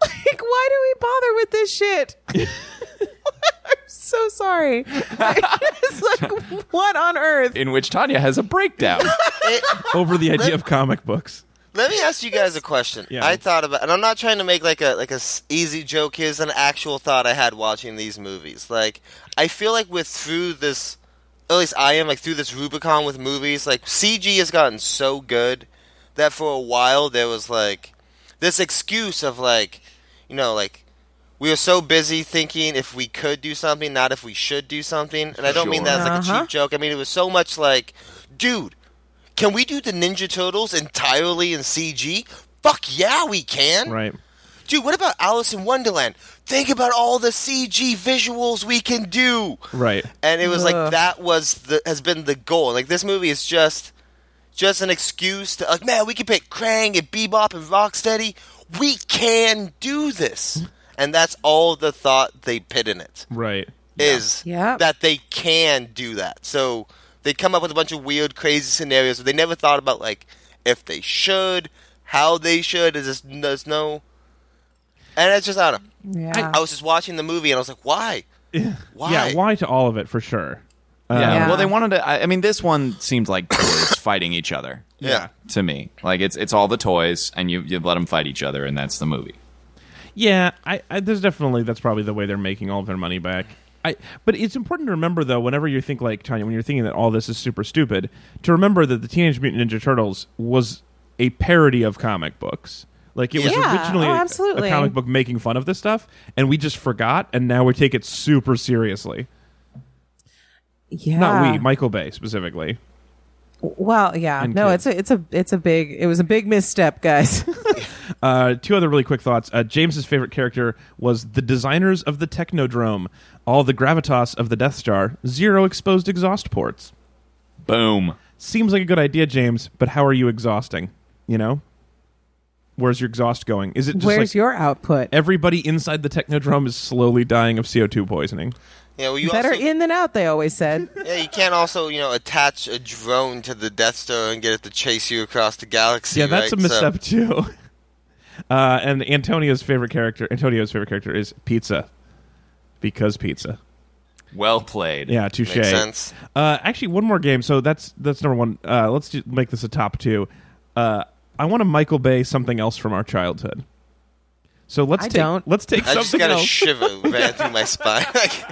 [SPEAKER 3] like, why do we bother with this shit? I'm so sorry. it's like, what on earth?
[SPEAKER 4] in which Tanya has a breakdown.
[SPEAKER 2] It-
[SPEAKER 1] Over the idea of comic books.
[SPEAKER 2] Let me ask you guys a question.
[SPEAKER 1] Yeah.
[SPEAKER 2] I thought about, and I'm not trying to make like a like a s- easy joke. Here's an actual thought I had watching these movies. Like, I feel like with through this, at least I am like through this Rubicon with movies. Like CG has gotten so good that for a while there was like this excuse of like, you know, like we are so busy thinking if we could do something, not if we should do something. And I don't mean that as like a
[SPEAKER 3] Uh-huh.
[SPEAKER 2] cheap joke. I mean it was so much like, dude. Can we do the Ninja Turtles entirely in CG? Fuck yeah, we can.
[SPEAKER 1] Right.
[SPEAKER 2] Dude, what about Alice in Wonderland? Think about all the CG visuals we can do.
[SPEAKER 1] Right.
[SPEAKER 2] And it was like
[SPEAKER 3] Ugh.
[SPEAKER 2] that was the has been the goal. Like this movie is just just an excuse to like, man, we can pick Krang and Bebop and Rocksteady. We can do this. And that's all the thought they put in it
[SPEAKER 1] Right.
[SPEAKER 2] is
[SPEAKER 3] Yeah.
[SPEAKER 2] that they can do that. So they come up with a bunch of weird, crazy scenarios, but they never thought about like if they should, how they should. Is just, there's no, and it's just I don't. know.
[SPEAKER 3] Yeah.
[SPEAKER 2] I was just watching the movie and I was like, why? Why?
[SPEAKER 1] Yeah, why to all of it for sure.
[SPEAKER 4] yeah.
[SPEAKER 3] Yeah.
[SPEAKER 4] Well, they wanted to. I, I mean, this one seemed like toys fighting each other
[SPEAKER 2] Yeah.
[SPEAKER 4] to me. Like it's it's all the toys, and you you let them fight each other, and that's the movie.
[SPEAKER 1] Yeah, I, I there's definitely that's probably the way they're making all of their money back. I but it's important to remember though, whenever you think like Tanya, when you're thinking that all this is super stupid, to remember that the Teenage Mutant Ninja Turtles was a parody of comic books. Like it was
[SPEAKER 3] Yeah.
[SPEAKER 1] originally
[SPEAKER 3] Oh,
[SPEAKER 1] a-
[SPEAKER 3] absolutely.
[SPEAKER 1] a comic book making fun of this stuff, and we just forgot, and now we take it super seriously.
[SPEAKER 3] yeah.
[SPEAKER 1] Not we, Michael Bay specifically.
[SPEAKER 3] Well, yeah.
[SPEAKER 1] And
[SPEAKER 3] No,
[SPEAKER 1] kids.
[SPEAKER 3] it's a, it's a, it's a big. It was a big misstep, guys.
[SPEAKER 1] Uh, two other really quick thoughts. Uh, James's favorite character was the designers of the Technodrome, all the gravitas of the Death Star, zero exposed exhaust ports.
[SPEAKER 4] Boom.
[SPEAKER 1] Seems like a good idea, James, but how are you exhausting? You know? Where's your exhaust going? Is it just
[SPEAKER 3] Where's
[SPEAKER 1] like
[SPEAKER 3] your output?
[SPEAKER 1] everybody inside the Technodrome is slowly dying of CO2 poisoning?
[SPEAKER 2] Yeah, well, you
[SPEAKER 3] Better
[SPEAKER 2] also,
[SPEAKER 3] in than out, they always said.
[SPEAKER 2] yeah, you can't also you know attach a drone to the Death Star and get it to chase you across the galaxy.
[SPEAKER 1] Yeah, that's
[SPEAKER 2] right?
[SPEAKER 1] a
[SPEAKER 2] So-
[SPEAKER 1] misstep too. Uh, and Antonio's favorite character, Antonio's favorite character is pizza, because pizza.
[SPEAKER 4] Well played.
[SPEAKER 1] Yeah, touche.
[SPEAKER 2] makes sense.
[SPEAKER 1] Uh, actually, one more game. So that's that's number one. Uh, let's do, make this a top two. Uh, I want to Michael Bay something else from our childhood. So let's
[SPEAKER 3] I
[SPEAKER 1] take
[SPEAKER 3] don't.
[SPEAKER 1] let's take
[SPEAKER 2] I just
[SPEAKER 1] something
[SPEAKER 2] got a
[SPEAKER 1] else.
[SPEAKER 2] shiver ran through my spine. like,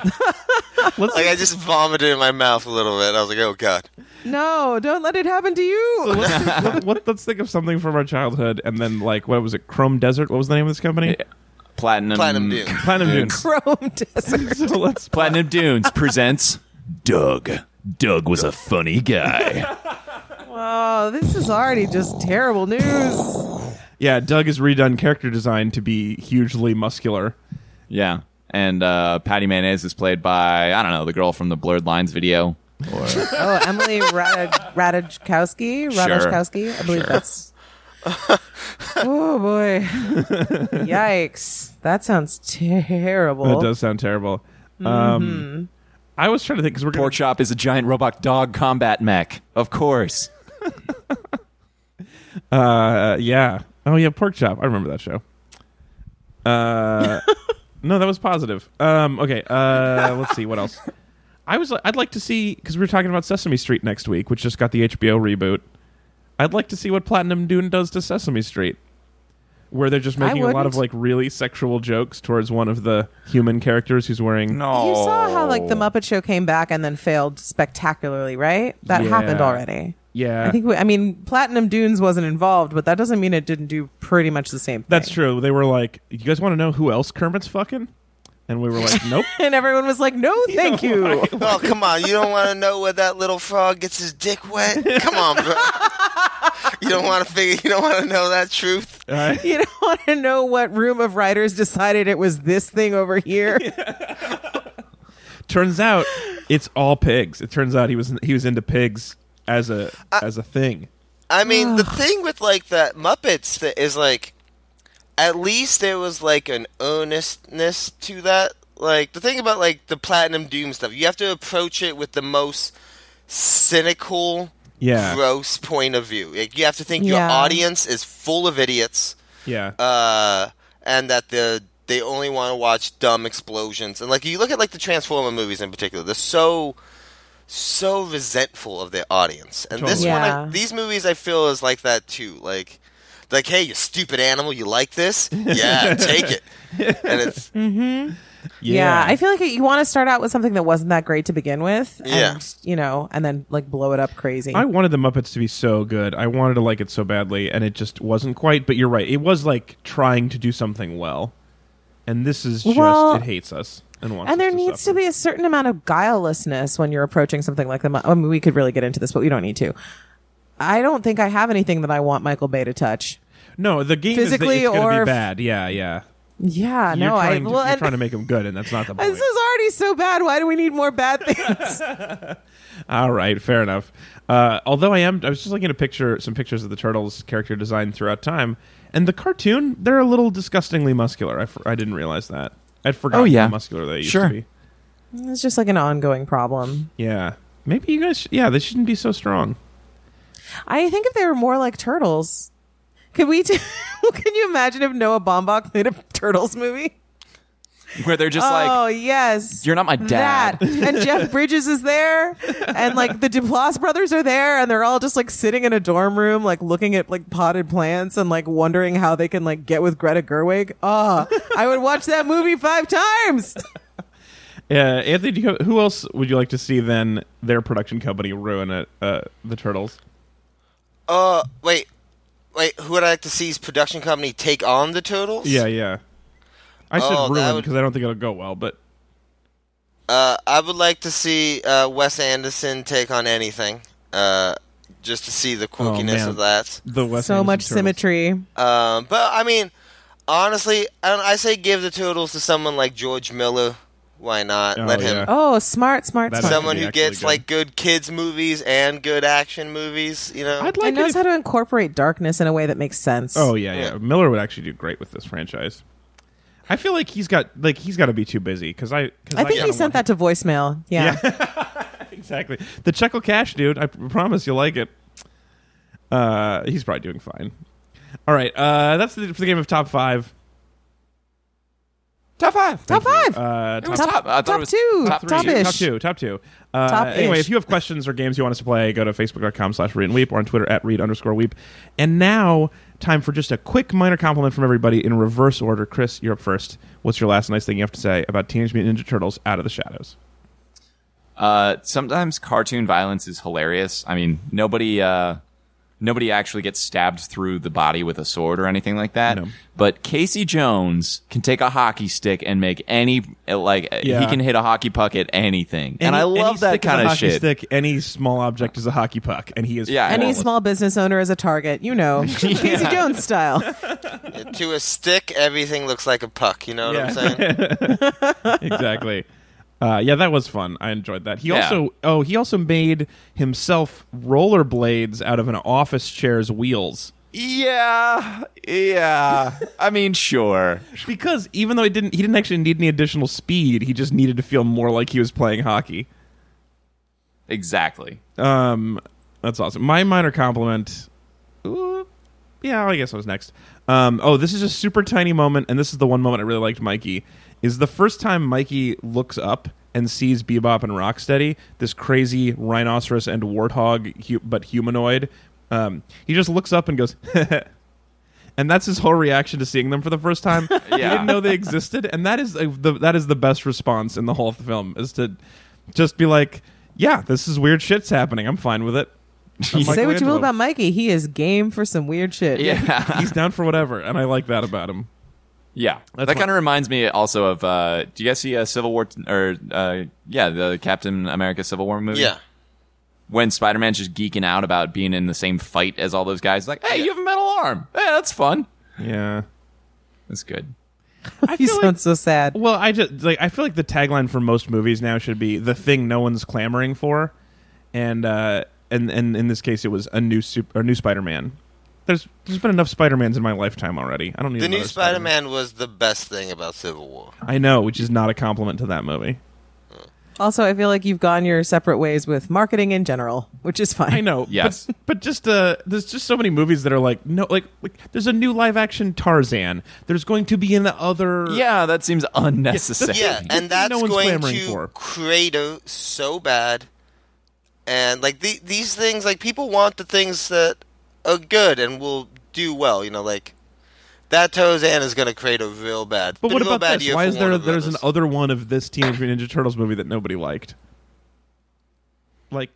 [SPEAKER 1] let's,
[SPEAKER 2] like I just vomited in my mouth a little bit. I was like, oh god.
[SPEAKER 3] No, don't let it happen to you.
[SPEAKER 1] let's, think- let, let, us think of something from our childhood, and then like what was it? Chrome Desert. What was the name of this company?
[SPEAKER 4] Platinum.
[SPEAKER 2] Platinum Dune.
[SPEAKER 1] Platinum Dunes.
[SPEAKER 3] Chrome desert.
[SPEAKER 1] so let's
[SPEAKER 4] Platinum Dunes presents Doug. Doug was a funny guy.
[SPEAKER 3] Oh, this is already just terrible news.
[SPEAKER 1] yeah. Doug has redone character design to be hugely muscular.
[SPEAKER 4] yeah. And uh, Patty Mayonnaise is played by I don't know the girl from the Blurred Lines video. Or
[SPEAKER 3] Oh, Emily Rad- Radajkowski. Radajkowski. I believe that's. Oh boy! Yikes! That sounds terrible.
[SPEAKER 1] That does sound terrible.
[SPEAKER 3] Mm-hmm.
[SPEAKER 1] Um, I was trying to think because we're gonna-
[SPEAKER 4] Pork Chop is a giant robot dog combat mech. Of course.
[SPEAKER 1] Uh, yeah. Oh yeah, pork chop. I remember that show. Uh, no, that was positive. Um, okay. Uh, let's see what else. I was. I'd like to see because we were talking about Sesame Street next week, which just got the HBO reboot. I'd like to see what Platinum Dune does to Sesame Street, where they're just
[SPEAKER 3] I
[SPEAKER 1] making a lot of
[SPEAKER 3] wouldn't.
[SPEAKER 1] like really sexual jokes towards one of the human characters who's wearing.
[SPEAKER 4] No.
[SPEAKER 3] You saw how like
[SPEAKER 4] Oh.
[SPEAKER 3] the Muppet Show came back and then failed spectacularly, right? That
[SPEAKER 1] Yeah.
[SPEAKER 3] happened already.
[SPEAKER 1] Yeah,
[SPEAKER 3] I think. We, I mean, Platinum Dunes wasn't involved, but that doesn't mean it didn't do pretty much the same. Thing.
[SPEAKER 1] that's true. They were like, "You guys want to know who else Kermit's fucking?" And we were like, "Nope."
[SPEAKER 3] And everyone was like, "No, thank you."
[SPEAKER 2] Oh, come on. You don't want to know where that little frog gets his dick wet? Come on, bro. You don't want to figure you don't want to know that truth.
[SPEAKER 1] Uh,
[SPEAKER 3] You don't want to know what room of writers decided it was this thing over here.
[SPEAKER 1] turns out it's all pigs. It turns out he was he was into pigs as a as a thing.
[SPEAKER 2] I mean, the thing with like that Muppets that is like, at least there was like an earnestness to that. Like the thing about like the Platinum Doom stuff, you have to approach it with the most cynical,
[SPEAKER 1] Yeah.
[SPEAKER 2] gross point of view. Like you have to think your
[SPEAKER 3] Yeah.
[SPEAKER 2] audience is full of idiots,
[SPEAKER 1] Yeah.
[SPEAKER 2] uh, and that the they only want to watch dumb explosions. And like you look at like the Transformer movies in particular, they're so so resentful of their audience. And this
[SPEAKER 1] Totally.
[SPEAKER 2] one,
[SPEAKER 3] Yeah.
[SPEAKER 2] I, these movies, I feel is like that too. Like, like, hey, you stupid animal, you like this? Yeah, take it. And it's
[SPEAKER 3] Yeah. I feel like you want to start out with something that wasn't that great to begin with.
[SPEAKER 2] Yeah.
[SPEAKER 3] And, you know, and then like blow it up crazy.
[SPEAKER 1] I wanted the Muppets to be so good. I wanted to like it so badly, and it just wasn't quite. But you're right; it was like trying to do something well, and this is just
[SPEAKER 3] Well-
[SPEAKER 1] it hates us and wants.
[SPEAKER 3] and there
[SPEAKER 1] us
[SPEAKER 3] needs
[SPEAKER 1] suffer.
[SPEAKER 3] to be a certain amount of guilelessness when you're approaching something like the. Mu- I mean, we could really get into this, but we don't need to. I don't think I have anything that I want Michael Bay to touch.
[SPEAKER 1] no the game
[SPEAKER 3] physically
[SPEAKER 1] is that it's gonna
[SPEAKER 3] or
[SPEAKER 1] be
[SPEAKER 3] f-
[SPEAKER 1] bad. Yeah, yeah.
[SPEAKER 3] Yeah,
[SPEAKER 1] you're
[SPEAKER 3] no, I
[SPEAKER 1] trying, to,
[SPEAKER 3] well,
[SPEAKER 1] you're
[SPEAKER 3] and-
[SPEAKER 1] trying to make them good, and that's not the point.
[SPEAKER 3] this is already so bad. Why do we need more bad things?
[SPEAKER 1] All right, fair enough. Uh, although I am, I was just looking at a picture, some pictures of the turtles' character design throughout time, and the cartoon they're a little disgustingly muscular. I, f- I didn't realize that. I'd forgotten
[SPEAKER 4] Oh, yeah.
[SPEAKER 1] how muscular they used
[SPEAKER 4] Sure.
[SPEAKER 1] to be.
[SPEAKER 3] it's just like an ongoing problem.
[SPEAKER 1] Yeah, maybe you guys. Sh- yeah, they shouldn't be so strong.
[SPEAKER 3] I think if they were more like turtles, could we? do can you imagine if Noah Baumbach made a turtles movie?
[SPEAKER 4] where they're just
[SPEAKER 3] oh
[SPEAKER 4] like,
[SPEAKER 3] yes,
[SPEAKER 4] "You're not my dad."
[SPEAKER 3] That. and Jeff Bridges is there, and like the Duplass brothers are there, and they're all just like sitting in a dorm room, like looking at like potted plants and like wondering how they can like get with Greta Gerwig. Ah, I would watch that movie five times.
[SPEAKER 1] Uh, Anthony, do you have, who else would you like to see then their production company ruin it? Uh, the turtles.
[SPEAKER 2] uh, wait, wait, who would I like to see's production company take on the turtles?
[SPEAKER 1] Yeah, yeah. I said
[SPEAKER 2] Oh, that
[SPEAKER 1] ruin
[SPEAKER 2] would-
[SPEAKER 1] because I don't think it'll go well, but
[SPEAKER 2] Uh, I would like to see uh, Wes Anderson take on anything. Uh, just to see the quirkiness
[SPEAKER 1] Oh, man.
[SPEAKER 2] of that.
[SPEAKER 1] the West
[SPEAKER 3] so much symmetry.
[SPEAKER 2] Um, but I mean, honestly, I, don't, I say give the turtles to someone like George Miller. Why not?
[SPEAKER 1] Oh,
[SPEAKER 2] Let him.
[SPEAKER 1] yeah.
[SPEAKER 3] Oh, smart, smart,
[SPEAKER 1] That's-
[SPEAKER 3] smart.
[SPEAKER 2] Someone
[SPEAKER 1] That'd
[SPEAKER 2] who
[SPEAKER 1] be
[SPEAKER 2] gets
[SPEAKER 1] actually
[SPEAKER 2] like good kids movies and good action movies. You know,
[SPEAKER 1] I'd
[SPEAKER 3] And
[SPEAKER 1] like it.
[SPEAKER 3] knows
[SPEAKER 1] if-
[SPEAKER 3] how to incorporate darkness in a way that makes sense.
[SPEAKER 1] Oh yeah, yeah. Miller would actually do great with this franchise. I feel like he's got like he's got to be too busy because I. Cause
[SPEAKER 3] I think
[SPEAKER 1] kinda
[SPEAKER 3] he sent
[SPEAKER 1] want-
[SPEAKER 3] that to voicemail. Yeah.
[SPEAKER 1] exactly. The Chuckle Cash dude. I pr- promise you'll like it. Uh, he's probably doing fine. All right, uh, that's the, for the game of top five.
[SPEAKER 4] top five.
[SPEAKER 3] Top five.
[SPEAKER 1] Uh, top
[SPEAKER 4] top- I thought it
[SPEAKER 3] top
[SPEAKER 4] was
[SPEAKER 3] two.
[SPEAKER 4] top
[SPEAKER 3] Top,
[SPEAKER 4] three.
[SPEAKER 3] ish.
[SPEAKER 1] Top two. Top two. Uh,
[SPEAKER 3] Top-ish.
[SPEAKER 1] anyway, if you have questions or games you want us to play, go to facebook.com slash read and weep or on Twitter at read underscore weep. And now, time for just a quick minor compliment from everybody in reverse order. Chris, you're up first. What's your last nice thing you have to say about Teenage Mutant Ninja Turtles Out of the Shadows?
[SPEAKER 4] Uh, sometimes cartoon violence is hilarious. I mean, nobody uh, nobody actually gets stabbed through the body with a sword or anything like that.
[SPEAKER 1] No.
[SPEAKER 4] But Casey Jones can take a hockey stick and make any uh, like uh,
[SPEAKER 1] Yeah.
[SPEAKER 4] he can hit a hockey puck at anything, and
[SPEAKER 1] Any-
[SPEAKER 4] I
[SPEAKER 1] any
[SPEAKER 4] love that
[SPEAKER 1] stick is a
[SPEAKER 4] kind of
[SPEAKER 1] hockey
[SPEAKER 4] shit.
[SPEAKER 1] Stick, any small object is a hockey puck, and he is
[SPEAKER 4] Yeah,
[SPEAKER 1] flawless.
[SPEAKER 3] Any
[SPEAKER 4] Well,
[SPEAKER 3] small business owner is a target, you know, Casey Jones style.
[SPEAKER 2] to a stick, everything looks like a puck. You know what I'm
[SPEAKER 1] Yeah.
[SPEAKER 2] saying?
[SPEAKER 1] exactly. Uh, yeah, that was fun. I enjoyed that. He
[SPEAKER 4] Yeah.
[SPEAKER 1] also oh he also made himself rollerblades out of an office chair's wheels.
[SPEAKER 4] Yeah, yeah. I mean, sure.
[SPEAKER 1] Because even though he didn't, he didn't actually need any additional speed. He just needed to feel more like he was playing hockey.
[SPEAKER 4] Exactly.
[SPEAKER 1] Um, that's awesome. My minor compliment. Ooh, yeah, I guess I was next. Um, oh, this is a super tiny moment, and this is the one moment I really liked. Mikey is the first time Mikey looks up and sees Bebop and Rocksteady, this crazy rhinoceros and warthog, hu- but humanoid. Um, he just looks up and goes. And that's his whole reaction to seeing them for the first time. He
[SPEAKER 4] Yeah.
[SPEAKER 1] didn't know they existed, and that is uh, the that is the best response in the whole film is to just be like, "Yeah, this is weird shit's happening. I'm fine with it." I'm "Oh,
[SPEAKER 3] Say what you
[SPEAKER 1] Michelangelo.
[SPEAKER 3] will about Mikey, he is game for some weird shit.
[SPEAKER 4] Yeah.
[SPEAKER 1] He's down for whatever, and I like that about him.
[SPEAKER 4] Yeah,
[SPEAKER 1] That's my-
[SPEAKER 4] that kind of reminds me also of. Uh, do you guys see uh, Civil War t- or uh, yeah, the Captain America Civil War movie?
[SPEAKER 2] Yeah.
[SPEAKER 4] when Spider Man's just geeking out about being in the same fight as all those guys, like, hey, you have a metal arm. Hey, that's fun.
[SPEAKER 1] Yeah.
[SPEAKER 4] That's good.
[SPEAKER 1] I
[SPEAKER 3] You
[SPEAKER 1] feel
[SPEAKER 3] sound
[SPEAKER 1] like,
[SPEAKER 3] so sad.
[SPEAKER 1] well, I just like I feel like the tagline for most movies now should be the thing no one's clamoring for, and uh, and and in this case, it was a new super, a new Spider-Man. There's there's been enough Spider-Mans in my lifetime already. I don't need
[SPEAKER 2] The new
[SPEAKER 1] another
[SPEAKER 2] Spider Man was the best thing about Civil War.
[SPEAKER 1] I know, which is not a compliment to that movie.
[SPEAKER 3] Also, I feel like you've gone your separate ways with marketing in general, which is fine.
[SPEAKER 1] I know.
[SPEAKER 4] Yes.
[SPEAKER 1] But, but just uh there's just so many movies that are like no like like there's a new live action Tarzan. There's going to be an other
[SPEAKER 4] Yeah, that seems unnecessary.
[SPEAKER 2] Yeah,
[SPEAKER 1] no
[SPEAKER 2] and that's
[SPEAKER 1] one's
[SPEAKER 2] going
[SPEAKER 1] clamoring
[SPEAKER 2] to
[SPEAKER 1] for.
[SPEAKER 2] create a so bad. And like the, these things, like people want the things that are good and will do well. You know, like that Tarzan is going to create a real bad.
[SPEAKER 1] But
[SPEAKER 2] a
[SPEAKER 1] what
[SPEAKER 2] real
[SPEAKER 1] about
[SPEAKER 2] bad
[SPEAKER 1] this?
[SPEAKER 2] year
[SPEAKER 1] Why
[SPEAKER 2] for
[SPEAKER 1] is there
[SPEAKER 2] Warner
[SPEAKER 1] there's an
[SPEAKER 2] Brothers.
[SPEAKER 1] other one of this Teenage Mutant Ninja Turtles movie that nobody liked? Like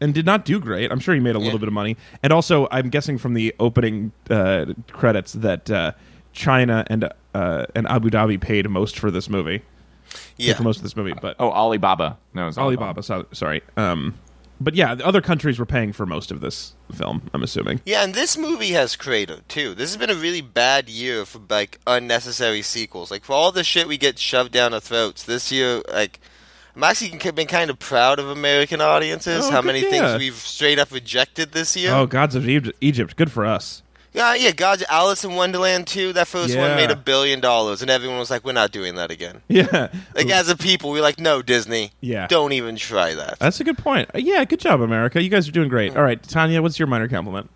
[SPEAKER 1] and did not do great. I'm sure he made a little
[SPEAKER 2] Yeah.
[SPEAKER 1] bit of money. And also, I'm guessing from the opening uh, credits that uh, China and uh, and Abu Dhabi paid most for this movie,
[SPEAKER 2] yeah.
[SPEAKER 1] for most of this movie. But
[SPEAKER 4] Oh, Alibaba. No, it's
[SPEAKER 1] Alibaba. So, sorry. Um, but yeah, the other countries were paying for most of this film. I'm assuming.
[SPEAKER 2] Yeah, and this movie has creative too. This has been a really bad year for like unnecessary sequels. Like for all the shit we get shoved down our throats this year, like I'm actually k- been kind of proud of American audiences.
[SPEAKER 1] Oh,
[SPEAKER 2] how
[SPEAKER 1] good
[SPEAKER 2] many
[SPEAKER 1] idea.
[SPEAKER 2] things we've straight up rejected this year?
[SPEAKER 1] Oh, gods of Egypt, Egypt. Good for us.
[SPEAKER 2] Yeah, yeah, God, Alice in Wonderland too. That first
[SPEAKER 1] Yeah.
[SPEAKER 2] one made a billion dollars, and everyone was like, "We're not doing that again."
[SPEAKER 1] Yeah,
[SPEAKER 2] Like as a people, we're like, "No, Disney,
[SPEAKER 1] Yeah.
[SPEAKER 2] don't even try that."
[SPEAKER 1] that's a good point. Uh, Yeah, good job, America. You guys are doing great. All right, Tanya, what's your minor compliment?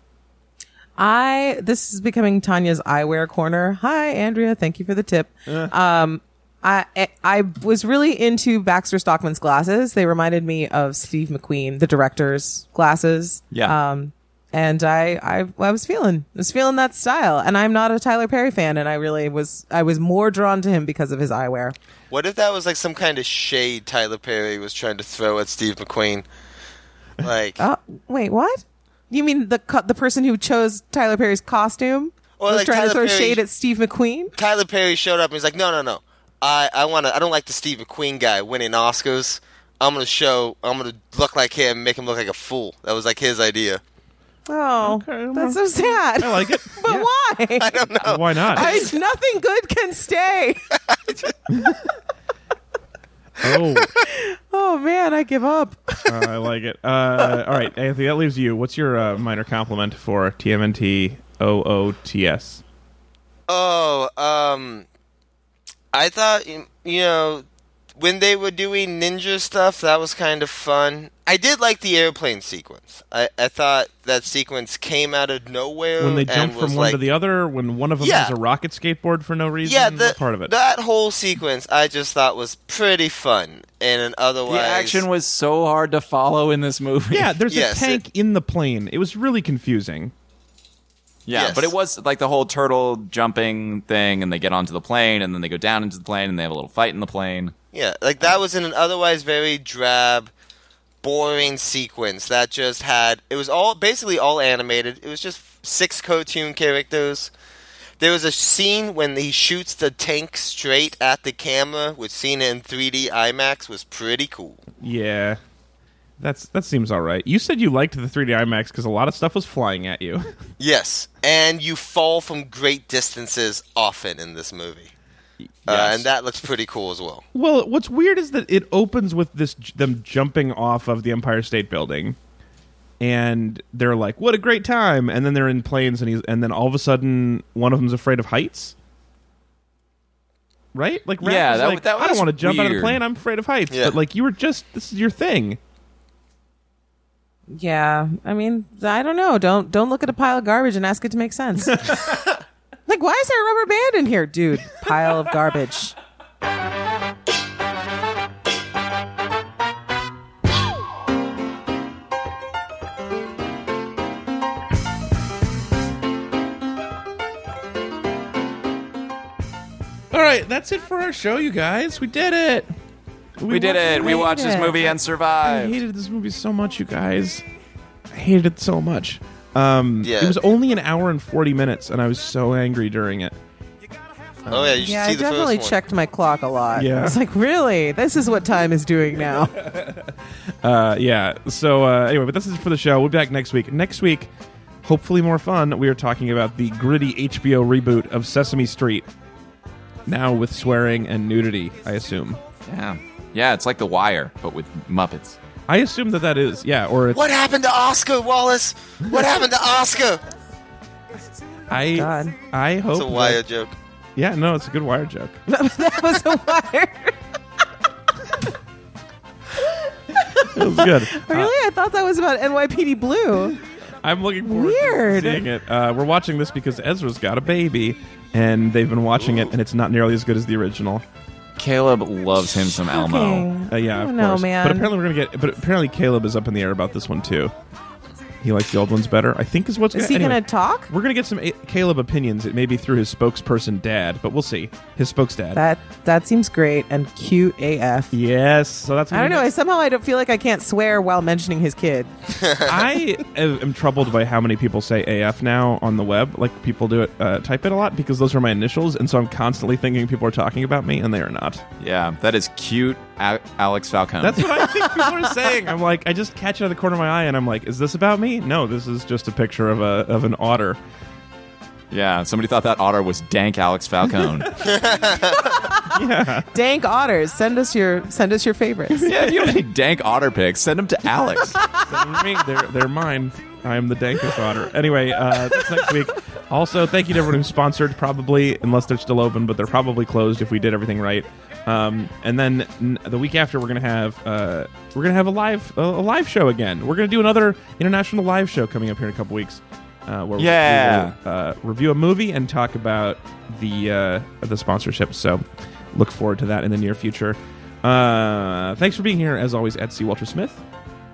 [SPEAKER 3] I this is becoming Tanya's eyewear corner. Hi, Andrea. Thank you for the tip. Um, I I was really into Baxter Stockman's glasses. They reminded me of Steve McQueen, the director's glasses.
[SPEAKER 4] Yeah.
[SPEAKER 3] Um, and I I I was feeling was feeling that style. And I'm not a Tyler Perry fan, and I really was I was more drawn to him because of his eyewear.
[SPEAKER 2] What if that was like some kind of shade Tyler Perry was trying to throw at Steve McQueen? Like,
[SPEAKER 1] Ah.
[SPEAKER 3] Oh wait, what? You mean the co- the person who chose Tyler Perry's costume
[SPEAKER 2] Or,
[SPEAKER 3] was
[SPEAKER 2] like,
[SPEAKER 3] trying to
[SPEAKER 2] Tyler
[SPEAKER 3] throw
[SPEAKER 2] Perry-
[SPEAKER 3] shade at Steve McQueen?
[SPEAKER 2] Tyler Perry showed up and he's like, "No, no, no. I I want to I don't like the Steve McQueen guy winning Oscars. I'm going to show I'm going to look like him, make him look like a fool." That was like his idea.
[SPEAKER 3] Oh,
[SPEAKER 1] Okay, well,
[SPEAKER 3] that's so sad.
[SPEAKER 1] I like it.
[SPEAKER 3] But
[SPEAKER 1] Yeah.
[SPEAKER 3] why? I don't
[SPEAKER 2] Oh,
[SPEAKER 1] Why not?
[SPEAKER 3] nothing good can stay.
[SPEAKER 1] oh,
[SPEAKER 3] Oh man, I give up.
[SPEAKER 1] uh, I like it. Uh, all right, Anthony, that leaves you. What's your uh, minor compliment for TMNT OOTS?
[SPEAKER 2] Oh, um, I thought you you know when they were doing ninja stuff, that was kind of fun. I did like the airplane sequence. I, I thought that sequence came out of nowhere
[SPEAKER 1] When they
[SPEAKER 2] and
[SPEAKER 1] jump
[SPEAKER 2] was
[SPEAKER 1] from one
[SPEAKER 2] like,
[SPEAKER 1] to the other, when one of them
[SPEAKER 2] Yeah.
[SPEAKER 1] has a rocket skateboard for no reason.
[SPEAKER 2] yeah, the,
[SPEAKER 1] what part of it.
[SPEAKER 2] That whole sequence, I just thought was pretty fun, and an
[SPEAKER 4] The
[SPEAKER 2] otherwise
[SPEAKER 4] action was so hard to follow in this movie.
[SPEAKER 1] yeah, there's
[SPEAKER 2] Yes,
[SPEAKER 1] a tank in the plane. It was really confusing.
[SPEAKER 4] Yeah,
[SPEAKER 2] Yes.
[SPEAKER 4] but it was like the whole turtle jumping thing, and they get onto the plane, and then they go down into the plane, and they have a little fight in the plane.
[SPEAKER 2] Yeah, like that was in an otherwise very drab, boring sequence that just had it was all basically all animated. It was just six cartoon characters. There was a scene when he shoots the tank straight at the camera, which seen in 3D IMAX was pretty cool.
[SPEAKER 1] Yeah. That's that seems all right. You said you liked the 3D IMAX because a lot of stuff was flying at you.
[SPEAKER 2] Yes, and you fall from great distances often in this movie, uh,
[SPEAKER 4] Yes.
[SPEAKER 2] and that looks pretty cool as well.
[SPEAKER 1] well, what's weird is that it opens with this j- them jumping off of the Empire State Building, and they're like, "What a great time!" And then they're in planes, and he's and then all of a sudden one of them's afraid of heights. Right? Like, Raph
[SPEAKER 4] Yeah,
[SPEAKER 1] was
[SPEAKER 4] that
[SPEAKER 1] like,
[SPEAKER 4] w- that
[SPEAKER 1] I don't
[SPEAKER 4] was
[SPEAKER 1] want to jump out of the
[SPEAKER 4] weird.
[SPEAKER 1] plane. I'm afraid of heights.
[SPEAKER 2] Yeah.
[SPEAKER 1] But like, you were just this is your thing.
[SPEAKER 3] Yeah, I mean, I don't know. Don't don't look at a pile of garbage and ask it to make sense. like, why is there a rubber band in here, dude? Pile of garbage.
[SPEAKER 1] All right, that's it for our show, you guys. We did it.
[SPEAKER 4] We, did
[SPEAKER 1] watched-
[SPEAKER 4] it. We
[SPEAKER 3] made
[SPEAKER 4] watched this
[SPEAKER 3] it.
[SPEAKER 4] movie
[SPEAKER 1] I
[SPEAKER 4] and survived.
[SPEAKER 1] hated this movie so much, you guys. I hated it so much. Um,
[SPEAKER 2] Yeah.
[SPEAKER 1] It was only an hour and 40 minutes, and I was so angry during it.
[SPEAKER 2] oh yeah, you should
[SPEAKER 3] Yeah,
[SPEAKER 2] see
[SPEAKER 3] I
[SPEAKER 2] the
[SPEAKER 3] definitely
[SPEAKER 2] first one.
[SPEAKER 3] checked my clock a lot.
[SPEAKER 1] Yeah.
[SPEAKER 3] I was like, really? This is what time is doing now.
[SPEAKER 1] Uh, yeah. So, uh, anyway, but this is for the show. We'll be back next week. Next week, hopefully more fun, we are talking about the gritty HBO reboot of Sesame Street. Now with swearing and nudity, I assume.
[SPEAKER 4] Yeah. Yeah, it's like The Wire, but with Muppets.
[SPEAKER 1] I assume that that is yeah, or it's,
[SPEAKER 2] What happened to Oscar Wallace? What happened to Oscar?
[SPEAKER 1] I
[SPEAKER 3] Oh, God.
[SPEAKER 1] I hope
[SPEAKER 2] It's a wire
[SPEAKER 1] that-
[SPEAKER 2] joke.
[SPEAKER 1] yeah, no, it's a good wire joke.
[SPEAKER 3] that was a wire.
[SPEAKER 1] It was good. Uh,
[SPEAKER 3] really? I thought that was about NYPD Blue.
[SPEAKER 1] I'm looking forward
[SPEAKER 3] Weird.
[SPEAKER 1] to seeing it. Uh, we're watching this because Ezra's got a baby, and they've been watching it, and it's not nearly as good as the original.
[SPEAKER 4] Caleb loves him some Elmo.
[SPEAKER 3] Shocking.
[SPEAKER 1] Uh, yeah,
[SPEAKER 3] I
[SPEAKER 1] of
[SPEAKER 3] don't know,
[SPEAKER 1] course.
[SPEAKER 3] man.
[SPEAKER 1] But apparently we're gonna get. But apparently Caleb is up in the air about this one too. He likes the old ones better. I think is what's.
[SPEAKER 3] is
[SPEAKER 1] gonna,
[SPEAKER 3] he
[SPEAKER 1] anyway,
[SPEAKER 3] gonna talk?
[SPEAKER 1] We're gonna get some a- Caleb opinions. It may be through his spokesperson dad, but we'll see. His spokes dad.
[SPEAKER 3] That that seems great and cute AF.
[SPEAKER 1] yes. So that's.
[SPEAKER 3] I
[SPEAKER 1] gonna
[SPEAKER 3] don't know.
[SPEAKER 1] be
[SPEAKER 3] I
[SPEAKER 1] next-
[SPEAKER 3] somehow I don't feel like I can't swear while mentioning his kid.
[SPEAKER 1] I am troubled by how many people say AF now on the web. Like people do it, uh, type it a lot because those are my initials, and so I'm constantly thinking people are talking about me, and they are not.
[SPEAKER 4] Yeah, that is cute, Al- Alex Falcone.
[SPEAKER 1] That's what I think people are saying. I'm like, I just catch it out of the corner of my eye, and I'm like, is this about me? No, this is just a picture of a of an otter.
[SPEAKER 4] yeah, somebody thought that otter was dank Alex Falcone.
[SPEAKER 3] Dank otters, send us your send us your favorites.
[SPEAKER 4] yeah, if you have any dank otter pics, send them to Alex.
[SPEAKER 1] Send them to me. They're, they're mine. I am the dankest otter. Anyway, uh, that's next week. Also, thank you to everyone who sponsored, probably, unless they're still open, but they're probably closed if we did everything right. Um, and then n- the week after, we're gonna have uh, we're gonna have a live a live show again. We're gonna do another international live show coming up here in a couple weeks, uh, where we-
[SPEAKER 4] Yeah.
[SPEAKER 1] we will, uh, review a movie and talk about the uh, the sponsorship. So look forward to that in the near future. Uh, thanks for being here, as always, at C. Walter Smith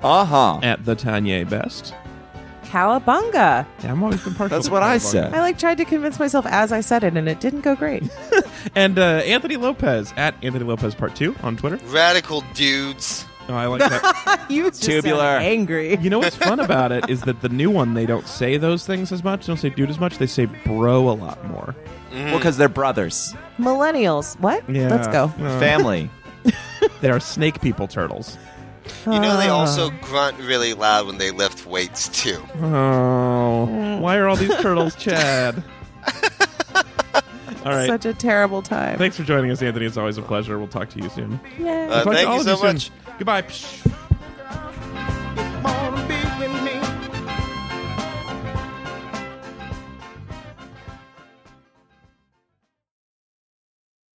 [SPEAKER 4] Uh huh.
[SPEAKER 1] at the Tanya Best.
[SPEAKER 3] Cowabunga.
[SPEAKER 1] Yeah, I'm always been partial.
[SPEAKER 4] That's
[SPEAKER 1] to
[SPEAKER 4] what I
[SPEAKER 1] Cowabunga.
[SPEAKER 4] said.
[SPEAKER 3] I like tried to convince myself as I said it and it didn't go great.
[SPEAKER 1] And uh, Anthony Lopez at Anthony Lopez Part Two on Twitter.
[SPEAKER 2] Radical dudes.
[SPEAKER 1] Oh, I like that.
[SPEAKER 3] you just sound
[SPEAKER 4] Tubular.
[SPEAKER 3] angry.
[SPEAKER 1] you know what's fun about it is that the new one they don't say those things as much. They don't say dude as much. They say bro a lot more.
[SPEAKER 4] Well, because they're brothers,
[SPEAKER 3] Millennials. What?
[SPEAKER 1] Yeah,
[SPEAKER 3] Let's go.
[SPEAKER 1] Uh,
[SPEAKER 4] family.
[SPEAKER 1] they are snake people turtles.
[SPEAKER 2] You know they
[SPEAKER 3] Ah.
[SPEAKER 2] also grunt really loud when they lift weights too.
[SPEAKER 1] Oh, why are all these turtles, Chad? all right.
[SPEAKER 3] Such a terrible time.
[SPEAKER 1] Thanks for joining us, Anthony. It's always a pleasure. We'll talk to you soon.
[SPEAKER 3] Yay.
[SPEAKER 2] Uh,
[SPEAKER 1] Talk to
[SPEAKER 2] thank
[SPEAKER 1] all
[SPEAKER 2] you
[SPEAKER 1] of
[SPEAKER 2] so
[SPEAKER 1] soon.
[SPEAKER 2] much.
[SPEAKER 1] Goodbye. Psh.